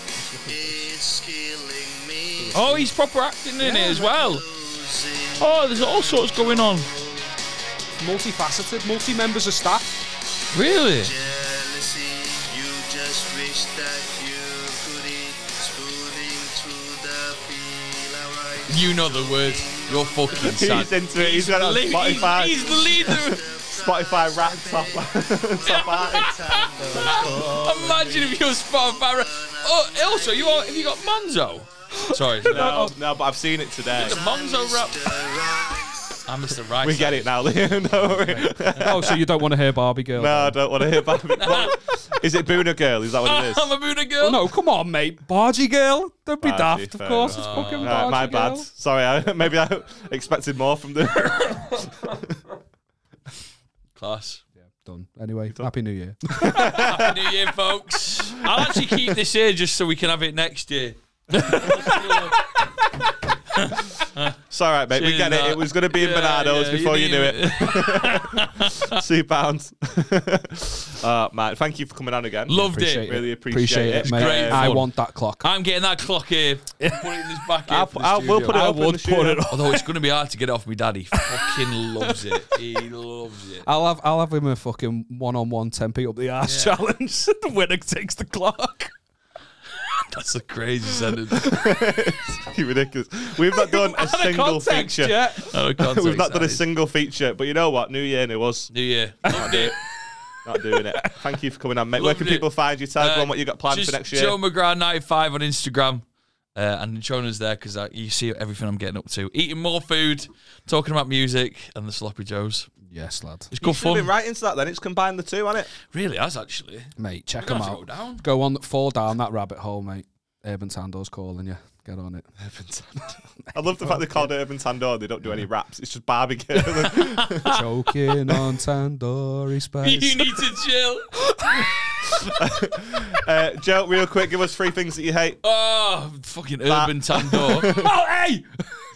[SPEAKER 5] It's killing me.
[SPEAKER 1] Oh, he's proper acting in it as well.
[SPEAKER 5] Losing
[SPEAKER 1] Oh, there's all sorts going on.
[SPEAKER 3] Multifaceted, multi members of staff.
[SPEAKER 1] Really?
[SPEAKER 5] jealousy. You just wish that you could eat. Spooning through the peel. Alright.
[SPEAKER 1] You know the words. You're fucking sad.
[SPEAKER 2] He's into it. He's got it on
[SPEAKER 1] Lee-
[SPEAKER 2] Spotify.
[SPEAKER 1] he's, he's the leader.
[SPEAKER 2] Spotify rap top, top artist.
[SPEAKER 1] Imagine if you're Spotify. ra- Oh, also, you are, have you got Monzo? Sorry.
[SPEAKER 2] No, no, but I've seen it today.
[SPEAKER 1] The Monzo rap. I'm Mr. Right.
[SPEAKER 2] We get it now, Liam. Don't worry.
[SPEAKER 3] oh, so you don't want to hear Barbie Girl?
[SPEAKER 2] No, I don't want to hear about it. What- Is it Boona Girl? Is that what it is?
[SPEAKER 1] I'm a Buddha
[SPEAKER 3] Oh,
[SPEAKER 1] girl.
[SPEAKER 3] no, come on, mate. Bargy Girl. Don't be
[SPEAKER 2] Bargy,
[SPEAKER 3] daft. Of
[SPEAKER 2] fair
[SPEAKER 3] course,
[SPEAKER 2] enough.
[SPEAKER 3] it's fucking
[SPEAKER 2] All
[SPEAKER 3] Bargy
[SPEAKER 2] right, my bad.
[SPEAKER 3] Girl.
[SPEAKER 2] Sorry, I, maybe I expected more from the.
[SPEAKER 1] Class.
[SPEAKER 3] Done. Anyway, happy New Year.
[SPEAKER 1] Happy New Year, folks. I'll actually keep this here just so we can have it next year.
[SPEAKER 2] It's all right, mate. we get it. It was going to be in Bernardo's before you knew it. Two pounds. uh, Matt, thank you for coming on again.
[SPEAKER 1] Loved
[SPEAKER 3] Appreciate
[SPEAKER 1] it.
[SPEAKER 3] it.
[SPEAKER 2] Really appreciate,
[SPEAKER 3] Appreciate
[SPEAKER 2] it.
[SPEAKER 3] it, mate.
[SPEAKER 1] Great
[SPEAKER 3] I
[SPEAKER 1] fun.
[SPEAKER 3] want that clock.
[SPEAKER 1] I'm getting that clock here. Put it in this back here.
[SPEAKER 2] I'll,
[SPEAKER 1] for the
[SPEAKER 2] I'll, we'll
[SPEAKER 1] studio.
[SPEAKER 2] put it
[SPEAKER 3] I
[SPEAKER 2] up in
[SPEAKER 3] would
[SPEAKER 2] the
[SPEAKER 3] put
[SPEAKER 2] studio.
[SPEAKER 3] it up.
[SPEAKER 1] Although it's going to be hard to get it off my daddy. Fucking loves it. He loves
[SPEAKER 2] Ah.
[SPEAKER 1] it.
[SPEAKER 3] I'll have I'll have him a fucking one on one tempi up the ass challenge. the winner takes the clock.
[SPEAKER 1] That's a crazy sentence.
[SPEAKER 2] You're ridiculous. We've not done a
[SPEAKER 3] Out of
[SPEAKER 2] single
[SPEAKER 3] context,
[SPEAKER 2] feature.
[SPEAKER 3] yeah.
[SPEAKER 1] No context,
[SPEAKER 2] We've not done
[SPEAKER 1] that
[SPEAKER 2] a
[SPEAKER 1] is.
[SPEAKER 2] single feature, but you know what? New year, new us.
[SPEAKER 1] New Year. Loved it.
[SPEAKER 2] Not doing it. Thank you for coming on, mate. Where
[SPEAKER 1] Loved
[SPEAKER 2] can
[SPEAKER 1] it.
[SPEAKER 2] people find you? Tell
[SPEAKER 1] Uh,
[SPEAKER 2] everyone what you got planned
[SPEAKER 1] Just
[SPEAKER 2] for next year.
[SPEAKER 1] Joe McGrath 95 on Instagram. Uh, and Jonah's there because you see everything I'm getting up to. Eating more food, talking about music, and the Sloppy Joes.
[SPEAKER 3] Yes, lad.
[SPEAKER 1] It's
[SPEAKER 2] Should
[SPEAKER 1] good
[SPEAKER 2] have
[SPEAKER 1] fun.
[SPEAKER 2] been right into that then. It's combined the two, hasn't it?
[SPEAKER 1] Really, has actually.
[SPEAKER 3] Mate, check them
[SPEAKER 1] We're gonna have to
[SPEAKER 3] out.
[SPEAKER 1] go down.
[SPEAKER 3] Go on, fall down that rabbit hole, mate. Urban Tando's calling you. Get on it.
[SPEAKER 2] I love the fact they called it Urban Tandoor. They don't do any raps. It's just barbecue. and
[SPEAKER 3] Choking on tandoori
[SPEAKER 1] You
[SPEAKER 3] spice.
[SPEAKER 1] need to chill.
[SPEAKER 2] uh, Joe, real quick, give us three things that you hate.
[SPEAKER 1] Oh, fucking
[SPEAKER 2] That-
[SPEAKER 1] Urban Tandoor.
[SPEAKER 3] Oh, hey!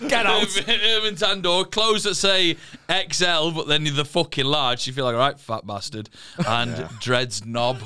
[SPEAKER 3] Get out!
[SPEAKER 1] Urban Tandoor. Clothes that say XL, but then you're the fucking large. You feel like, all right, fat bastard. And Dread's knob.